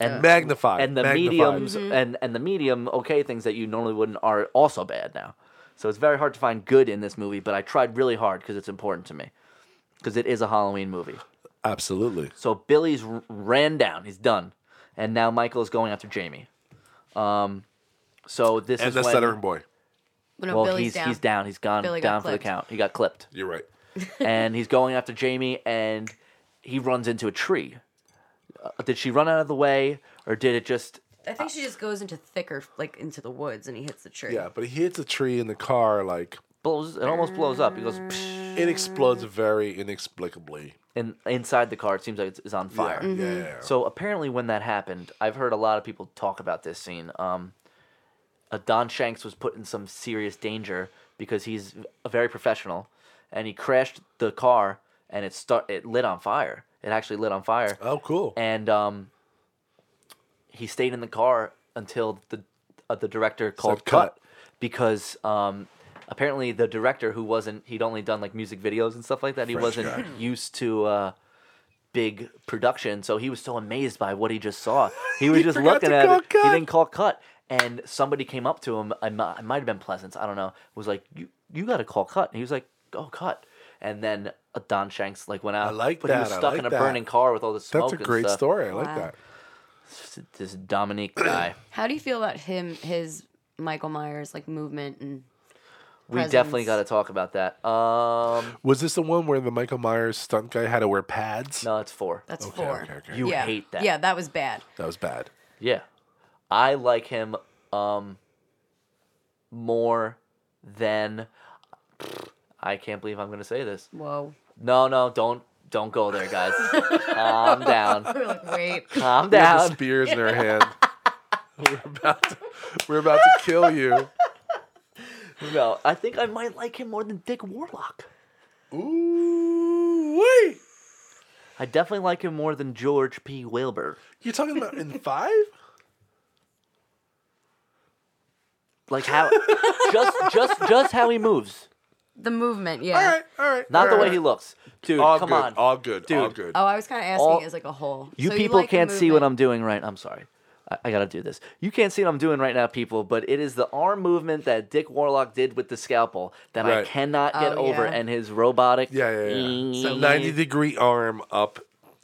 [SPEAKER 3] And
[SPEAKER 4] magnified.
[SPEAKER 3] and the
[SPEAKER 4] magnified.
[SPEAKER 3] mediums
[SPEAKER 2] Mm-hmm.
[SPEAKER 3] and and the medium okay things that you normally wouldn't are also bad now. So it's very hard to find good in this movie, but I tried really hard because it's important to me. Because it is a Halloween movie.
[SPEAKER 4] Absolutely.
[SPEAKER 3] So Billy's r- ran down. He's done, and now Michael is going after Jamie. Um, so this
[SPEAKER 4] And
[SPEAKER 3] is
[SPEAKER 4] the
[SPEAKER 3] when,
[SPEAKER 4] stuttering boy.
[SPEAKER 2] But no,
[SPEAKER 3] Well,
[SPEAKER 2] Billy's
[SPEAKER 3] he's
[SPEAKER 2] down.
[SPEAKER 3] he's down. He's gone
[SPEAKER 2] Billy got
[SPEAKER 3] down for the
[SPEAKER 2] clipped.
[SPEAKER 3] count. He got clipped,
[SPEAKER 4] You're right.
[SPEAKER 3] and he's going after Jamie, and he runs into a tree. Uh, did she run out of the way, or did it just?
[SPEAKER 2] I think she just goes into thicker, like into the woods, and he hits the tree.
[SPEAKER 4] Yeah, but he hits a tree in the car like.
[SPEAKER 3] Blows, it almost blows up. He goes "Psh,"
[SPEAKER 4] It explodes
[SPEAKER 3] Mm.
[SPEAKER 4] very inexplicably.
[SPEAKER 3] and inside the car. It seems like it's, it's on fire.
[SPEAKER 4] Yeah, yeah, yeah.
[SPEAKER 3] So apparently, when that happened, I've heard a lot of people talk about this scene. Um, uh, Don Shanks was put in some serious danger because he's a very professional, and he crashed the car, and it start it lit on fire. It actually lit on fire,
[SPEAKER 4] Oh, cool.
[SPEAKER 3] and um, he stayed in the car until the uh, the director called
[SPEAKER 4] cut.
[SPEAKER 3] cut, because um, apparently the director who wasn't he'd only done like music videos and stuff like that. He wasn't used to. Uh, big production. So he was so amazed by what he just saw. He was just
[SPEAKER 4] forgot
[SPEAKER 3] looking
[SPEAKER 4] to
[SPEAKER 3] at
[SPEAKER 4] call
[SPEAKER 3] it. He
[SPEAKER 4] cut.
[SPEAKER 3] didn't call cut. And somebody came up to him. I mi- it might have been Pleasance. I don't know. Was like, you you got to call cut. And he was like, oh cut. And then uh, Don Shanks like went out.
[SPEAKER 4] I like
[SPEAKER 3] but He was
[SPEAKER 4] that. I
[SPEAKER 3] stuck
[SPEAKER 4] like
[SPEAKER 3] in a
[SPEAKER 4] that.
[SPEAKER 3] burning car with all the smoke.
[SPEAKER 4] That's a
[SPEAKER 3] and
[SPEAKER 4] great
[SPEAKER 3] stuff.
[SPEAKER 4] story. I like
[SPEAKER 2] Wow.
[SPEAKER 4] that.
[SPEAKER 3] This Dominique guy.
[SPEAKER 2] How do you feel about him, his Michael Myers like movement and
[SPEAKER 3] we definitely
[SPEAKER 2] Presence.
[SPEAKER 3] got to talk about that. Um,
[SPEAKER 4] Was this the one where the Michael Myers stunt guy had to wear pads?
[SPEAKER 3] no, it's four.
[SPEAKER 2] that's
[SPEAKER 4] Okay,
[SPEAKER 2] four.
[SPEAKER 4] okay, okay.
[SPEAKER 3] You
[SPEAKER 2] yeah.
[SPEAKER 3] hate that.
[SPEAKER 2] Yeah, that was bad.
[SPEAKER 4] That was bad.
[SPEAKER 3] Yeah. I like him um more than I can't believe I'm going to say this.
[SPEAKER 2] Whoa.
[SPEAKER 3] No, no, don't don't go there, guys. Calm down.
[SPEAKER 2] We're like, wait.
[SPEAKER 3] Calm
[SPEAKER 4] They had the
[SPEAKER 3] down.
[SPEAKER 4] spears in their hand. we're about to, we're about to kill you.
[SPEAKER 3] No, I think I might like him more than Dick Warlock.
[SPEAKER 4] Ooh, wait.
[SPEAKER 3] I definitely like him more than George P. Wilbur.
[SPEAKER 4] You're talking about in five?
[SPEAKER 3] Like how just just just how he moves.
[SPEAKER 2] The movement,
[SPEAKER 4] All
[SPEAKER 2] yeah.
[SPEAKER 4] right, all right.
[SPEAKER 3] Not
[SPEAKER 4] all
[SPEAKER 3] the way
[SPEAKER 4] right.
[SPEAKER 3] he looks. Dude,
[SPEAKER 4] All
[SPEAKER 3] come
[SPEAKER 4] good,
[SPEAKER 3] on.
[SPEAKER 4] All good. All
[SPEAKER 3] Dude.
[SPEAKER 4] good.
[SPEAKER 2] Oh, I was kind of asking
[SPEAKER 3] All-
[SPEAKER 2] as like a whole.
[SPEAKER 3] You
[SPEAKER 2] So
[SPEAKER 3] people
[SPEAKER 2] like the
[SPEAKER 3] can't see what I'm
[SPEAKER 2] movement.
[SPEAKER 3] doing right. I'm sorry. I, I gotta do this. You can't see what I'm doing right now, people. But it is the arm movement that Dick Warlock did with the scalpel that I
[SPEAKER 4] Right.
[SPEAKER 3] cannot get
[SPEAKER 2] Oh,
[SPEAKER 3] over,
[SPEAKER 2] yeah.
[SPEAKER 3] and his robotic.
[SPEAKER 4] Yeah, yeah, yeah.
[SPEAKER 3] So-
[SPEAKER 4] 90 degree arm up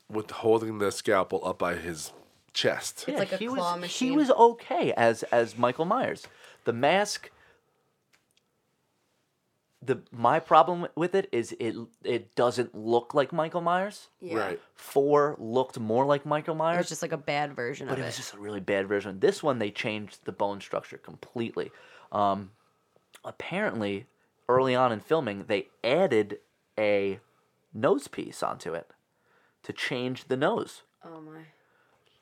[SPEAKER 4] with holding the scalpel up by his chest.
[SPEAKER 2] It's like a
[SPEAKER 3] he
[SPEAKER 2] claw
[SPEAKER 3] was, He
[SPEAKER 2] machine.
[SPEAKER 3] was okay as as Michael Myers. The mask. The my problem with it is it it doesn't look like Michael Myers.
[SPEAKER 2] Yeah.
[SPEAKER 4] Right.
[SPEAKER 3] Four looked more like Michael
[SPEAKER 2] It
[SPEAKER 3] Myers.
[SPEAKER 2] was just like a bad version
[SPEAKER 3] but
[SPEAKER 2] of
[SPEAKER 3] it
[SPEAKER 2] it.
[SPEAKER 3] was just a really bad version. This one they changed the bone structure completely. Um, apparently, early on in filming, they added a nose piece onto it to change the nose.
[SPEAKER 2] oh my.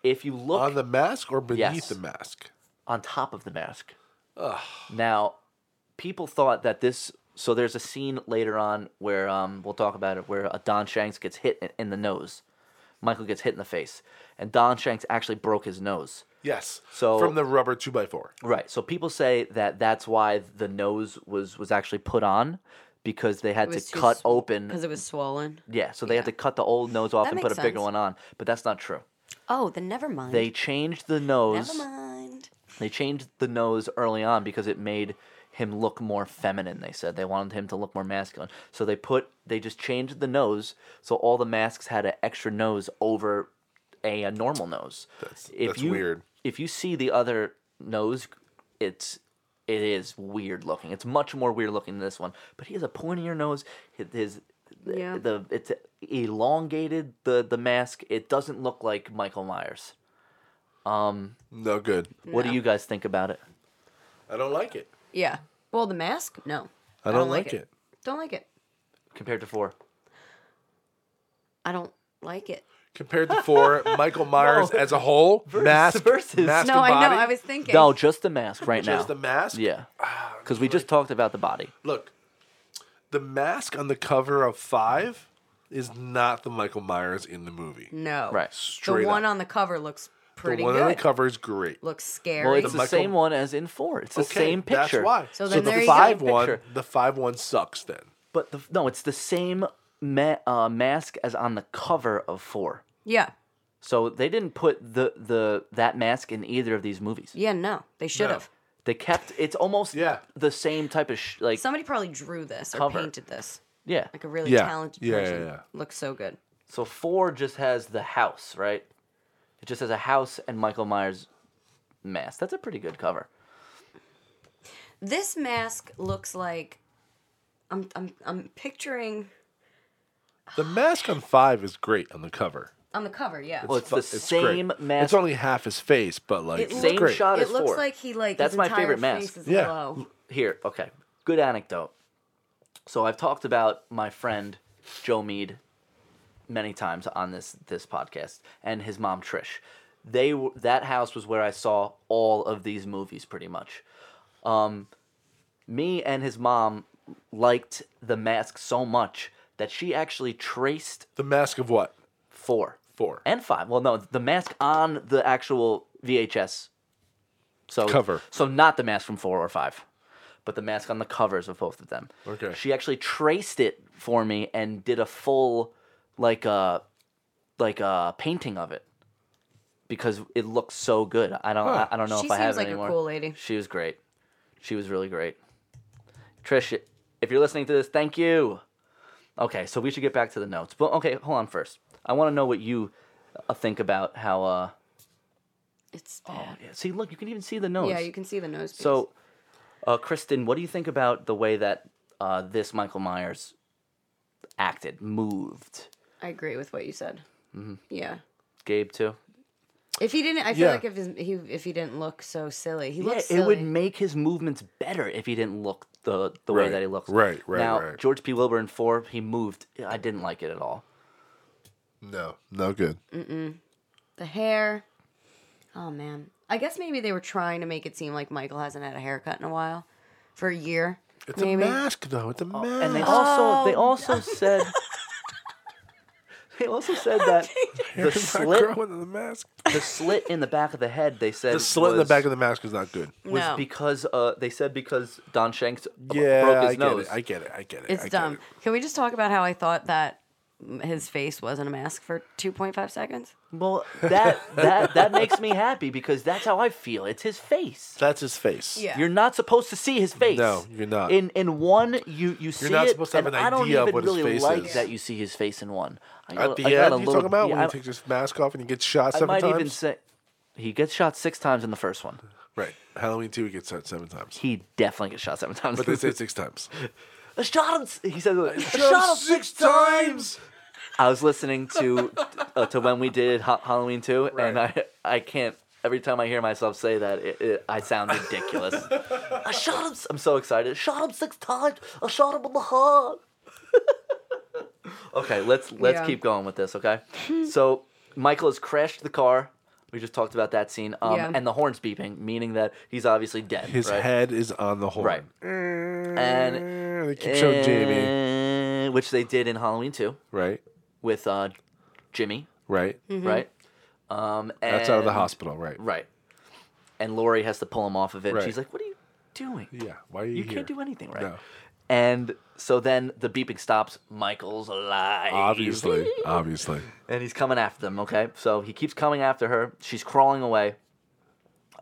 [SPEAKER 3] If you look,
[SPEAKER 4] On the mask or beneath
[SPEAKER 3] Yes.
[SPEAKER 4] the mask?
[SPEAKER 3] on top of the mask. Now, people thought that this. So there's a scene later on where um, we'll talk about it, where uh, Don Shanks gets hit in, in the nose. Michael gets hit in the face, and Don Shanks actually broke his nose.
[SPEAKER 4] Yes.
[SPEAKER 3] So-
[SPEAKER 4] from the rubber two by four.
[SPEAKER 3] Right. So people say that that's why the nose was was actually put on because they had to
[SPEAKER 2] was too
[SPEAKER 3] cut
[SPEAKER 2] sw-
[SPEAKER 3] open.
[SPEAKER 2] because it was swollen.
[SPEAKER 3] Yeah. So they had to cut the old nose off
[SPEAKER 2] That
[SPEAKER 3] and put a
[SPEAKER 2] makes
[SPEAKER 3] bigger
[SPEAKER 2] sense.
[SPEAKER 3] one on, but that's not true.
[SPEAKER 2] Oh, then never mind.
[SPEAKER 3] They changed the
[SPEAKER 2] never
[SPEAKER 3] nose.
[SPEAKER 2] mind.
[SPEAKER 3] They changed the nose early on because it made him look more feminine. They said they wanted him to look more masculine, so they put they just changed the nose. So all the masks had an extra nose over a, a normal nose. That's,
[SPEAKER 4] that's weird.
[SPEAKER 3] If you see the other nose, it's it is weird looking. It's much more weird looking than this one. But he has a pointier nose. hi- His the-
[SPEAKER 2] Yeah.
[SPEAKER 3] the it's elongated the the mask. It doesn't look like Michael Myers.
[SPEAKER 4] No good.
[SPEAKER 3] What do you guys think about it?
[SPEAKER 4] I don't like it.
[SPEAKER 2] Yeah. Well, the mask? No.
[SPEAKER 4] I don't, like, it.
[SPEAKER 2] Don't like it.
[SPEAKER 3] compared to four.
[SPEAKER 2] I don't like it.
[SPEAKER 4] Compared to four, Michael Myers as a whole, mask
[SPEAKER 3] versus.
[SPEAKER 4] mask
[SPEAKER 2] No,
[SPEAKER 4] and
[SPEAKER 2] I know.
[SPEAKER 4] body,
[SPEAKER 2] I was thinking.
[SPEAKER 3] No, just the mask Ah, right now.
[SPEAKER 4] just the mask.
[SPEAKER 3] Yeah, because we just talked about the body.
[SPEAKER 4] Look, the mask on the cover of Five is not the Michael Myers in the movie.
[SPEAKER 2] No.
[SPEAKER 3] Right.
[SPEAKER 4] Straight
[SPEAKER 2] the one
[SPEAKER 4] up.
[SPEAKER 2] on the cover looks pretty
[SPEAKER 4] the one
[SPEAKER 2] good.
[SPEAKER 4] on the cover is great.
[SPEAKER 2] looks scary.
[SPEAKER 3] Well, it's the,
[SPEAKER 4] Michael-
[SPEAKER 3] same one as in four. It's the
[SPEAKER 4] Okay,
[SPEAKER 3] same picture.
[SPEAKER 4] That's why.
[SPEAKER 2] So then there
[SPEAKER 4] the
[SPEAKER 2] you go.
[SPEAKER 4] five one,
[SPEAKER 3] Picture.
[SPEAKER 4] the five one sucks. Then
[SPEAKER 3] But the, no, it's the same ma- uh, mask as on the cover of four.
[SPEAKER 2] yeah.
[SPEAKER 3] So they didn't put the, the that mask in either of these movies.
[SPEAKER 2] Yeah, no. They should
[SPEAKER 4] No.
[SPEAKER 2] have.
[SPEAKER 3] They kept it's almost
[SPEAKER 4] Yeah.
[SPEAKER 3] the same type of sh- like
[SPEAKER 2] Somebody probably drew this or
[SPEAKER 3] Cover.
[SPEAKER 2] painted this.
[SPEAKER 3] yeah.
[SPEAKER 2] Like a really
[SPEAKER 4] Yeah.
[SPEAKER 2] talented
[SPEAKER 4] Yeah, yeah,
[SPEAKER 2] person.
[SPEAKER 4] yeah.
[SPEAKER 2] Looks so good.
[SPEAKER 3] So four just has the house, right? It just has a house and Michael Myers mask. That's a pretty good cover.
[SPEAKER 2] This mask looks like I'm I'm I'm picturing
[SPEAKER 4] the mask on five is great on the cover.
[SPEAKER 2] on the cover, yeah.
[SPEAKER 3] Well, it's the
[SPEAKER 4] It's
[SPEAKER 3] same
[SPEAKER 4] great.
[SPEAKER 3] mask.
[SPEAKER 4] It's only half his face, but like
[SPEAKER 2] It
[SPEAKER 4] it's
[SPEAKER 3] same
[SPEAKER 4] great.
[SPEAKER 3] shot
[SPEAKER 2] it
[SPEAKER 3] as
[SPEAKER 2] looks
[SPEAKER 3] four.
[SPEAKER 2] like he like
[SPEAKER 3] That's
[SPEAKER 2] his
[SPEAKER 3] my
[SPEAKER 2] entire
[SPEAKER 3] favorite mask.
[SPEAKER 2] face is
[SPEAKER 4] Yeah.
[SPEAKER 2] glow.
[SPEAKER 3] here, okay. Good anecdote. So I've talked about my friend Joe Mead many times on this this podcast and his mom Trish. They were, that house was where I saw all of these movies pretty much. Um, me and his mom liked the mask so much that she actually traced
[SPEAKER 4] The mask of what?
[SPEAKER 3] four
[SPEAKER 4] Four.
[SPEAKER 3] and five. Well, no, the mask on the actual VHS. So
[SPEAKER 4] Cover.
[SPEAKER 3] So not the mask from four or five, but the mask on the covers of both of them.
[SPEAKER 4] Okay.
[SPEAKER 3] She actually traced it for me and did a full, like uh, like uh, painting of it, because it looks so good. I don't. I, I don't know
[SPEAKER 2] She
[SPEAKER 3] if I have
[SPEAKER 2] seems like
[SPEAKER 3] it
[SPEAKER 2] a
[SPEAKER 3] anymore.
[SPEAKER 2] cool lady.
[SPEAKER 3] She was great. She was really great. Trish, if you're listening to this, thank you. Okay, so we should get back to the notes. But okay, hold on first. I want to know what you uh, think about how. Uh,
[SPEAKER 2] It's bad.
[SPEAKER 3] yeah, see, look, you can even see the notes.
[SPEAKER 2] yeah, you can see the nose. piece.
[SPEAKER 3] Oh, So, uh, Kristen, what do you think about the way that uh, this Michael Myers acted, moved?
[SPEAKER 2] I agree with what you said. Yeah.
[SPEAKER 3] Gabe too.
[SPEAKER 2] If he didn't, I feel
[SPEAKER 4] Mm-hmm. Yeah.
[SPEAKER 2] like if his, he if he didn't look so silly, he
[SPEAKER 3] Yeah,
[SPEAKER 2] looks silly.
[SPEAKER 3] it would make his movements better if he didn't look the the way
[SPEAKER 4] Right,
[SPEAKER 3] that he looks.
[SPEAKER 4] right, right,
[SPEAKER 3] Now,
[SPEAKER 4] right.
[SPEAKER 3] George P. Wilbur in four, he moved. I didn't like it at all.
[SPEAKER 4] No, no good.
[SPEAKER 2] the hair. Oh man, I guess maybe they were trying to make it seem like Michael hasn't had a haircut in a while, for a year.
[SPEAKER 4] It's
[SPEAKER 2] maybe.
[SPEAKER 4] a mask though. It's a mask.
[SPEAKER 3] Oh, And they also they also said they also said that the
[SPEAKER 4] It's not
[SPEAKER 3] slit
[SPEAKER 4] growing in the mask.
[SPEAKER 3] the slit in the back of the head they said
[SPEAKER 4] The slit in the
[SPEAKER 3] was-
[SPEAKER 4] back of the mask is not good.
[SPEAKER 2] No,
[SPEAKER 3] was because uh they said because Don Shanks b-
[SPEAKER 4] Yeah,
[SPEAKER 3] broke his
[SPEAKER 4] I get
[SPEAKER 3] nose.
[SPEAKER 4] it. I get it. I get it.
[SPEAKER 2] it's
[SPEAKER 4] I get
[SPEAKER 2] dumb.
[SPEAKER 4] it.
[SPEAKER 2] Can we just talk about how I thought that mm, his face wasn't a mask for two point five seconds?
[SPEAKER 3] Well, that that that makes me happy because that's how I feel. It's his face.
[SPEAKER 4] That's his face.
[SPEAKER 3] You're not supposed to see his face.
[SPEAKER 4] No, you're not.
[SPEAKER 3] In in one, you you see
[SPEAKER 4] not
[SPEAKER 3] it,
[SPEAKER 4] supposed to have
[SPEAKER 3] and
[SPEAKER 4] an
[SPEAKER 3] I don't
[SPEAKER 4] idea of
[SPEAKER 3] even
[SPEAKER 4] what his
[SPEAKER 3] really
[SPEAKER 4] face
[SPEAKER 3] like
[SPEAKER 4] is.
[SPEAKER 3] that you see his face in one. I
[SPEAKER 4] At
[SPEAKER 3] got-
[SPEAKER 4] the
[SPEAKER 3] I got
[SPEAKER 4] end,
[SPEAKER 3] a
[SPEAKER 4] you
[SPEAKER 3] little-
[SPEAKER 4] talk about
[SPEAKER 3] yeah,
[SPEAKER 4] when he
[SPEAKER 3] I-
[SPEAKER 4] takes his mask off and he gets shot
[SPEAKER 3] I
[SPEAKER 4] seven
[SPEAKER 3] might
[SPEAKER 4] times.
[SPEAKER 3] even say he gets shot six times in the first one.
[SPEAKER 4] Right. Halloween two, he gets shot seven times.
[SPEAKER 3] He definitely gets shot seven times.
[SPEAKER 4] But they say six times.
[SPEAKER 3] I shot him. s- He said, "I shot him six
[SPEAKER 4] times.
[SPEAKER 3] I was listening to uh, to when we did ha- Halloween two, and I I can't. Every time I hear myself say that, it, it, I sound ridiculous. I shot him. s- I'm so excited. Shot him six times. I shot him in the heart. okay, let's let's
[SPEAKER 2] Yeah.
[SPEAKER 3] keep going with this. Okay, so Michael has crashed the car We just talked about that scene. Um,
[SPEAKER 2] Yeah.
[SPEAKER 3] And the horns beeping, meaning that he's obviously dead.
[SPEAKER 4] His
[SPEAKER 3] right?
[SPEAKER 4] head is on the horn.
[SPEAKER 3] Right. And
[SPEAKER 4] Eh, They keep showing Jamie.
[SPEAKER 3] Eh, Which they did in Halloween 2
[SPEAKER 4] Right.
[SPEAKER 3] with uh, Jimmy,
[SPEAKER 4] Right.
[SPEAKER 2] Hmm. Mm-hmm.
[SPEAKER 3] right? Um, and,
[SPEAKER 4] That's out of the hospital. Right.
[SPEAKER 3] Right. And Lori has to pull him off of it.
[SPEAKER 4] Right.
[SPEAKER 3] She's like, What are you doing?
[SPEAKER 4] Yeah. Why are you,
[SPEAKER 3] You
[SPEAKER 4] here?
[SPEAKER 3] can't do anything, right?
[SPEAKER 4] No.
[SPEAKER 3] And so then the beeping stops. Michael's alive.
[SPEAKER 4] Obviously. obviously.
[SPEAKER 3] And he's coming after them, okay? So he keeps coming after her. She's crawling away.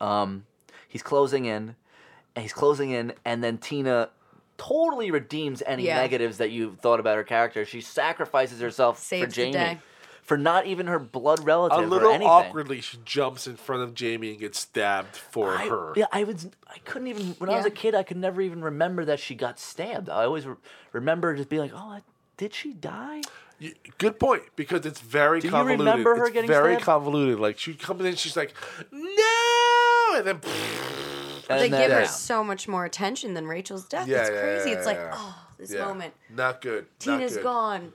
[SPEAKER 3] Um, he's closing in. And he's closing in, and then Tina totally redeems any
[SPEAKER 2] Yeah.
[SPEAKER 3] negatives that you've thought about her character. She sacrifices herself for
[SPEAKER 2] Saves the
[SPEAKER 3] Jamie.
[SPEAKER 2] day.
[SPEAKER 3] For not even her blood relative
[SPEAKER 4] A
[SPEAKER 3] or
[SPEAKER 4] little
[SPEAKER 3] anything.
[SPEAKER 4] awkwardly, she jumps in front of Jamie and gets stabbed for
[SPEAKER 3] I,
[SPEAKER 4] her.
[SPEAKER 3] Yeah, I was. I couldn't even. When I was
[SPEAKER 2] Yeah.
[SPEAKER 3] a kid, I could never even remember that she got stabbed. I always re- remember just being like, "Oh, I- did she die?"
[SPEAKER 4] You- Good point, because it's very
[SPEAKER 3] Do you
[SPEAKER 4] convoluted.
[SPEAKER 3] remember her
[SPEAKER 4] it's
[SPEAKER 3] getting
[SPEAKER 4] very
[SPEAKER 3] stabbed?
[SPEAKER 4] convoluted. Like she comes in, she's like, "No," and then
[SPEAKER 3] And
[SPEAKER 2] They
[SPEAKER 3] then-
[SPEAKER 2] give her
[SPEAKER 3] Yeah.
[SPEAKER 2] so much more attention than Rachel's death.
[SPEAKER 4] Yeah,
[SPEAKER 2] it's
[SPEAKER 4] yeah,
[SPEAKER 2] crazy.
[SPEAKER 4] yeah,
[SPEAKER 2] it's like,
[SPEAKER 4] yeah.
[SPEAKER 2] oh, this
[SPEAKER 4] Yeah.
[SPEAKER 2] moment.
[SPEAKER 4] Not good. not
[SPEAKER 2] Tina's
[SPEAKER 4] good.
[SPEAKER 2] gone.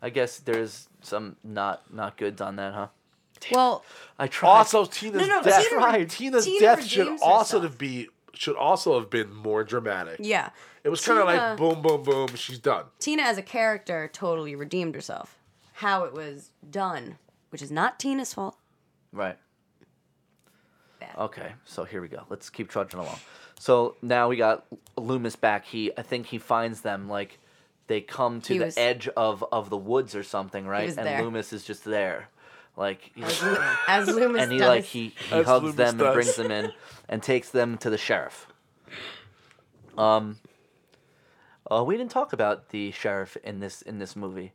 [SPEAKER 3] I guess there's some not not goods on that, huh?
[SPEAKER 2] Well,
[SPEAKER 3] I tried.
[SPEAKER 4] Also, Tina's
[SPEAKER 2] No, no,
[SPEAKER 4] death.
[SPEAKER 2] Tina re-
[SPEAKER 4] Tina's
[SPEAKER 2] Tina
[SPEAKER 4] death should
[SPEAKER 2] redeems
[SPEAKER 4] also
[SPEAKER 2] herself.
[SPEAKER 4] be should also have been more dramatic.
[SPEAKER 2] yeah.
[SPEAKER 4] It was kind of like
[SPEAKER 2] Tina-
[SPEAKER 4] boom, boom, boom. She's done.
[SPEAKER 2] Tina as a character totally redeemed herself. How it was done, which is not Tina's fault.
[SPEAKER 3] right.
[SPEAKER 2] Bad.
[SPEAKER 3] Okay, so here we go. Let's keep trudging along. So now we got Loomis back. He, I think he finds them like they come to
[SPEAKER 2] He
[SPEAKER 3] the
[SPEAKER 2] was-
[SPEAKER 3] edge of of the woods or something, right?
[SPEAKER 2] was
[SPEAKER 3] and
[SPEAKER 2] there.
[SPEAKER 3] Loomis is just there, like he's
[SPEAKER 2] As, Lu- as Loomis
[SPEAKER 3] and he
[SPEAKER 2] does.
[SPEAKER 3] like he, he
[SPEAKER 4] As
[SPEAKER 3] hugs
[SPEAKER 4] Loomis
[SPEAKER 3] them and
[SPEAKER 4] does.
[SPEAKER 3] brings them in and takes them to the sheriff. Um, uh, we didn't talk about the sheriff in this in this movie.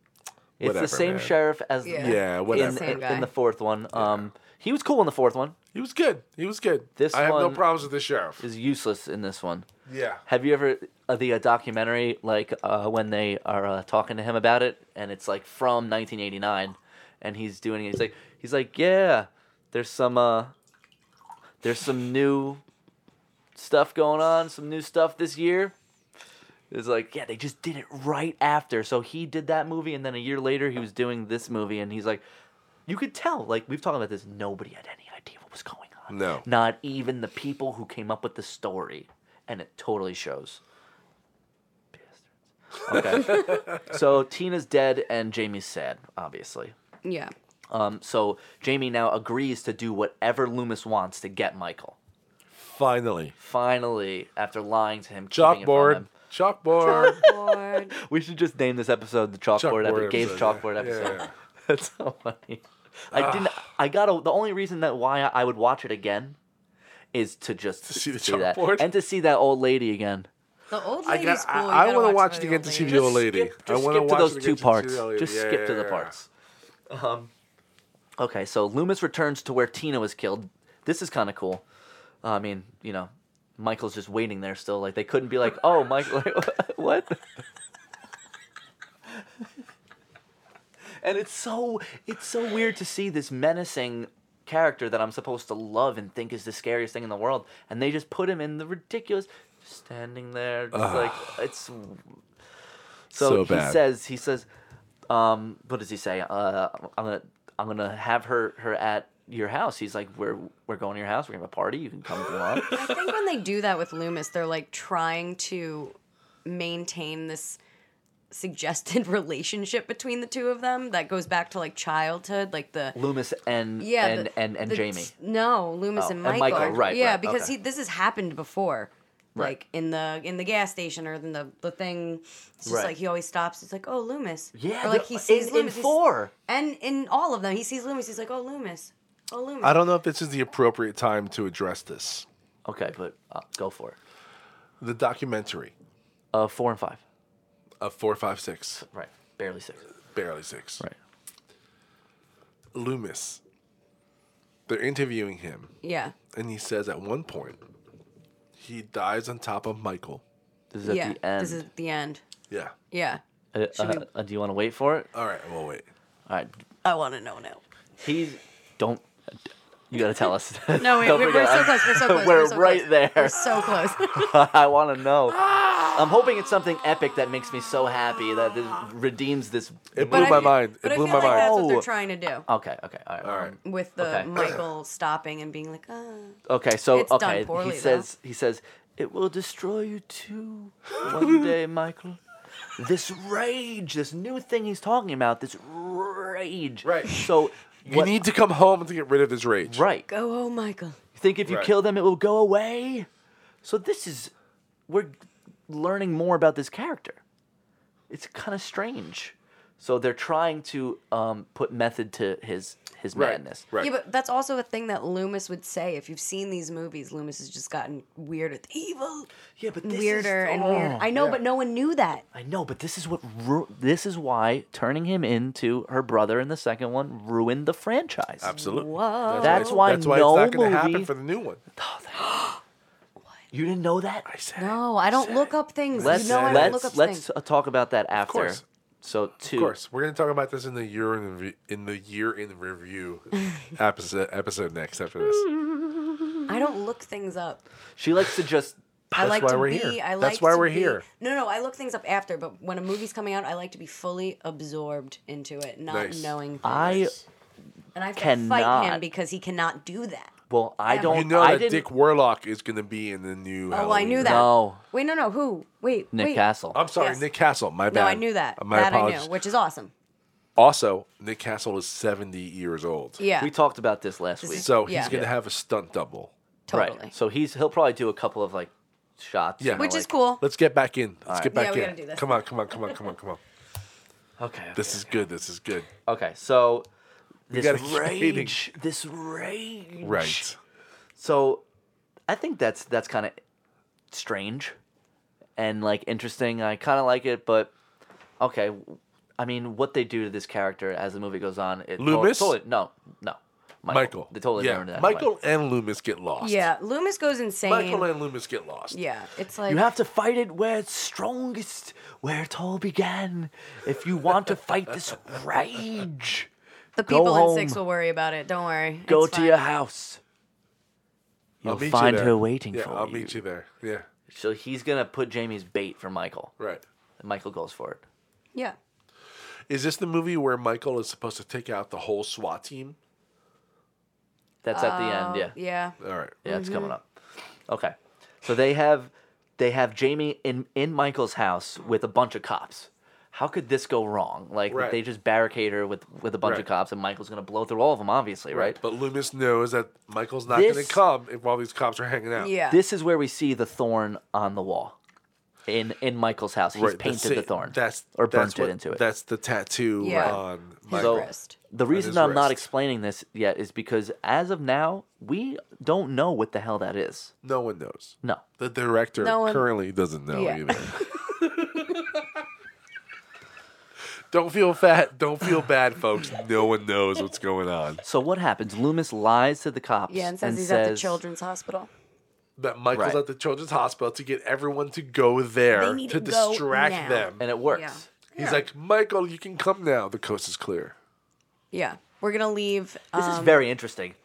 [SPEAKER 3] It's
[SPEAKER 4] Whatever,
[SPEAKER 3] the same
[SPEAKER 4] man.
[SPEAKER 3] sheriff as
[SPEAKER 2] Yeah.
[SPEAKER 3] the,
[SPEAKER 4] Yeah,
[SPEAKER 3] in,
[SPEAKER 4] whatever.
[SPEAKER 2] Same
[SPEAKER 3] in-
[SPEAKER 2] guy.
[SPEAKER 3] in the fourth one. Um, he was cool in the fourth one.
[SPEAKER 4] He was good. He was good.
[SPEAKER 3] This
[SPEAKER 4] I have no
[SPEAKER 3] one-
[SPEAKER 4] problems with the sheriff.
[SPEAKER 3] Is useless in this one.
[SPEAKER 4] Yeah.
[SPEAKER 3] Have you ever uh, the uh, documentary like uh, when they are uh, talking to him about it, and it's like from 1989, and he's doing it. He's like, he's like, yeah, there's some uh, there's some new stuff going on, some new stuff this year. It's like, yeah, they just did it right after. So he did that movie, and then a year later, he was doing this movie, and he's like, you could tell, like we've talked about this, nobody had any idea what was going on.
[SPEAKER 4] No.
[SPEAKER 3] Not even the people who came up with the story. And it totally shows. Bastards. Okay. so Tina's dead and Jamie's sad, obviously.
[SPEAKER 2] yeah.
[SPEAKER 3] Um, so Jamie now agrees to do whatever Loomis wants to get Michael.
[SPEAKER 4] Finally,
[SPEAKER 3] Finally, after lying to him, keeping it from
[SPEAKER 4] chalkboard.
[SPEAKER 3] him.
[SPEAKER 4] Chalkboard.
[SPEAKER 2] Lord.
[SPEAKER 3] We should just name this episode the chalkboard,
[SPEAKER 4] Chalkboard
[SPEAKER 3] episode. Gabe's
[SPEAKER 4] episode,
[SPEAKER 3] chalkboard
[SPEAKER 4] yeah.
[SPEAKER 3] episode.
[SPEAKER 4] Yeah. Ah.
[SPEAKER 3] That's so funny. I didn't. I got to the only reason that why I would watch it again is to just
[SPEAKER 4] see the
[SPEAKER 3] that
[SPEAKER 4] chalkboard?
[SPEAKER 3] and to see that old lady again.
[SPEAKER 2] The old
[SPEAKER 4] I
[SPEAKER 2] lady's
[SPEAKER 4] got.
[SPEAKER 2] cool. You
[SPEAKER 4] I,
[SPEAKER 2] gotta
[SPEAKER 4] want to watch
[SPEAKER 2] watch about
[SPEAKER 4] to get to
[SPEAKER 2] old
[SPEAKER 4] see
[SPEAKER 2] lady.
[SPEAKER 4] the old lady.
[SPEAKER 3] Skip,
[SPEAKER 4] I
[SPEAKER 3] just
[SPEAKER 4] want
[SPEAKER 3] skip to
[SPEAKER 4] watch
[SPEAKER 3] those
[SPEAKER 4] to get
[SPEAKER 3] two
[SPEAKER 4] to see the old
[SPEAKER 3] parts.
[SPEAKER 4] lady.
[SPEAKER 3] Just
[SPEAKER 4] Yeah,
[SPEAKER 3] skip to
[SPEAKER 4] yeah,
[SPEAKER 3] the
[SPEAKER 4] yeah.
[SPEAKER 3] parts. Um, okay, so Loomis returns to where Tina was killed. This is kind of cool. I mean, you know, Michael's just waiting there still. Like they couldn't be like, "Oh, Michael, what?" and it's so it's so weird to see this menacing character that I'm supposed to love and think is the scariest thing in the world, and they just put him in the ridiculous standing there, just like it's
[SPEAKER 4] So
[SPEAKER 3] so, he
[SPEAKER 4] bad.
[SPEAKER 3] says he says, um, what does he say? Uh, I'm gonna I'm gonna have her her at your house. He's like, we're we're going to your house. We're gonna have a party. You can come if you want.
[SPEAKER 2] I think when they do that with Loomis, they're like trying to maintain this suggested relationship between the two of them that goes back to like childhood, like the
[SPEAKER 3] Loomis and
[SPEAKER 2] yeah
[SPEAKER 3] and,
[SPEAKER 2] the-
[SPEAKER 3] and and
[SPEAKER 2] the-
[SPEAKER 3] Jamie.
[SPEAKER 2] No, Loomis
[SPEAKER 3] Oh,
[SPEAKER 2] and,
[SPEAKER 3] and
[SPEAKER 2] Michael.
[SPEAKER 3] Michael, right,
[SPEAKER 2] Yeah,
[SPEAKER 3] right,
[SPEAKER 2] because
[SPEAKER 3] okay.
[SPEAKER 2] he this has happened before.
[SPEAKER 3] Right.
[SPEAKER 2] Like in the in the gas station or in the the thing, it's just
[SPEAKER 3] Right.
[SPEAKER 2] like he always stops. It's like oh Loomis,
[SPEAKER 3] Yeah,
[SPEAKER 2] Or like
[SPEAKER 3] the-
[SPEAKER 2] he sees
[SPEAKER 3] in- in
[SPEAKER 2] Loomis he's-
[SPEAKER 3] four.
[SPEAKER 2] and in all of them he sees Loomis. He's like oh Loomis, oh Loomis.
[SPEAKER 4] I don't know if this is the appropriate time to address this.
[SPEAKER 3] Okay, but uh, go for it.
[SPEAKER 4] The documentary
[SPEAKER 3] Uh, four and five.
[SPEAKER 4] of four, five, six,
[SPEAKER 3] Right, barely six.
[SPEAKER 4] barely six.
[SPEAKER 3] Right.
[SPEAKER 4] Loomis. They're interviewing him,
[SPEAKER 2] yeah,
[SPEAKER 4] and he says at one point he dies on top of Michael.
[SPEAKER 3] This is at
[SPEAKER 2] yeah.
[SPEAKER 3] the end.
[SPEAKER 2] This is the end.
[SPEAKER 4] Yeah.
[SPEAKER 2] Yeah,
[SPEAKER 3] Uh,
[SPEAKER 2] Should
[SPEAKER 3] uh, uh, do you want to wait for it?
[SPEAKER 4] All right. Well, wait.
[SPEAKER 3] All right.
[SPEAKER 2] I want to know now.
[SPEAKER 3] He's don't. You gotta tell us.
[SPEAKER 2] No, wait,
[SPEAKER 3] Don't
[SPEAKER 2] we're, we're
[SPEAKER 3] forget.
[SPEAKER 2] so close. We're so close.
[SPEAKER 3] We're
[SPEAKER 2] so
[SPEAKER 3] right
[SPEAKER 2] close.
[SPEAKER 3] there.
[SPEAKER 2] We're so close.
[SPEAKER 3] I want to know. I'm hoping it's something epic that makes me so happy that this redeems this.
[SPEAKER 4] It
[SPEAKER 2] But
[SPEAKER 4] blew
[SPEAKER 2] I
[SPEAKER 4] my
[SPEAKER 2] feel-
[SPEAKER 4] mind.
[SPEAKER 2] But
[SPEAKER 4] It
[SPEAKER 2] I
[SPEAKER 4] blew
[SPEAKER 2] feel
[SPEAKER 4] my
[SPEAKER 2] like
[SPEAKER 4] mind.
[SPEAKER 2] That's what they're
[SPEAKER 3] Oh.
[SPEAKER 2] trying to do
[SPEAKER 3] Okay, okay, all right. All right.
[SPEAKER 2] with the
[SPEAKER 3] Okay.
[SPEAKER 2] Michael stopping and being like, ah.
[SPEAKER 3] Okay, so
[SPEAKER 2] It's done
[SPEAKER 3] okay,
[SPEAKER 2] poorly,
[SPEAKER 3] he
[SPEAKER 2] though.
[SPEAKER 3] says he says it will destroy you too one day, Michael. This rage, this new thing he's talking about, this rage.
[SPEAKER 4] Right.
[SPEAKER 3] So
[SPEAKER 4] You
[SPEAKER 3] what-
[SPEAKER 4] need to come home to get rid of his rage.
[SPEAKER 3] right.
[SPEAKER 2] Go, oh, Michael.
[SPEAKER 3] You think if you
[SPEAKER 4] Right.
[SPEAKER 3] kill them, it will go away? So this is we're learning more about this character. It's kind of strange. So they're trying to um, put method to his his
[SPEAKER 4] Right.
[SPEAKER 3] madness.
[SPEAKER 4] Right.
[SPEAKER 2] Yeah, but that's also a thing that Loomis would say. If you've seen these movies, Loomis has just gotten weird at evil.
[SPEAKER 3] Yeah, but
[SPEAKER 2] and
[SPEAKER 3] this is-
[SPEAKER 2] weirder and weirder.
[SPEAKER 3] oh,
[SPEAKER 2] I know,
[SPEAKER 4] yeah.
[SPEAKER 2] but no one knew that.
[SPEAKER 3] I know, but this is what ru- this is why turning him into her brother in the second one ruined the franchise.
[SPEAKER 4] Absolutely.
[SPEAKER 2] Whoa.
[SPEAKER 3] That's why
[SPEAKER 4] That's why
[SPEAKER 3] no
[SPEAKER 4] it's not gonna happen
[SPEAKER 3] movie-
[SPEAKER 4] for the new one.
[SPEAKER 3] You didn't know that? I
[SPEAKER 4] said
[SPEAKER 2] No, I don't look up things.
[SPEAKER 3] Let's
[SPEAKER 2] you know, I don't look up
[SPEAKER 3] let's let's
[SPEAKER 2] things.
[SPEAKER 3] uh, talk about that after.
[SPEAKER 4] course.
[SPEAKER 3] So two.
[SPEAKER 4] Of course, we're gonna talk about this in the year in, re- in the year in review episode episode next after this.
[SPEAKER 2] I don't look things up.
[SPEAKER 3] She likes to just
[SPEAKER 2] I like
[SPEAKER 4] why
[SPEAKER 2] to
[SPEAKER 4] we're
[SPEAKER 2] be.
[SPEAKER 4] here.
[SPEAKER 2] I
[SPEAKER 4] That's
[SPEAKER 2] like
[SPEAKER 4] why
[SPEAKER 2] to
[SPEAKER 4] we're
[SPEAKER 2] be-
[SPEAKER 4] here.
[SPEAKER 2] No, no, I look things up after, but when a movie's coming out, I like to be fully absorbed into it, not
[SPEAKER 4] Nice.
[SPEAKER 2] knowing. Things.
[SPEAKER 3] I
[SPEAKER 2] and I have to fight
[SPEAKER 3] cannot.
[SPEAKER 2] him because he cannot do that.
[SPEAKER 3] well I don't
[SPEAKER 4] You know
[SPEAKER 3] Oh, I
[SPEAKER 4] that
[SPEAKER 3] didn't
[SPEAKER 4] Dick Warlock is gonna be in the new.
[SPEAKER 2] Oh, I knew that.
[SPEAKER 3] No.
[SPEAKER 2] Wait, no, no. Who? Wait,
[SPEAKER 3] Nick
[SPEAKER 2] wait.
[SPEAKER 3] Castle.
[SPEAKER 4] I'm sorry,
[SPEAKER 2] Yes.
[SPEAKER 4] Nick Castle. My bad.
[SPEAKER 2] No, I knew that.
[SPEAKER 4] Uh, My
[SPEAKER 2] that
[SPEAKER 4] apologies.
[SPEAKER 2] I knew, which is awesome.
[SPEAKER 4] Also, Nick Castle is 70 years old.
[SPEAKER 2] Yeah,
[SPEAKER 3] We talked about this last
[SPEAKER 2] This
[SPEAKER 3] week.
[SPEAKER 2] is-
[SPEAKER 4] So he's
[SPEAKER 2] Yeah.
[SPEAKER 4] gonna have a stunt double.
[SPEAKER 2] totally.
[SPEAKER 3] Right. So he's he'll probably do a couple of like shots.
[SPEAKER 4] Yeah.
[SPEAKER 3] you know,
[SPEAKER 2] which is
[SPEAKER 3] like-
[SPEAKER 2] cool.
[SPEAKER 4] Let's get back in. Let's get
[SPEAKER 2] Yeah,
[SPEAKER 4] back
[SPEAKER 2] we
[SPEAKER 4] in.
[SPEAKER 2] gotta do this.
[SPEAKER 4] Come on, come on, come on, come on, come on.
[SPEAKER 3] Okay. okay.
[SPEAKER 4] This is good. This is good.
[SPEAKER 3] okay. So
[SPEAKER 4] gotta
[SPEAKER 3] this
[SPEAKER 4] keep hating.
[SPEAKER 3] rage, this rage.
[SPEAKER 4] Right.
[SPEAKER 3] So I think that's that's kind of strange and like interesting. I kind of like it, but okay. I mean, what they do to this character as the movie goes on, it to-
[SPEAKER 4] Loomis?
[SPEAKER 3] Totally, no, no, Michael.
[SPEAKER 4] Michael.
[SPEAKER 3] They totally
[SPEAKER 4] yeah.
[SPEAKER 3] ruined that.
[SPEAKER 4] Michael and Loomis get lost.
[SPEAKER 2] Yeah, Loomis goes insane.
[SPEAKER 4] Michael and Loomis get lost.
[SPEAKER 2] yeah, it's like
[SPEAKER 3] You have to fight it where it's strongest, where it all began. If you want to fight this rage,
[SPEAKER 2] the
[SPEAKER 3] go
[SPEAKER 2] people in
[SPEAKER 3] home.
[SPEAKER 2] six will worry about it. Don't worry.
[SPEAKER 3] go
[SPEAKER 2] It's
[SPEAKER 3] to
[SPEAKER 2] fine.
[SPEAKER 3] your house.
[SPEAKER 4] I'll
[SPEAKER 3] You'll
[SPEAKER 4] meet you
[SPEAKER 3] find
[SPEAKER 4] there.
[SPEAKER 3] her waiting
[SPEAKER 4] yeah,
[SPEAKER 3] for
[SPEAKER 4] I'll
[SPEAKER 3] you.
[SPEAKER 4] meet you there. Yeah.
[SPEAKER 3] So he's gonna put Jamie's bait for Michael.
[SPEAKER 4] Right.
[SPEAKER 3] And Michael goes for it.
[SPEAKER 2] Yeah.
[SPEAKER 4] Is this the movie where Michael is supposed to take out the whole SWAT team?
[SPEAKER 3] That's at the end. Yeah.
[SPEAKER 2] Oh, Yeah.
[SPEAKER 4] All right.
[SPEAKER 3] Yeah, it's coming up. Okay. So they have they have Jamie in in Michael's house with a bunch of cops. How could this go wrong? Like
[SPEAKER 4] Right.
[SPEAKER 3] they just barricade her with with a bunch
[SPEAKER 4] Right.
[SPEAKER 3] of cops and Michael's going to blow through all of them obviously, right?
[SPEAKER 4] But Loomis knows that Michael's not going
[SPEAKER 3] This-
[SPEAKER 4] to come if all these cops are hanging out.
[SPEAKER 2] Yeah.
[SPEAKER 3] This is where we see the thorn on the wall. In in Michael's house, he's
[SPEAKER 4] Right,
[SPEAKER 3] painted
[SPEAKER 4] that's
[SPEAKER 3] the
[SPEAKER 4] it.
[SPEAKER 3] thorn
[SPEAKER 4] That's
[SPEAKER 3] or
[SPEAKER 4] that's
[SPEAKER 3] burnt
[SPEAKER 4] what-
[SPEAKER 3] it into it.
[SPEAKER 4] That's the tattoo
[SPEAKER 2] Yeah.
[SPEAKER 4] on
[SPEAKER 2] His
[SPEAKER 4] Michael.
[SPEAKER 2] wrist.
[SPEAKER 3] The reason
[SPEAKER 4] his
[SPEAKER 3] I'm not
[SPEAKER 4] wrist.
[SPEAKER 3] explaining this yet is because as of now, we don't know what the hell that is.
[SPEAKER 4] No one knows.
[SPEAKER 3] No.
[SPEAKER 4] The director
[SPEAKER 2] No one-
[SPEAKER 4] currently doesn't know
[SPEAKER 2] Yeah.
[SPEAKER 4] either. Don't feel fat. Don't feel bad, folks. No one knows what's going on.
[SPEAKER 3] So what happens? Loomis lies to the cops
[SPEAKER 2] Yeah, and says he's at the
[SPEAKER 3] says-
[SPEAKER 2] children's hospital.
[SPEAKER 4] That Michael's
[SPEAKER 3] Right.
[SPEAKER 4] at the children's hospital to get everyone to go there
[SPEAKER 2] They need
[SPEAKER 4] to
[SPEAKER 2] to go
[SPEAKER 4] distract
[SPEAKER 2] now.
[SPEAKER 4] them.
[SPEAKER 3] and it works.
[SPEAKER 2] Yeah.
[SPEAKER 4] He's like, Michael, you can come now. The coast is clear.
[SPEAKER 2] Yeah. We're gonna leave.
[SPEAKER 3] This is
[SPEAKER 2] um,
[SPEAKER 3] very interesting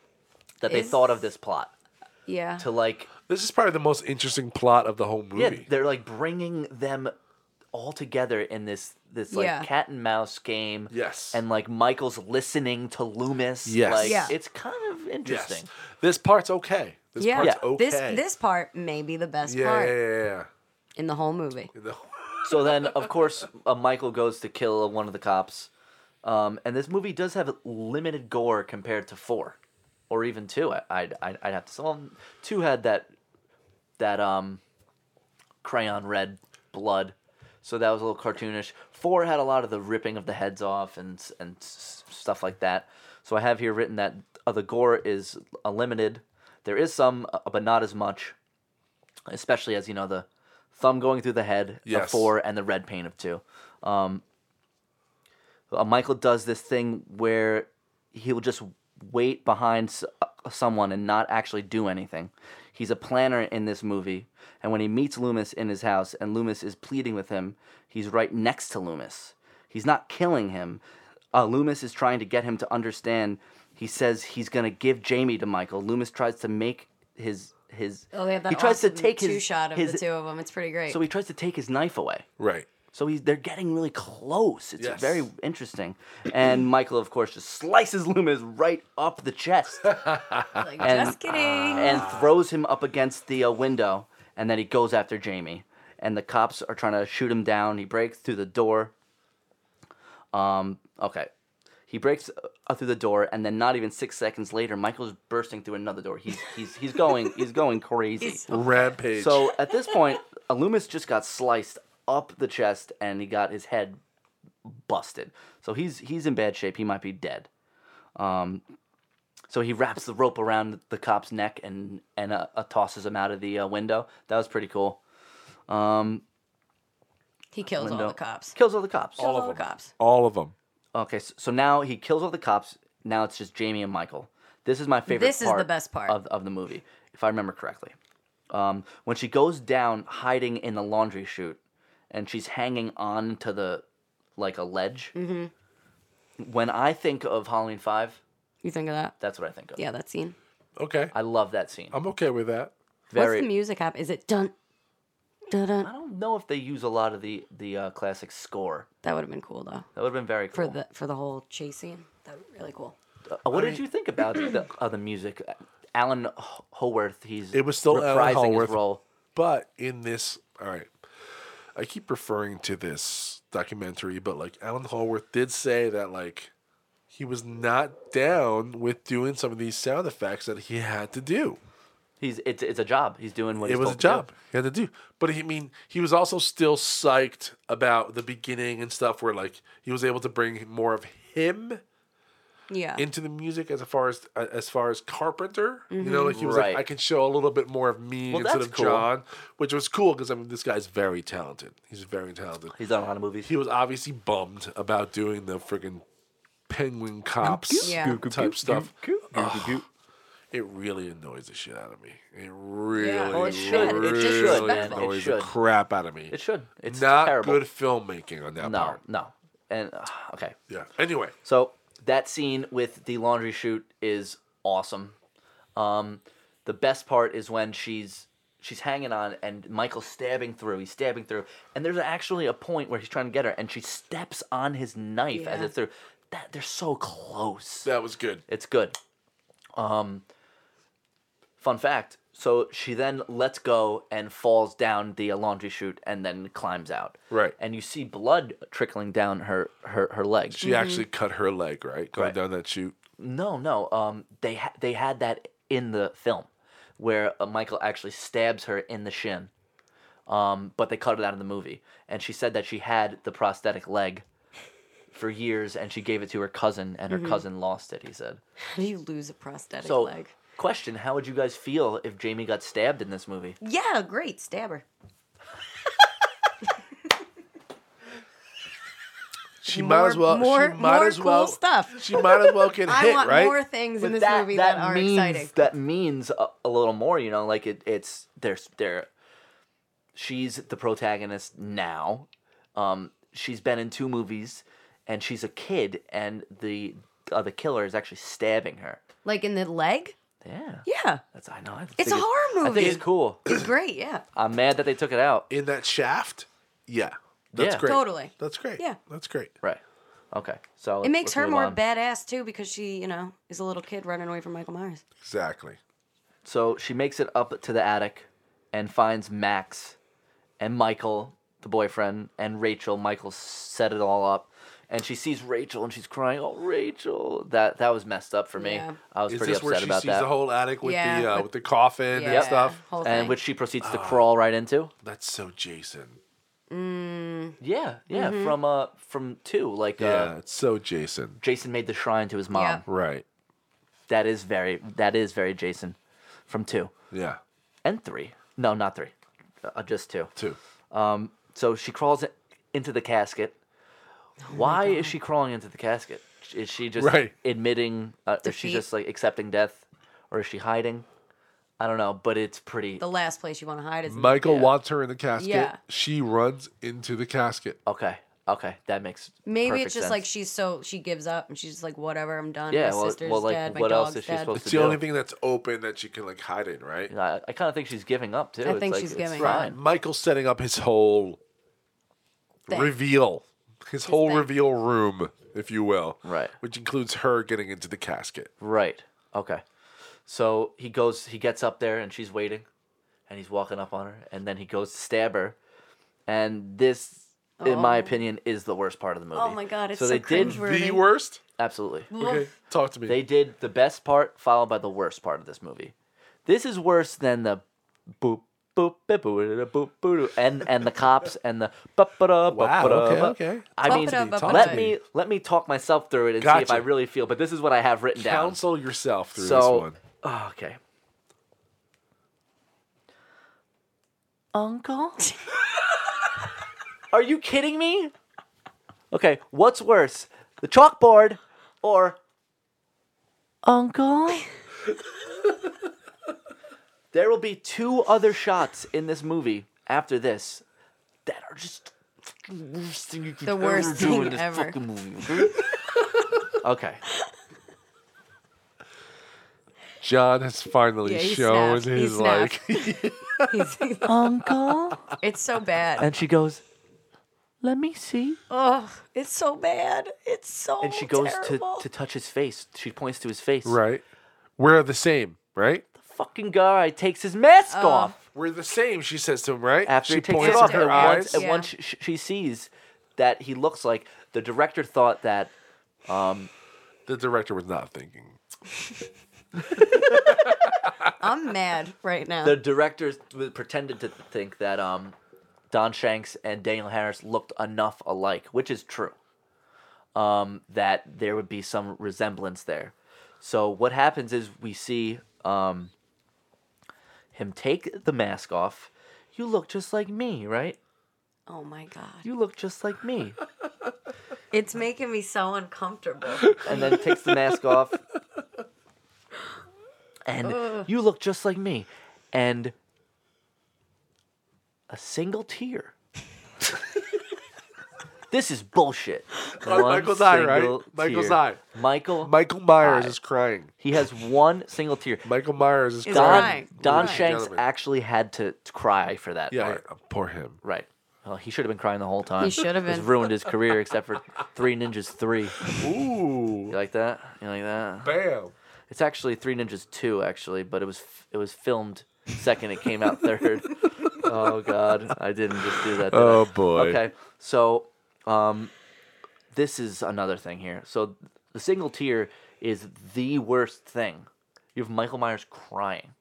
[SPEAKER 3] that they
[SPEAKER 2] is-
[SPEAKER 3] thought of this plot
[SPEAKER 2] Yeah.
[SPEAKER 3] to like
[SPEAKER 4] This is probably the most interesting plot of the whole
[SPEAKER 3] yeah,
[SPEAKER 4] movie.
[SPEAKER 3] they're like bringing them all together in this this like
[SPEAKER 2] Yeah.
[SPEAKER 3] cat and mouse game.
[SPEAKER 4] Yes.
[SPEAKER 3] And like Michael's listening to Loomis.
[SPEAKER 4] Yes.
[SPEAKER 3] Like
[SPEAKER 2] Yeah.
[SPEAKER 3] it's kind of interesting.
[SPEAKER 4] yes. This part's okay. This
[SPEAKER 2] yeah.
[SPEAKER 4] part's
[SPEAKER 3] Yeah.
[SPEAKER 4] okay.
[SPEAKER 2] This this part may be the best
[SPEAKER 4] yeah,
[SPEAKER 2] part
[SPEAKER 4] yeah, yeah,
[SPEAKER 2] in the whole movie.
[SPEAKER 4] yeah. No.
[SPEAKER 3] So then of course uh, Michael goes to kill one of the cops. Um, and this movie does have limited gore compared to 4 or even 2. I I'd, I'd, I'd have to say well, 2 had that that um crayon red blood. So that was a little cartoonish. Four had a lot of the ripping of the heads off and s- and s- stuff like that. So I have here written that uh, the gore is uh, limited. There is some, uh, but not as much, especially as you know the thumb going through the head of
[SPEAKER 4] Yes.
[SPEAKER 3] four and the red paint of two. Um, uh, Michael does this thing where he will just wait behind s- uh, someone and not actually do anything. He's a planner in this movie, and when he meets Loomis in his house and Loomis is pleading with him, he's right next to Loomis. He's not killing him. Uh, Loomis is trying to get him to understand. He says he's going to give Jamie to Michael. Loomis tries to make his his.
[SPEAKER 2] Oh, they have that
[SPEAKER 3] he tries to
[SPEAKER 2] awesome
[SPEAKER 3] take
[SPEAKER 2] two
[SPEAKER 3] his
[SPEAKER 2] shot of
[SPEAKER 3] his,
[SPEAKER 2] the two of them. It's pretty great.
[SPEAKER 3] So he tries to take his knife away.
[SPEAKER 4] Right.
[SPEAKER 3] So he's they're getting really close. It's
[SPEAKER 4] Yes.
[SPEAKER 3] very interesting. And Michael, of course, just slices Loomis right up the chest
[SPEAKER 2] like,
[SPEAKER 3] and- uh,
[SPEAKER 2] just kidding.
[SPEAKER 3] and throws him up against the uh, window. And then he goes after Jamie. And the cops are trying to shoot him down. He breaks through the door. Um. Okay. He breaks uh, through the door, and then not even six seconds later, Michael's bursting through another door. He's he's he's going he's going crazy.
[SPEAKER 2] He's so
[SPEAKER 4] Rampage.
[SPEAKER 3] So at this point, uh, Loomis just got sliced up the chest and he got his head busted. So he's he's in bad shape. He might be dead. Um, so he wraps the rope around the cop's neck and and uh, uh, tosses him out of the uh, window. That was pretty cool. Um,
[SPEAKER 2] he kills
[SPEAKER 3] window.
[SPEAKER 2] all the cops.
[SPEAKER 3] Kills all the cops.
[SPEAKER 2] Kills all, the cops.
[SPEAKER 4] all of them.
[SPEAKER 3] Okay, so, so now he kills all the cops. Now it's just Jamie and Michael. This is my favorite.
[SPEAKER 2] This is the
[SPEAKER 3] part
[SPEAKER 2] best part.
[SPEAKER 3] of of the movie, if I remember correctly. Um, when she goes down, hiding in the laundry chute, and she's hanging on to the like a ledge. Mm-hmm. When I think of Halloween Five,
[SPEAKER 2] You think of that?
[SPEAKER 3] that's what I think of.
[SPEAKER 2] Yeah, that scene.
[SPEAKER 4] Okay.
[SPEAKER 3] I love that scene.
[SPEAKER 4] I'm okay with that.
[SPEAKER 3] Very.
[SPEAKER 2] What's the music app? Is it dun dun
[SPEAKER 3] I
[SPEAKER 2] dun?
[SPEAKER 3] don't know if they use a lot of the the uh, classic score.
[SPEAKER 2] That would have been cool though
[SPEAKER 3] That would have been very
[SPEAKER 2] for
[SPEAKER 3] cool.
[SPEAKER 2] the for the whole chase scene. That would be really cool.
[SPEAKER 3] Uh, what did you think about the uh, the music? Alan H- Howarth, he's
[SPEAKER 4] It was still Alan
[SPEAKER 3] reprising
[SPEAKER 4] Howarth.
[SPEAKER 3] his role.
[SPEAKER 4] But in this, all right, I keep referring to this documentary, but like Alan Hallworth did say that like he was not down with doing some of these sound effects that he had to do.
[SPEAKER 3] He's it's it's a job. He's doing what
[SPEAKER 4] it
[SPEAKER 3] he's
[SPEAKER 4] was a
[SPEAKER 3] told to do.
[SPEAKER 4] job he had to do. But he, I mean, he was also still psyched about the beginning and stuff, where like he was able to bring more of him
[SPEAKER 2] Yeah.
[SPEAKER 4] into the music as far as uh, as far as Carpenter. You know, like he was
[SPEAKER 3] Right.
[SPEAKER 4] like, I can show a little bit more of me
[SPEAKER 3] Well,
[SPEAKER 4] instead
[SPEAKER 3] that's
[SPEAKER 4] of
[SPEAKER 3] cool.
[SPEAKER 4] John, which was cool because I mean, this guy's very talented. He's very talented.
[SPEAKER 3] He's done a lot of movies.
[SPEAKER 4] He was obviously bummed about doing the friggin' penguin cops
[SPEAKER 2] Yeah. Goop,
[SPEAKER 4] type stuff.
[SPEAKER 3] Ugh.
[SPEAKER 4] It really annoys the shit out of me. It really,
[SPEAKER 2] Well,
[SPEAKER 3] it should. It
[SPEAKER 4] really
[SPEAKER 3] just should, man. It
[SPEAKER 4] annoys the
[SPEAKER 3] should.
[SPEAKER 4] crap out of me.
[SPEAKER 3] It should. It's
[SPEAKER 4] Not
[SPEAKER 3] terrible.
[SPEAKER 4] good filmmaking on that
[SPEAKER 3] No,
[SPEAKER 4] part.
[SPEAKER 3] no. And uh, okay,
[SPEAKER 4] Yeah. Anyway,
[SPEAKER 3] so that scene with the laundry chute is awesome. Um, the best part is when she's she's hanging on and Michael's stabbing through. He's stabbing through, and there's actually a point where he's trying to get her, and she steps on his knife as
[SPEAKER 2] Yeah.
[SPEAKER 3] it's through. That they're so close.
[SPEAKER 4] that was good.
[SPEAKER 3] It's good. Um, fun fact. So she then lets go and falls down the uh, laundry chute and then climbs out.
[SPEAKER 4] Right.
[SPEAKER 3] And you see blood trickling down her her her leg.
[SPEAKER 2] Mm-hmm.
[SPEAKER 4] She actually cut her leg, right? Going
[SPEAKER 3] Right.
[SPEAKER 4] down that chute.
[SPEAKER 3] no, no. Um, they ha- they had that in the film where uh, Michael actually stabs her in the shin. Um, but they cut it out of the movie, and she said that she had the prosthetic leg for years, and she gave it to her cousin, and her cousin lost it. He said.
[SPEAKER 2] How do you lose a prosthetic
[SPEAKER 3] So,
[SPEAKER 2] leg?
[SPEAKER 3] question: How would you guys feel if Jamie got stabbed in this movie?
[SPEAKER 2] Yeah, great stabber.
[SPEAKER 4] She might as well.
[SPEAKER 2] More,
[SPEAKER 4] she might
[SPEAKER 2] more
[SPEAKER 4] as
[SPEAKER 2] cool
[SPEAKER 4] well.
[SPEAKER 2] stuff.
[SPEAKER 4] She might as well get
[SPEAKER 2] I
[SPEAKER 4] hit,
[SPEAKER 2] want
[SPEAKER 4] right?
[SPEAKER 2] more things in this movie that, are
[SPEAKER 3] means
[SPEAKER 2] exciting.
[SPEAKER 3] that means a, a little more. You know, like it, it's there's there. She's the protagonist now. Um, she's been in two movies, and she's a kid, and the uh, the killer is actually stabbing her.
[SPEAKER 2] Like in the leg?
[SPEAKER 3] Yeah,
[SPEAKER 2] Yeah.
[SPEAKER 3] that's I know. I think
[SPEAKER 2] It's a horror
[SPEAKER 3] I think
[SPEAKER 2] movie.
[SPEAKER 3] it's cool.
[SPEAKER 2] It's great, yeah.
[SPEAKER 3] I'm mad that they took it out.
[SPEAKER 4] In that shaft. Yeah. That's
[SPEAKER 3] Yeah.
[SPEAKER 4] great.
[SPEAKER 2] Totally.
[SPEAKER 4] That's great.
[SPEAKER 2] Yeah.
[SPEAKER 4] That's great.
[SPEAKER 3] Right. Okay. So
[SPEAKER 2] It makes her more
[SPEAKER 3] bad.
[SPEAKER 2] badass too because she, you know, is a little kid running away from Michael Myers.
[SPEAKER 4] Exactly.
[SPEAKER 3] So she makes it up to the attic and finds Max and Michael, the boyfriend, and Rachel. Michael set it all up. And she sees Rachel and she's crying, "Oh, Rachel!" That that was messed up for me.
[SPEAKER 2] Yeah.
[SPEAKER 3] I was
[SPEAKER 4] Is
[SPEAKER 3] pretty
[SPEAKER 4] this
[SPEAKER 3] upset
[SPEAKER 4] where she
[SPEAKER 3] about
[SPEAKER 4] sees
[SPEAKER 3] that.
[SPEAKER 4] the whole attic with
[SPEAKER 2] Yeah,
[SPEAKER 4] the uh,
[SPEAKER 2] with-
[SPEAKER 4] with the coffin
[SPEAKER 2] Yeah.
[SPEAKER 4] and stuff?
[SPEAKER 2] Whole
[SPEAKER 3] and
[SPEAKER 2] thing.
[SPEAKER 3] which she proceeds
[SPEAKER 4] Ah.
[SPEAKER 3] to crawl right into.
[SPEAKER 4] That's so Jason.
[SPEAKER 3] Yeah, yeah.
[SPEAKER 2] Mm-hmm.
[SPEAKER 3] From uh, from two, like
[SPEAKER 4] Yeah,
[SPEAKER 3] uh,
[SPEAKER 4] it's so Jason.
[SPEAKER 3] Jason made the shrine to his mom.
[SPEAKER 2] Yeah.
[SPEAKER 4] Right.
[SPEAKER 3] That is very that is very Jason, from two
[SPEAKER 4] Yeah.
[SPEAKER 3] and three. No, not three, uh, just two.
[SPEAKER 4] Two.
[SPEAKER 3] Um, so she crawls i- into the casket.
[SPEAKER 2] Oh
[SPEAKER 3] Why is she crawling into the casket? Is she just
[SPEAKER 4] Right.
[SPEAKER 3] admitting? Uh, is she
[SPEAKER 2] Defeat.
[SPEAKER 3] just like accepting death, or is she hiding? I don't know, but it's pretty.
[SPEAKER 2] the last place you want to hide is in the
[SPEAKER 4] Michael
[SPEAKER 3] Mm, Yeah.
[SPEAKER 4] wants her in the casket.
[SPEAKER 2] Yeah.
[SPEAKER 4] She runs into the casket.
[SPEAKER 3] Okay, Okay, that makes
[SPEAKER 2] Maybe
[SPEAKER 3] perfect
[SPEAKER 2] it's just
[SPEAKER 3] sense.
[SPEAKER 2] like she's so she gives up and she's just like, whatever, I'm done.
[SPEAKER 3] Yeah,
[SPEAKER 2] my
[SPEAKER 3] well-
[SPEAKER 2] sister's
[SPEAKER 3] well, like,
[SPEAKER 2] dead. My
[SPEAKER 3] what else
[SPEAKER 2] dog's
[SPEAKER 3] is she
[SPEAKER 2] dead.
[SPEAKER 3] supposed
[SPEAKER 4] It's
[SPEAKER 3] to
[SPEAKER 4] the only
[SPEAKER 3] do.
[SPEAKER 4] thing that's open that she can like hide in, right?
[SPEAKER 3] You know, I, I kind of think she's giving up too.
[SPEAKER 2] I
[SPEAKER 3] It's
[SPEAKER 2] think
[SPEAKER 3] like,
[SPEAKER 2] she's
[SPEAKER 3] it's
[SPEAKER 2] giving
[SPEAKER 3] fine.
[SPEAKER 4] Michael's setting up his whole
[SPEAKER 2] Thing.
[SPEAKER 4] reveal, his, whole
[SPEAKER 2] thing.
[SPEAKER 4] reveal room, if you will.
[SPEAKER 3] Right.
[SPEAKER 4] Which includes her getting into the casket.
[SPEAKER 3] Right. Okay. So he goes, he gets up there and she's waiting and he's walking up on her and then he goes to stab her. And this, in my opinion, is the worst part of the movie.
[SPEAKER 2] Oh my God, it's
[SPEAKER 3] so
[SPEAKER 2] so
[SPEAKER 3] they did,
[SPEAKER 2] cringeworthy. Really?
[SPEAKER 4] The worst?
[SPEAKER 3] absolutely.
[SPEAKER 4] Okay, talk to me.
[SPEAKER 3] They did the best part followed by the worst part of this movie. This is worse than the boop. Boop, boop, boop, boop, boop, and and the cops and the ba-ba-da,
[SPEAKER 4] Wow,
[SPEAKER 3] ba-ba-da,
[SPEAKER 4] okay,
[SPEAKER 3] ba-
[SPEAKER 4] okay.
[SPEAKER 3] I mean,
[SPEAKER 2] Ba-ba-da, ba-ba-da.
[SPEAKER 3] let me let me talk myself through it and see if
[SPEAKER 4] Gotcha.
[SPEAKER 3] I really feel. But this is what I have written down.
[SPEAKER 4] Counsel yourself through
[SPEAKER 3] So,
[SPEAKER 4] this one.
[SPEAKER 3] oh, okay. Uncle? Are you kidding me? Okay, what's worse, the chalkboard or Uncle? there will be two other shots in this movie after this that are just fucking worst thing you could
[SPEAKER 2] The worst
[SPEAKER 3] ever do
[SPEAKER 2] thing
[SPEAKER 3] in this
[SPEAKER 2] ever.
[SPEAKER 3] fucking movie. okay? okay.
[SPEAKER 4] John has finally
[SPEAKER 2] Yeah, he
[SPEAKER 4] shown
[SPEAKER 2] snapped. He
[SPEAKER 4] his like.
[SPEAKER 2] snapped. He's-
[SPEAKER 3] Uncle?
[SPEAKER 2] it's so bad.
[SPEAKER 3] And she goes, Let me see.
[SPEAKER 2] Ugh, it's so bad. It's so
[SPEAKER 3] And she goes to,
[SPEAKER 2] Oh, terrible.
[SPEAKER 3] to touch his face. She points to his face.
[SPEAKER 4] Right. We're the same, right?
[SPEAKER 3] The fucking guy takes his mask
[SPEAKER 2] Oh.
[SPEAKER 3] off
[SPEAKER 4] We're the same, she says to him, right? she
[SPEAKER 3] after he takes
[SPEAKER 4] points
[SPEAKER 3] it
[SPEAKER 4] in
[SPEAKER 3] off.
[SPEAKER 4] her
[SPEAKER 3] and once,
[SPEAKER 4] eyes.
[SPEAKER 3] and
[SPEAKER 2] Yeah.
[SPEAKER 3] once she, she sees that he looks like the director thought that
[SPEAKER 4] The director was not thinking.
[SPEAKER 2] I'm mad right now.
[SPEAKER 3] the director pretended to think that um, Don Shanks and Daniel Harris looked enough alike, which is true. Um, that there would be some resemblance there. So what happens is we see um, him take the mask off. You look just like me, right?
[SPEAKER 2] oh my god,
[SPEAKER 3] You look just like me.
[SPEAKER 2] it's making me so uncomfortable.
[SPEAKER 3] and then takes the mask off. And you look just like me. And a single tear. this is bullshit.
[SPEAKER 4] On
[SPEAKER 3] One
[SPEAKER 4] Michael's eye, right?
[SPEAKER 3] single
[SPEAKER 4] Michael's
[SPEAKER 3] tear.
[SPEAKER 4] eye.
[SPEAKER 3] Michael.
[SPEAKER 4] Michael Myers
[SPEAKER 3] Hi.
[SPEAKER 4] is crying.
[SPEAKER 3] he has one single tear.
[SPEAKER 4] Michael Myers is
[SPEAKER 2] Is
[SPEAKER 4] crying.
[SPEAKER 2] crying.
[SPEAKER 3] Don, Don
[SPEAKER 2] Right.
[SPEAKER 3] Shanks
[SPEAKER 4] Gentlemen.
[SPEAKER 3] actually had to cry for that.
[SPEAKER 4] Yeah,
[SPEAKER 3] part.
[SPEAKER 4] yeah, poor him.
[SPEAKER 3] Right. Well, he should have been crying the whole time.
[SPEAKER 2] He should have
[SPEAKER 3] It's
[SPEAKER 2] been.
[SPEAKER 3] ruined his career except for Three Ninjas 3.
[SPEAKER 4] Ooh.
[SPEAKER 3] You like that? You like that?
[SPEAKER 4] Bam.
[SPEAKER 3] It's actually Three Ninjas Two, actually, but it was it was filmed second. It came out third. oh God, I didn't just do that. did I?
[SPEAKER 4] Oh, boy.
[SPEAKER 3] Okay, so um, this is another thing here. So the single tear is the worst thing. You have Michael Myers crying.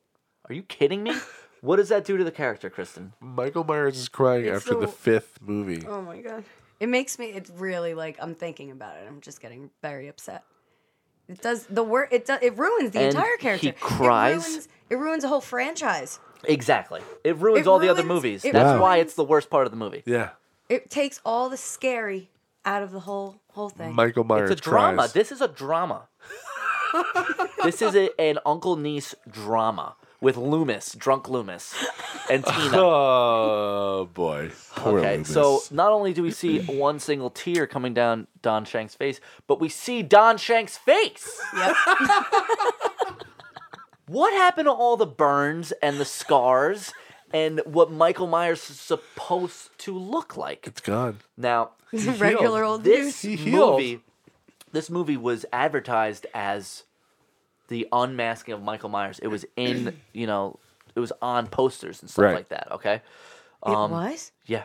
[SPEAKER 3] Are you kidding me? What does that do to the character, Kristen?
[SPEAKER 4] Michael Myers is crying after the
[SPEAKER 2] the-
[SPEAKER 4] fifth movie.
[SPEAKER 2] Oh my god, it makes me. It's really like I'm thinking about it. I'm just getting very upset. It does the work. It does, it ruins the
[SPEAKER 3] And
[SPEAKER 2] entire character.
[SPEAKER 3] he cries.
[SPEAKER 2] It ruins, it ruins a whole franchise.
[SPEAKER 3] Exactly. It ruins
[SPEAKER 2] It
[SPEAKER 3] all the other
[SPEAKER 2] ruins-
[SPEAKER 3] movies.
[SPEAKER 2] it
[SPEAKER 3] That's why
[SPEAKER 2] ruins-
[SPEAKER 3] it's the worst part of the movie.
[SPEAKER 4] Yeah.
[SPEAKER 2] It takes all the scary out of the whole whole thing.
[SPEAKER 4] Michael Myers
[SPEAKER 3] It's a drama.
[SPEAKER 4] cries.
[SPEAKER 3] This is a drama. this is a, an uncle niece drama with Loomis, drunk Loomis, and Tina.
[SPEAKER 4] Oh boy. Poor
[SPEAKER 3] Okay,
[SPEAKER 4] Loomis.
[SPEAKER 3] so not only do we see one single tear coming down Don Shank's face, but we see Don Shank's face.
[SPEAKER 2] Yep.
[SPEAKER 3] What happened to all the burns and the scars and what Michael Myers is supposed to look like?
[SPEAKER 4] it's gone.
[SPEAKER 3] Now,
[SPEAKER 2] Regular old
[SPEAKER 3] this
[SPEAKER 4] He healed.
[SPEAKER 3] movie this movie was advertised as the unmasking of Michael Myers. It was in, you know, it was on posters and stuff
[SPEAKER 4] Right.
[SPEAKER 3] like that, okay?
[SPEAKER 4] Um,
[SPEAKER 2] it was.
[SPEAKER 3] Yeah.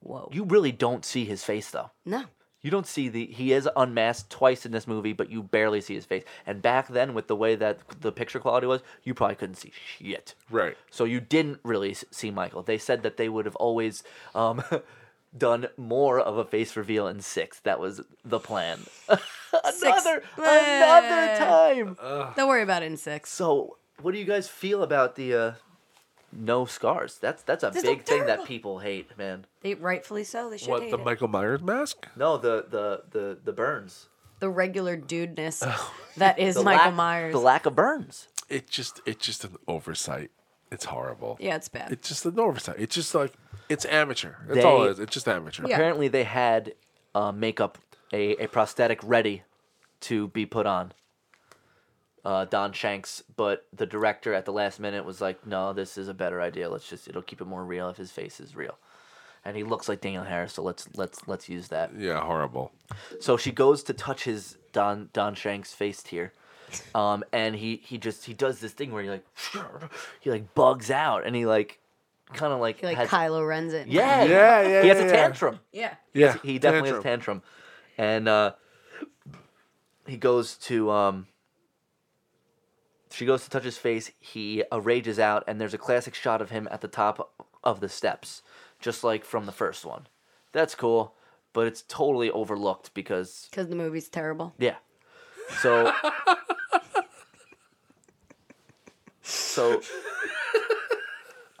[SPEAKER 2] Whoa.
[SPEAKER 3] You really don't see his face though.
[SPEAKER 2] no.
[SPEAKER 3] You don't see the he is unmasked twice in this movie, but you barely see his face. And back then with the way that the picture quality was, you probably couldn't see shit.
[SPEAKER 4] Right.
[SPEAKER 3] So you didn't really s- see Michael. They said that they would have always um, done more of a face reveal in six. That was the plan. another another
[SPEAKER 2] Eh.
[SPEAKER 3] time.
[SPEAKER 2] Don't worry about it in six.
[SPEAKER 3] So what do you guys feel about the uh, no scars? That's that's a
[SPEAKER 2] These
[SPEAKER 3] big
[SPEAKER 2] look
[SPEAKER 3] thing that
[SPEAKER 2] terrible.
[SPEAKER 3] people hate, man.
[SPEAKER 2] They rightfully so. They should
[SPEAKER 4] What
[SPEAKER 2] hate
[SPEAKER 4] the
[SPEAKER 2] it.
[SPEAKER 4] Michael Myers mask?
[SPEAKER 3] No, the the the the burns.
[SPEAKER 2] the regular
[SPEAKER 4] Oh.
[SPEAKER 2] dudeness that is
[SPEAKER 3] The
[SPEAKER 2] Michael
[SPEAKER 3] lack-
[SPEAKER 2] Myers.
[SPEAKER 3] The lack of burns.
[SPEAKER 4] It just it's just an oversight. It's horrible.
[SPEAKER 2] Yeah, it's bad.
[SPEAKER 4] It's just an oversight. It's just like it's amateur. That's all
[SPEAKER 3] They-
[SPEAKER 4] it is. It's just amateur.
[SPEAKER 2] Yeah.
[SPEAKER 3] Apparently, they had uh, makeup, a, a prosthetic ready to be put on uh, Don Shanks, but the director at the last minute was like, no, this is a better idea. Let's just, it'll keep it more real if his face is real. And he looks like Daniel Harris, so let's let's let's use that.
[SPEAKER 4] Yeah, horrible.
[SPEAKER 3] So she goes to touch his Don Don Shanks face here, um, and he he just he does this thing where he like he like bugs out and he like kind of like
[SPEAKER 2] like
[SPEAKER 3] has-
[SPEAKER 2] Kylo Ren's it.
[SPEAKER 3] yeah
[SPEAKER 4] Yeah, yeah,
[SPEAKER 3] he has
[SPEAKER 4] yeah,
[SPEAKER 3] a
[SPEAKER 4] yeah.
[SPEAKER 3] tantrum
[SPEAKER 2] Yeah.
[SPEAKER 4] Yeah,
[SPEAKER 3] he definitely
[SPEAKER 4] tantrum.
[SPEAKER 3] has tantrum, and uh, he goes to um. She goes to touch his face. He uh, rages out, and there's a classic shot of him at the top of the steps, just like from the first one. That's cool, but it's totally overlooked because
[SPEAKER 2] Because the movie's terrible.
[SPEAKER 3] yeah. So. so.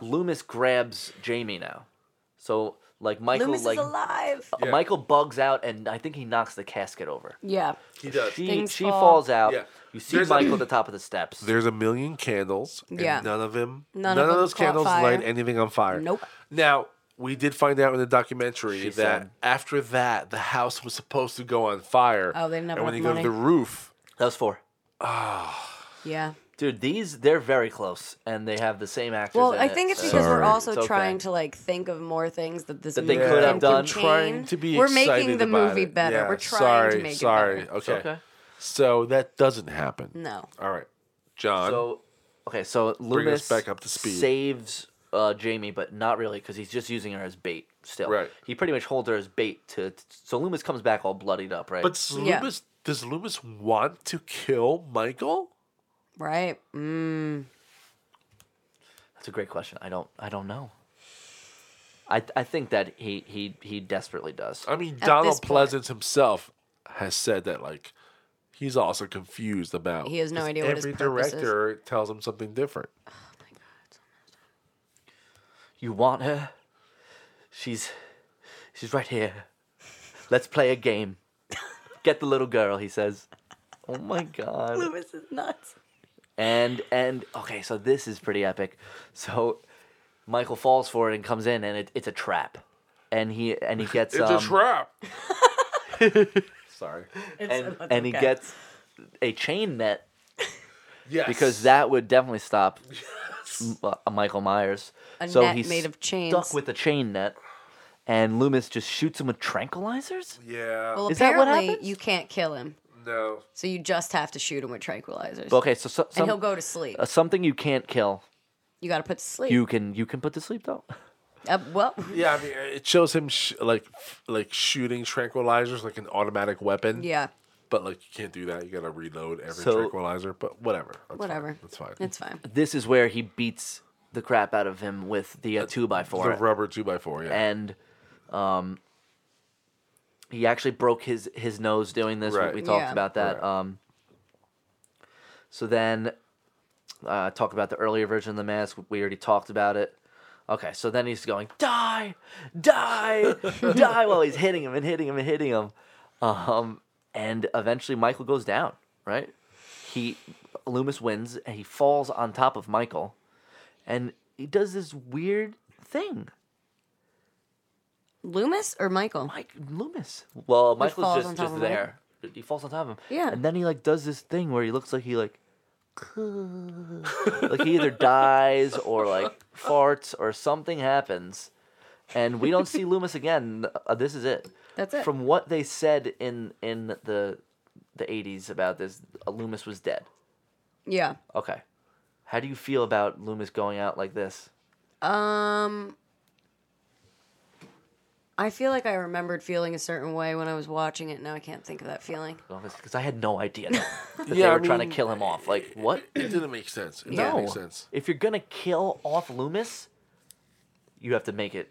[SPEAKER 3] Loomis grabs Jamie now. So like Michael
[SPEAKER 2] Loomis
[SPEAKER 3] like
[SPEAKER 2] is alive.
[SPEAKER 3] uh, Michael bugs out and I think he knocks the casket over.
[SPEAKER 2] Yeah.
[SPEAKER 4] He does.
[SPEAKER 3] She,
[SPEAKER 2] Things
[SPEAKER 3] she
[SPEAKER 2] fall.
[SPEAKER 3] falls out.
[SPEAKER 4] Yeah.
[SPEAKER 3] You see
[SPEAKER 4] There's a-
[SPEAKER 3] Michael at the top of the steps.
[SPEAKER 4] There's a million candles. and
[SPEAKER 2] Yeah.
[SPEAKER 4] none of them. None,
[SPEAKER 2] None
[SPEAKER 4] of,
[SPEAKER 2] of them
[SPEAKER 4] those
[SPEAKER 2] caught
[SPEAKER 4] candles
[SPEAKER 2] fire.
[SPEAKER 4] light anything on fire.
[SPEAKER 2] Nope.
[SPEAKER 4] Now we did find out in the documentary
[SPEAKER 3] She
[SPEAKER 4] that
[SPEAKER 3] said-
[SPEAKER 4] after that the house was supposed to go on fire.
[SPEAKER 2] Oh, they didn't have
[SPEAKER 4] And when
[SPEAKER 2] enough
[SPEAKER 4] you go to
[SPEAKER 2] money.
[SPEAKER 4] the roof,
[SPEAKER 3] That was four.
[SPEAKER 2] Yeah.
[SPEAKER 3] Dude, these they're very close and they have the same actors.
[SPEAKER 2] Well,
[SPEAKER 3] in
[SPEAKER 2] I
[SPEAKER 3] it,
[SPEAKER 2] think it's
[SPEAKER 3] so-
[SPEAKER 2] because we're
[SPEAKER 4] Sorry.
[SPEAKER 2] also
[SPEAKER 3] It's okay.
[SPEAKER 2] trying to like think of more things that this
[SPEAKER 3] That they
[SPEAKER 2] movie
[SPEAKER 3] could
[SPEAKER 2] can
[SPEAKER 3] have done.
[SPEAKER 2] contain.
[SPEAKER 4] Trying to be
[SPEAKER 2] we're
[SPEAKER 4] excited
[SPEAKER 2] making the
[SPEAKER 4] about
[SPEAKER 2] movie
[SPEAKER 4] it.
[SPEAKER 2] better.
[SPEAKER 4] Yeah,
[SPEAKER 2] we're trying
[SPEAKER 4] sorry,
[SPEAKER 2] to make
[SPEAKER 4] sorry.
[SPEAKER 2] it better.
[SPEAKER 4] Okay.
[SPEAKER 3] okay.
[SPEAKER 4] So that doesn't happen.
[SPEAKER 2] No.
[SPEAKER 4] All right, John.
[SPEAKER 3] So, okay, so
[SPEAKER 4] us
[SPEAKER 3] Loomis
[SPEAKER 4] back up to speed.
[SPEAKER 3] saves uh, Jamie, but not really because he's just using her as bait. Still,
[SPEAKER 4] Right.
[SPEAKER 3] He pretty much holds her as bait to. So Loomis comes back all bloodied up, right?
[SPEAKER 4] but does
[SPEAKER 2] Yeah.
[SPEAKER 4] Loomis, does Loomis want to kill Michael?
[SPEAKER 2] Right. Mm.
[SPEAKER 3] that's a great question. I don't. I don't know. I I think that he he he desperately does.
[SPEAKER 4] I mean,
[SPEAKER 2] At this
[SPEAKER 4] Donald
[SPEAKER 2] point.
[SPEAKER 4] Pleasance himself has said that like he's also confused about.
[SPEAKER 2] He has no
[SPEAKER 4] 'cause
[SPEAKER 2] idea what his
[SPEAKER 4] every
[SPEAKER 2] purpose is.
[SPEAKER 4] director tells him something different.
[SPEAKER 3] You want her? She's she's right here. Let's play a game. Get the little girl, he says. Oh my god.
[SPEAKER 2] Loomis is nuts.
[SPEAKER 3] And and okay, so this is pretty epic. So Michael falls for it and comes in, and it, it's a trap. And he and he gets um,
[SPEAKER 4] trap. Sorry.
[SPEAKER 3] and, and he gets a chain net
[SPEAKER 4] Yes.
[SPEAKER 3] because that would definitely stop M- uh, Michael Myers.
[SPEAKER 2] A
[SPEAKER 3] so
[SPEAKER 2] net
[SPEAKER 3] he's
[SPEAKER 2] made of
[SPEAKER 3] stuck
[SPEAKER 2] chains.
[SPEAKER 3] with a chain net, and Loomis just shoots him with tranquilizers.
[SPEAKER 4] Yeah.
[SPEAKER 2] Well,
[SPEAKER 3] Is that what
[SPEAKER 2] apparently
[SPEAKER 3] happens?
[SPEAKER 2] you can't kill him,
[SPEAKER 4] no.
[SPEAKER 2] so you just have to shoot him with tranquilizers.
[SPEAKER 3] Okay, so, so
[SPEAKER 2] and
[SPEAKER 3] some-
[SPEAKER 2] he'll go to sleep.
[SPEAKER 3] uh, something you can't kill,
[SPEAKER 2] You got to put to sleep.
[SPEAKER 3] you can you can put to sleep though.
[SPEAKER 2] uh, well,
[SPEAKER 4] Yeah, I mean, it shows him sh- like f- like shooting tranquilizers like an automatic weapon.
[SPEAKER 2] yeah,
[SPEAKER 4] But like you can't do that. You gotta reload every
[SPEAKER 3] So-
[SPEAKER 4] tranquilizer. But whatever. That's fine.
[SPEAKER 2] whatever.
[SPEAKER 4] That's fine.
[SPEAKER 2] It's fine.
[SPEAKER 3] This is where he beats the crap out of him with the uh, two by
[SPEAKER 4] the
[SPEAKER 3] four.
[SPEAKER 4] rubber two by four. Yeah.
[SPEAKER 3] and um, he actually broke his his nose doing this. We-
[SPEAKER 4] Right.
[SPEAKER 3] We, talked
[SPEAKER 2] Yeah.
[SPEAKER 3] about that.
[SPEAKER 4] Right.
[SPEAKER 3] Um, so then, uh, talk about the earlier version of the mask. We already talked about it. Okay, so then he's going die, die, die while he's hitting him and hitting him and hitting him, um, and eventually Michael goes down. Right, he Loomis wins and he falls on top of Michael, and he does this weird thing.
[SPEAKER 2] Loomis or Michael?
[SPEAKER 3] Mike Loomis. Well,
[SPEAKER 2] falls
[SPEAKER 3] Michael's
[SPEAKER 2] on
[SPEAKER 3] just
[SPEAKER 2] top
[SPEAKER 3] just
[SPEAKER 2] of Michael.
[SPEAKER 3] there. He falls on top of him.
[SPEAKER 2] Yeah.
[SPEAKER 3] And then he like does this thing where he looks like he like like he either dies or like farts or something happens. And we don't see Loomis again. Uh, this is it.
[SPEAKER 2] That's it.
[SPEAKER 3] From what they said in in the the 80s about this, uh, Loomis was dead.
[SPEAKER 2] Yeah.
[SPEAKER 3] Okay. How do you feel about Loomis going out like this?
[SPEAKER 2] Um, I feel like I remembered feeling a certain way when I was watching it. Now I can't think of that feeling.
[SPEAKER 3] Because I had no idea that they
[SPEAKER 4] Yeah, I
[SPEAKER 3] were trying to
[SPEAKER 4] mean,
[SPEAKER 3] kill him off. Like what?
[SPEAKER 4] it didn't make sense. It
[SPEAKER 2] Yeah.
[SPEAKER 4] didn't make sense.
[SPEAKER 3] If you're gonna kill off Loomis, you have to make it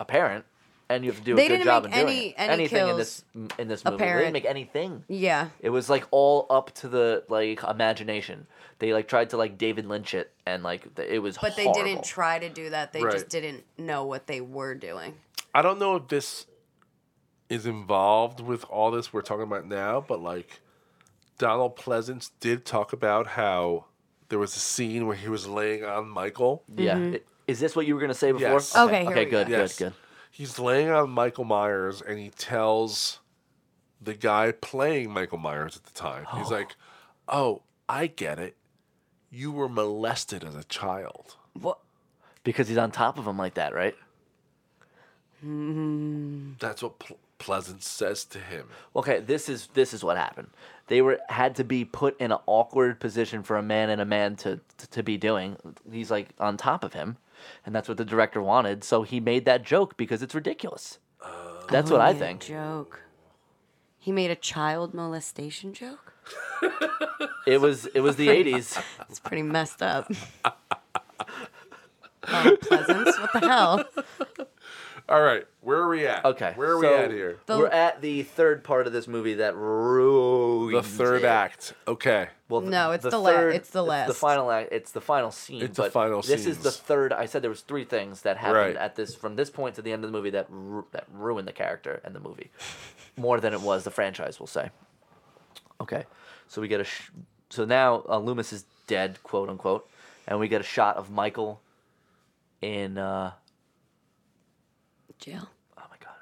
[SPEAKER 3] apparent, and you have to do a
[SPEAKER 2] They
[SPEAKER 3] good
[SPEAKER 2] didn't
[SPEAKER 3] job
[SPEAKER 2] make
[SPEAKER 3] in doing
[SPEAKER 2] any-
[SPEAKER 3] it.
[SPEAKER 2] any
[SPEAKER 3] anything in
[SPEAKER 2] kills
[SPEAKER 3] this in this movie. They didn't
[SPEAKER 2] apparent.
[SPEAKER 3] make anything.
[SPEAKER 2] Yeah.
[SPEAKER 3] It was like all up to the like imagination. They like tried to like David Lynch it, and like th- it was.
[SPEAKER 2] But they
[SPEAKER 3] horrible.
[SPEAKER 2] didn't try to do that. They
[SPEAKER 4] Right.
[SPEAKER 2] just didn't know what they were doing.
[SPEAKER 4] I don't know if this is involved with all this we're talking about now, but like Donald Pleasance did talk about how There was a scene where he was laying on Michael.
[SPEAKER 3] Yeah. I- Is this what you were gonna say before?
[SPEAKER 4] Yes.
[SPEAKER 2] mm-hmm. Okay, here
[SPEAKER 3] okay.
[SPEAKER 2] we go.
[SPEAKER 3] Good.
[SPEAKER 4] Yes.
[SPEAKER 3] Good. Good.
[SPEAKER 4] He's laying on Michael Myers and he tells the guy playing Michael Myers at the time. He's like, "Oh, I get it. You were molested as a child."
[SPEAKER 2] What?
[SPEAKER 3] Because he's on top of him like that, right?
[SPEAKER 4] That's what Ple- Pleasance says to him.
[SPEAKER 3] Okay, this is this is what happened. They were had to be put in an awkward position for a man and a man to to, to be doing. He's like on top of him, and that's what the director wanted. So he made that joke because it's ridiculous. that's what I
[SPEAKER 2] Made a
[SPEAKER 3] think.
[SPEAKER 2] Joke. He made a child molestation joke.
[SPEAKER 3] It was it was the '80s.
[SPEAKER 2] It's pretty messed up. oh, Pleasance, what the hell?
[SPEAKER 4] All right, where are we at?
[SPEAKER 3] Okay,
[SPEAKER 4] where are we
[SPEAKER 3] so
[SPEAKER 4] at here?
[SPEAKER 2] The-
[SPEAKER 3] We're at the third part of this movie that ruins.
[SPEAKER 4] The third
[SPEAKER 3] it.
[SPEAKER 4] act. Okay.
[SPEAKER 3] Well,
[SPEAKER 2] No, it's the la- it's the
[SPEAKER 3] The
[SPEAKER 2] last.
[SPEAKER 3] final act. It's the final scene.
[SPEAKER 4] It's the
[SPEAKER 3] but
[SPEAKER 4] final
[SPEAKER 3] This is the
[SPEAKER 4] scenes.
[SPEAKER 3] third. I said there was three things that happened
[SPEAKER 4] Right.
[SPEAKER 3] at this from this point to the end of the movie that ru- that ruined the character and the movie more than it was the franchise. We'll say. Okay, so we get a. Sh- so now uh, Loomis is dead, quote unquote, and we get a shot of Michael in. Uh,
[SPEAKER 2] Jail.
[SPEAKER 3] oh my god.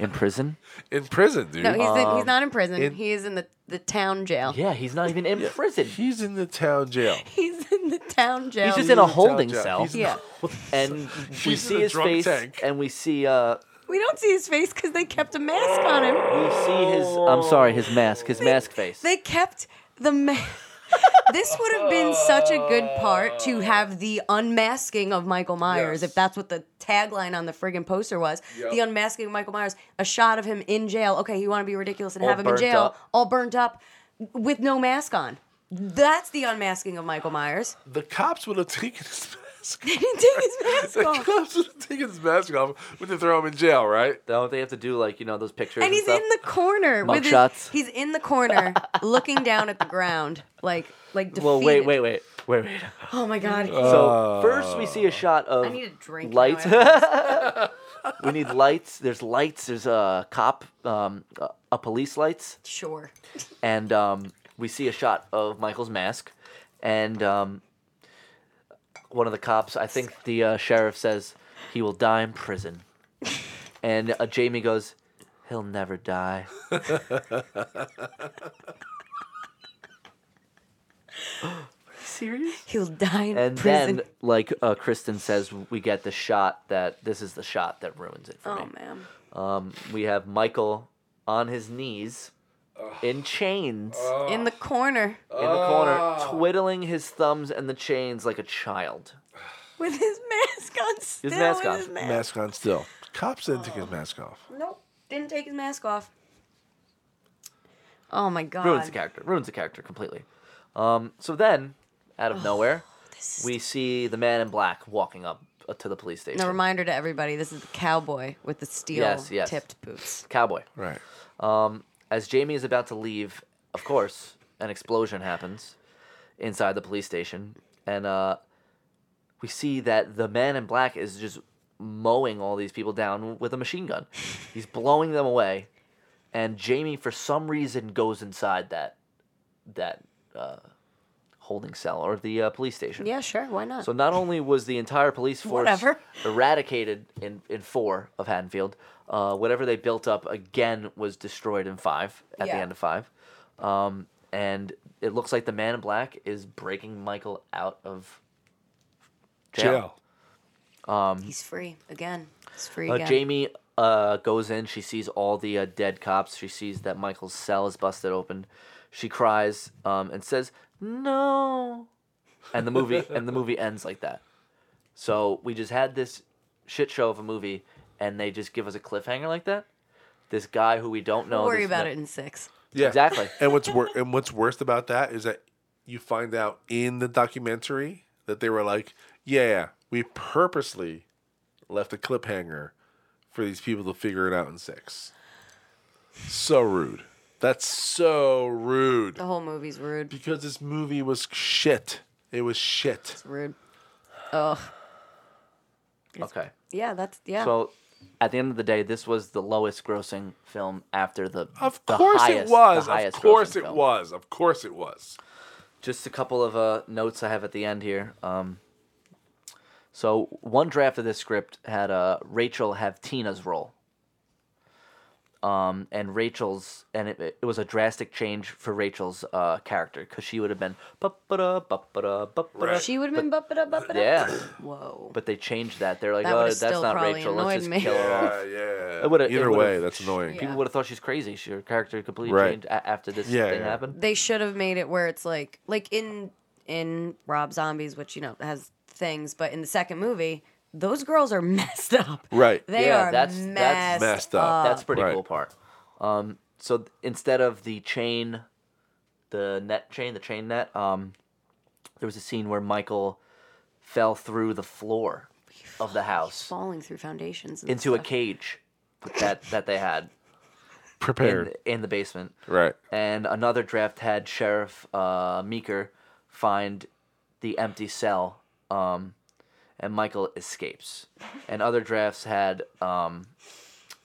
[SPEAKER 3] in prison.
[SPEAKER 4] In prison, dude.
[SPEAKER 2] No, he's, in, he's not in prison.
[SPEAKER 4] in-
[SPEAKER 2] he is in the, the town jail.
[SPEAKER 3] Um, Yeah, he's not even in prison.
[SPEAKER 4] He's in the town jail.
[SPEAKER 2] He's in the town jail.
[SPEAKER 3] He's just in a holding
[SPEAKER 4] jail.
[SPEAKER 3] cell.
[SPEAKER 4] He's in
[SPEAKER 2] Yeah.
[SPEAKER 3] and we
[SPEAKER 4] He's in
[SPEAKER 3] see
[SPEAKER 4] a
[SPEAKER 3] his
[SPEAKER 4] drunk
[SPEAKER 3] face,
[SPEAKER 4] tank.
[SPEAKER 3] and we see uh,
[SPEAKER 2] We don't see his face because they kept a mask on him.
[SPEAKER 3] we see his. I'm sorry, his mask, his mask face.
[SPEAKER 2] They kept the mask. this would have been such a good part
[SPEAKER 3] Oh.
[SPEAKER 2] to have the unmasking of Michael Myers,
[SPEAKER 4] Yes.
[SPEAKER 2] if that's what the tagline on the friggin' poster was.
[SPEAKER 4] Yep.
[SPEAKER 2] The unmasking of Michael Myers, a shot of him in jail. Okay, you want to be ridiculous and
[SPEAKER 3] All
[SPEAKER 2] have him in
[SPEAKER 3] burnt
[SPEAKER 2] jail,
[SPEAKER 3] up.
[SPEAKER 2] all burnt up, with no mask on. That's the unmasking of Michael Myers.
[SPEAKER 4] The cops would have taken his mask.
[SPEAKER 2] He didn't take his
[SPEAKER 4] The
[SPEAKER 2] mask off.
[SPEAKER 4] cops would have taken his mask off when they throw him in jail, right?
[SPEAKER 3] Don't they have to do like you know those pictures?
[SPEAKER 2] and he's
[SPEAKER 3] stuff?
[SPEAKER 2] in the corner with his,
[SPEAKER 3] Mugshots.
[SPEAKER 2] he's in the corner looking down at the ground like like defeated.
[SPEAKER 3] Well, wait, wait, Uh. wait, wait, wait.
[SPEAKER 2] oh my god
[SPEAKER 3] So first we see a shot of
[SPEAKER 2] i need a drink now
[SPEAKER 3] lights.
[SPEAKER 2] after
[SPEAKER 3] we need lights. There's lights. There's a cop, um, a, a police lights,
[SPEAKER 2] this. sure
[SPEAKER 3] and um, we see a shot of Michael's mask, and um, one of the cops. I think the uh, sheriff says he will die in prison, and uh, Jamie goes, "He'll never die." Serious?
[SPEAKER 2] he'll die in
[SPEAKER 3] And
[SPEAKER 2] prison
[SPEAKER 3] then, like uh, Kristen says, we get the shot that this is the shot that ruins it for me.
[SPEAKER 2] oh man
[SPEAKER 3] Um, we have Michael on his knees in chains
[SPEAKER 2] in the corner
[SPEAKER 3] in the corner, twiddling his thumbs and the chains like a child.
[SPEAKER 2] with his mask on still
[SPEAKER 3] mask
[SPEAKER 2] with
[SPEAKER 3] on.
[SPEAKER 2] his mask.
[SPEAKER 4] Mask on still. Cops didn't take his mask off.
[SPEAKER 2] nope didn't take his mask off oh my god
[SPEAKER 3] Ruins the character. Ruins the character completely. Um, so then, out of nowhere, we see the man in black walking up uh, to the police station.
[SPEAKER 2] and a reminder to everybody this is the cowboy with the steel
[SPEAKER 3] Yes, yes.
[SPEAKER 2] tipped boots
[SPEAKER 3] Cowboy.
[SPEAKER 4] Right.
[SPEAKER 3] As Jamie is about to leave, of course, an explosion happens inside the police station, and uh, we see that the man in black is just mowing all these people down with a machine gun. He's blowing them away, and Jamie, for some reason, goes inside that that uh, holding cell or the uh, police station.
[SPEAKER 2] yeah sure why not
[SPEAKER 3] So not only was the entire police force
[SPEAKER 2] Whatever.
[SPEAKER 3] eradicated in, in four of Haddonfield, uh, whatever they built up again was destroyed in five at
[SPEAKER 2] Yeah.
[SPEAKER 3] the end of five. Um, and it looks like the man in black is breaking Michael out of jail.
[SPEAKER 4] Jail.
[SPEAKER 2] he's free again he's free
[SPEAKER 3] Uh,
[SPEAKER 2] again
[SPEAKER 3] Jamie uh, goes in. She sees all the uh, dead cops. She sees that Michael's cell is busted open. She cries um, and says, "No!" And the movie and the movie ends like that. So we just had this shit show of a movie, and they just give us a cliffhanger like that. This guy who we don't know.
[SPEAKER 2] don't worry
[SPEAKER 3] this
[SPEAKER 2] about
[SPEAKER 3] ma-
[SPEAKER 2] it in six
[SPEAKER 4] Yeah.
[SPEAKER 3] Exactly.
[SPEAKER 4] And what's wor- and what's worst about that is that you find out in the documentary that they were like, yeah, we purposely left a cliffhanger for these people to figure it out in six. So rude. That's so rude.
[SPEAKER 2] The whole movie's rude.
[SPEAKER 4] Because this movie was shit. It was shit.
[SPEAKER 2] It's rude. Ugh.
[SPEAKER 3] Okay.
[SPEAKER 2] Yeah, that's yeah.
[SPEAKER 3] So. At the end of the day, this was the lowest grossing film after the
[SPEAKER 4] Of
[SPEAKER 3] the
[SPEAKER 4] course
[SPEAKER 3] highest-
[SPEAKER 4] it
[SPEAKER 3] the
[SPEAKER 4] was. Of
[SPEAKER 3] highest
[SPEAKER 4] course
[SPEAKER 3] grossing
[SPEAKER 4] it
[SPEAKER 3] film.
[SPEAKER 4] was. Of course it was.
[SPEAKER 3] Just a couple of uh, notes I have at the end here. Um, so one draft of this script had uh, Rachel have Tina's role. Um, and Rachel's, and it, it was a drastic change for Rachel's uh, character because she would have been, ba-ba-da, ba-ba-da, ba-ba-da.
[SPEAKER 2] She would have been bup it up, bup it up.
[SPEAKER 3] yeah.
[SPEAKER 2] Whoa.
[SPEAKER 3] But they changed that. They're like,
[SPEAKER 2] That
[SPEAKER 3] oh,
[SPEAKER 2] would've
[SPEAKER 3] that's
[SPEAKER 2] still
[SPEAKER 3] not
[SPEAKER 2] probably
[SPEAKER 3] Rachel. Let's
[SPEAKER 2] annoyed
[SPEAKER 3] just
[SPEAKER 2] me.
[SPEAKER 3] kill her off.
[SPEAKER 4] Yeah, yeah.
[SPEAKER 3] It would've- it
[SPEAKER 4] Either
[SPEAKER 3] would've-
[SPEAKER 4] way, that's annoying.
[SPEAKER 2] Yeah.
[SPEAKER 3] People would have thought she's crazy. She, her character completely
[SPEAKER 4] Right.
[SPEAKER 3] changed a- after this
[SPEAKER 4] Yeah,
[SPEAKER 3] thing
[SPEAKER 4] yeah.
[SPEAKER 3] happened.
[SPEAKER 2] they should have made it where it's like like in in Rob Zombies, which you know has things, but in the second movie, those girls are messed up.
[SPEAKER 4] Right.
[SPEAKER 2] They
[SPEAKER 3] Yeah,
[SPEAKER 2] are
[SPEAKER 3] that's-
[SPEAKER 2] messed,
[SPEAKER 3] that's-
[SPEAKER 4] Messed up.
[SPEAKER 3] That's pretty
[SPEAKER 4] Right.
[SPEAKER 3] cool part. Um, so th- instead of the chain, the net chain, the chain net, um, there was a scene where Michael fell through the floor of the house
[SPEAKER 2] falling through foundations and
[SPEAKER 3] into a
[SPEAKER 2] stuff.
[SPEAKER 3] cage that that they had in,
[SPEAKER 4] Prepared.
[SPEAKER 3] in the basement.
[SPEAKER 4] right.
[SPEAKER 3] And another draft had Sheriff uh, Meeker find the empty cell, um, and Michael escapes. And other drafts had um,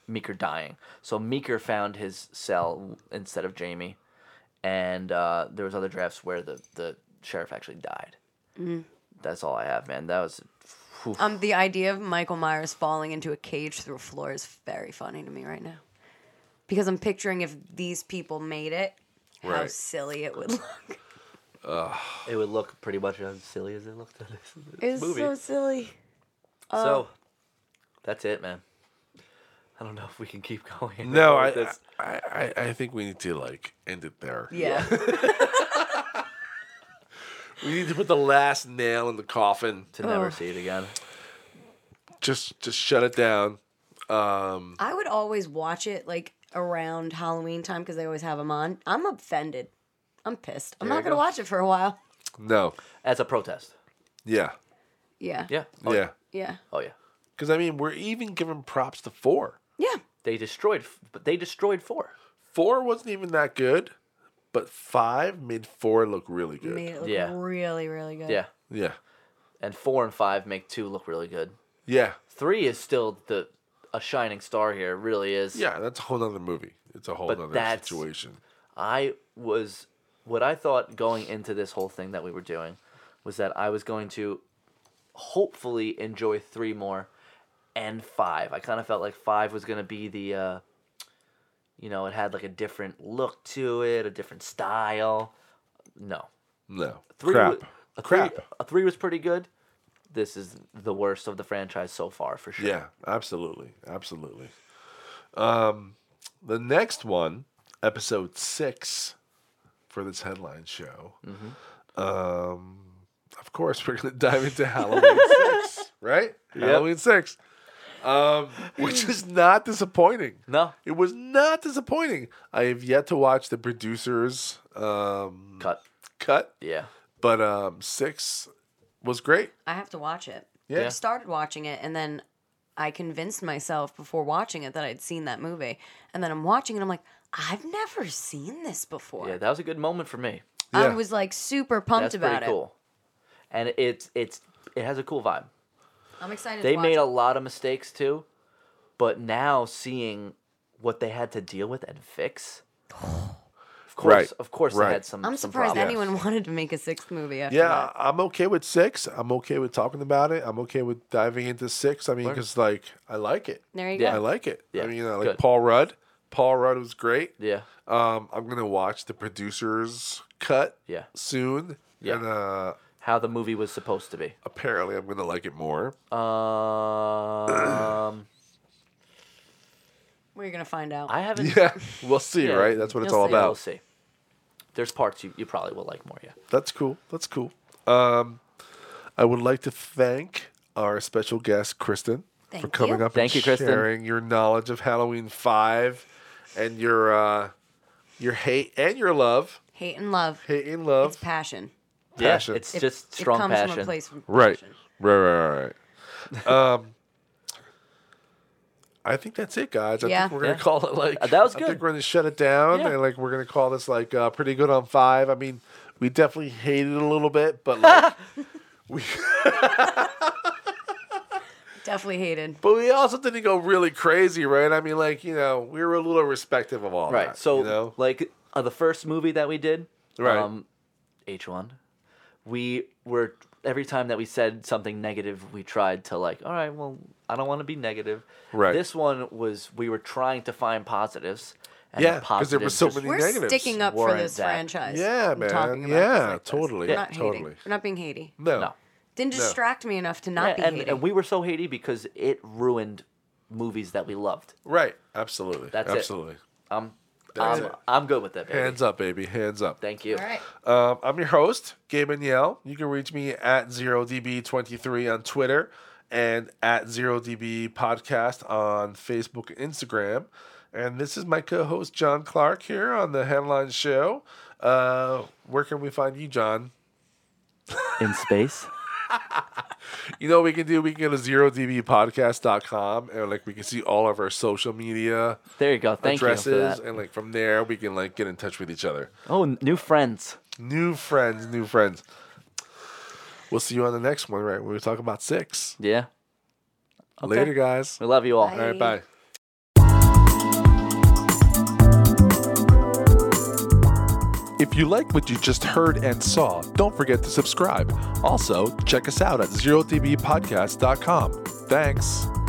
[SPEAKER 3] Meeker dying. So Meeker found his cell instead of Jamie, and uh, there was other drafts where the, the sheriff actually died. That's all I have, man. That was whew.
[SPEAKER 2] Um, the idea of Michael Myers falling into a cage through a floor is very funny to me right now, because I'm picturing if these people made it, how
[SPEAKER 4] Right.
[SPEAKER 2] silly it would look.
[SPEAKER 3] it would look pretty much as silly as it looked. in this
[SPEAKER 2] It's
[SPEAKER 3] movie.
[SPEAKER 2] so silly.
[SPEAKER 4] Uh,
[SPEAKER 3] So that's it, man. I don't know if we can keep going.
[SPEAKER 4] No, I,
[SPEAKER 3] with this.
[SPEAKER 4] I, I, I think we need to like end it there.
[SPEAKER 2] Yeah.
[SPEAKER 4] We need to put the last nail in the coffin.
[SPEAKER 3] to never
[SPEAKER 2] Oh.
[SPEAKER 3] see it again.
[SPEAKER 4] Just, just shut it down. Um,
[SPEAKER 2] I would always watch it like around Halloween time because they always have them on. I'm offended. I'm pissed. I'm
[SPEAKER 3] There
[SPEAKER 2] not
[SPEAKER 3] you
[SPEAKER 2] gonna
[SPEAKER 3] go.
[SPEAKER 2] watch it for a while.
[SPEAKER 4] no.
[SPEAKER 3] As a protest.
[SPEAKER 4] Yeah.
[SPEAKER 2] Yeah.
[SPEAKER 3] Yeah. Oh,
[SPEAKER 4] yeah.
[SPEAKER 2] Yeah.
[SPEAKER 3] Oh yeah.
[SPEAKER 4] Because I mean, we're even giving props to four.
[SPEAKER 2] Yeah.
[SPEAKER 3] They destroyed, f- but they destroyed four.
[SPEAKER 4] Four wasn't even that good, but five made four look really good.
[SPEAKER 2] Made it look
[SPEAKER 3] Yeah.
[SPEAKER 2] really, really good.
[SPEAKER 3] Yeah.
[SPEAKER 4] Yeah.
[SPEAKER 3] And four and five make two look really good.
[SPEAKER 4] Yeah.
[SPEAKER 3] Three is still the a shining star here. It really is.
[SPEAKER 4] Yeah. That's a whole nother movie. It's a whole
[SPEAKER 3] But
[SPEAKER 4] nother
[SPEAKER 3] that's-
[SPEAKER 4] situation.
[SPEAKER 3] I was what I thought going into this whole thing that we were doing was that I was going to hopefully enjoy three more and five. I kind of felt like five was going to be the, uh, you know, it had like a different look to it, a different style. No,
[SPEAKER 4] No.
[SPEAKER 3] three
[SPEAKER 4] Crap.
[SPEAKER 3] wa- a
[SPEAKER 4] Crap.
[SPEAKER 3] Three, a three was pretty good. This is the worst of the franchise so far, for sure.
[SPEAKER 4] Yeah, absolutely. Absolutely. Um, the next one, episode six for this headline show. Um, of course, we're going to dive into Halloween six, right? Halloween six, um, which is not disappointing.
[SPEAKER 3] No
[SPEAKER 4] It was not disappointing. I have yet to watch the producers um,
[SPEAKER 3] cut.
[SPEAKER 4] cut,
[SPEAKER 3] Yeah,
[SPEAKER 4] but um, six was great.
[SPEAKER 2] I have to watch it.
[SPEAKER 4] Yeah.
[SPEAKER 2] I started watching it and then I convinced myself before watching it that I'd seen that movie. And then I'm watching it, I'm like, I've never seen this before.
[SPEAKER 3] yeah, that was a good moment for me.
[SPEAKER 2] I
[SPEAKER 4] Yeah.
[SPEAKER 2] was like super pumped
[SPEAKER 3] That's
[SPEAKER 2] about
[SPEAKER 3] pretty
[SPEAKER 2] it.
[SPEAKER 3] cool. And it's it's it has a cool vibe.
[SPEAKER 2] I'm excited
[SPEAKER 3] They
[SPEAKER 2] to watch
[SPEAKER 3] made
[SPEAKER 2] it.
[SPEAKER 3] a lot of mistakes too, but now seeing what they had to deal with and fix. Of course,
[SPEAKER 4] Right,
[SPEAKER 3] of course,
[SPEAKER 4] right.
[SPEAKER 3] they had some.
[SPEAKER 2] I'm
[SPEAKER 3] some
[SPEAKER 2] surprised
[SPEAKER 3] problems.
[SPEAKER 2] anyone wanted to make a sixth movie after
[SPEAKER 4] Yeah,
[SPEAKER 2] that.
[SPEAKER 4] I'm okay with six. I'm okay with talking about it. I'm okay with diving into six. I mean, because like I like it.
[SPEAKER 2] There you
[SPEAKER 3] Yeah.
[SPEAKER 4] I
[SPEAKER 2] go.
[SPEAKER 4] like it.
[SPEAKER 3] Yeah,
[SPEAKER 4] I mean, I like
[SPEAKER 3] good.
[SPEAKER 4] Paul Rudd. Paul Rudd was great.
[SPEAKER 3] Yeah,
[SPEAKER 4] Um, I'm gonna watch the producers cut
[SPEAKER 3] yeah.
[SPEAKER 4] soon,
[SPEAKER 3] Yeah.
[SPEAKER 4] and uh,
[SPEAKER 3] How the movie was supposed to be.
[SPEAKER 4] apparently I'm gonna like it more.
[SPEAKER 3] Um,
[SPEAKER 2] We're gonna find out.
[SPEAKER 3] I haven't.
[SPEAKER 4] yeah, we'll see.
[SPEAKER 3] Yeah.
[SPEAKER 4] Right, that's what it's
[SPEAKER 2] You'll
[SPEAKER 4] all
[SPEAKER 2] see.
[SPEAKER 3] Yeah,
[SPEAKER 4] about.
[SPEAKER 3] we'll see. There's parts you, you probably will like more. Yeah.
[SPEAKER 4] That's cool. That's cool. Um, I would like to thank our special guest, Kristen, for
[SPEAKER 2] Thank
[SPEAKER 4] coming
[SPEAKER 2] you.
[SPEAKER 4] up
[SPEAKER 3] Thank
[SPEAKER 4] and
[SPEAKER 3] you, Kristen.
[SPEAKER 4] sharing your knowledge of Halloween 5 and your uh, your hate and your love.
[SPEAKER 2] Hate and love.
[SPEAKER 4] Hate and love.
[SPEAKER 2] It's passion.
[SPEAKER 4] Passion.
[SPEAKER 3] Yeah, it's
[SPEAKER 2] It-
[SPEAKER 3] just strong
[SPEAKER 2] it comes
[SPEAKER 3] passion.
[SPEAKER 2] From a place from
[SPEAKER 4] right.
[SPEAKER 2] passion.
[SPEAKER 4] right. Right, right, right. um, I think that's it, guys. I
[SPEAKER 2] Yeah.
[SPEAKER 4] think we're going to
[SPEAKER 3] Yeah.
[SPEAKER 4] call it like.
[SPEAKER 3] Uh, that was
[SPEAKER 4] I
[SPEAKER 3] good.
[SPEAKER 4] think we're going to shut it down
[SPEAKER 3] Yeah.
[SPEAKER 4] and like we're going to call this like uh, pretty good on 5. I mean, we definitely hated it a little bit, but like. We,
[SPEAKER 2] Definitely hated.
[SPEAKER 4] But we also didn't go really crazy, right? I mean, like you know, we were a little respectful of all
[SPEAKER 3] Right.
[SPEAKER 4] that,
[SPEAKER 3] So,
[SPEAKER 4] you know?
[SPEAKER 3] like uh, the first movie that we did,
[SPEAKER 4] Right.
[SPEAKER 3] H1, we were every time that we said something negative, we tried to like, all right, well, I don't want to be negative.
[SPEAKER 4] Right.
[SPEAKER 3] This one was we were trying to find positives. And
[SPEAKER 4] Yeah,
[SPEAKER 3] the
[SPEAKER 4] 'cause there were
[SPEAKER 3] positives
[SPEAKER 4] so
[SPEAKER 3] just-
[SPEAKER 4] many-
[SPEAKER 2] We're
[SPEAKER 4] negatives
[SPEAKER 2] sticking up for
[SPEAKER 3] warrant
[SPEAKER 2] this
[SPEAKER 3] that.
[SPEAKER 2] franchise.
[SPEAKER 4] Yeah,
[SPEAKER 2] and
[SPEAKER 4] man.
[SPEAKER 2] talking about
[SPEAKER 4] Yeah,
[SPEAKER 2] this like this.
[SPEAKER 4] totally.
[SPEAKER 2] We're not hating.
[SPEAKER 4] Totally.
[SPEAKER 2] We're not being hating.
[SPEAKER 4] No.
[SPEAKER 3] No.
[SPEAKER 2] Didn't distract me enough to not
[SPEAKER 3] Yeah,
[SPEAKER 2] be
[SPEAKER 3] and,
[SPEAKER 2] hating.
[SPEAKER 3] and we were so Haiti because it ruined movies that we loved.
[SPEAKER 4] Right. Absolutely.
[SPEAKER 3] That's it.
[SPEAKER 4] Absolutely.
[SPEAKER 3] I'm,
[SPEAKER 4] That's
[SPEAKER 3] I'm,
[SPEAKER 4] it.
[SPEAKER 3] I'm good with that, baby.
[SPEAKER 4] Hands up, baby. Hands up.
[SPEAKER 3] Thank you.
[SPEAKER 2] All right.
[SPEAKER 4] Um, I'm your host, Gabe and Yell. You can reach me at 0DB23 on Twitter and at 0DB Podcast on Facebook and Instagram. And this is my co host, John Clark, here on the Headline Show. Uh, where can we find you, John?
[SPEAKER 3] In space.
[SPEAKER 4] You know what we can do? We can go to 0dbpodcast.com and like we can see all of our social media
[SPEAKER 3] There you go. Thank you for
[SPEAKER 4] addresses.
[SPEAKER 3] that.
[SPEAKER 4] And like from there, we can like get in touch with each other.
[SPEAKER 3] Oh, n- new friends.
[SPEAKER 4] New friends, new friends. We'll see you on the next one, right? When we talk about six.
[SPEAKER 3] Yeah. Okay.
[SPEAKER 4] Later, guys.
[SPEAKER 3] We love you all.
[SPEAKER 2] Bye.
[SPEAKER 4] All right, bye. If you like what you just heard and saw, don't forget to subscribe. Also, check us out at zerodbpodcast.com. Thanks.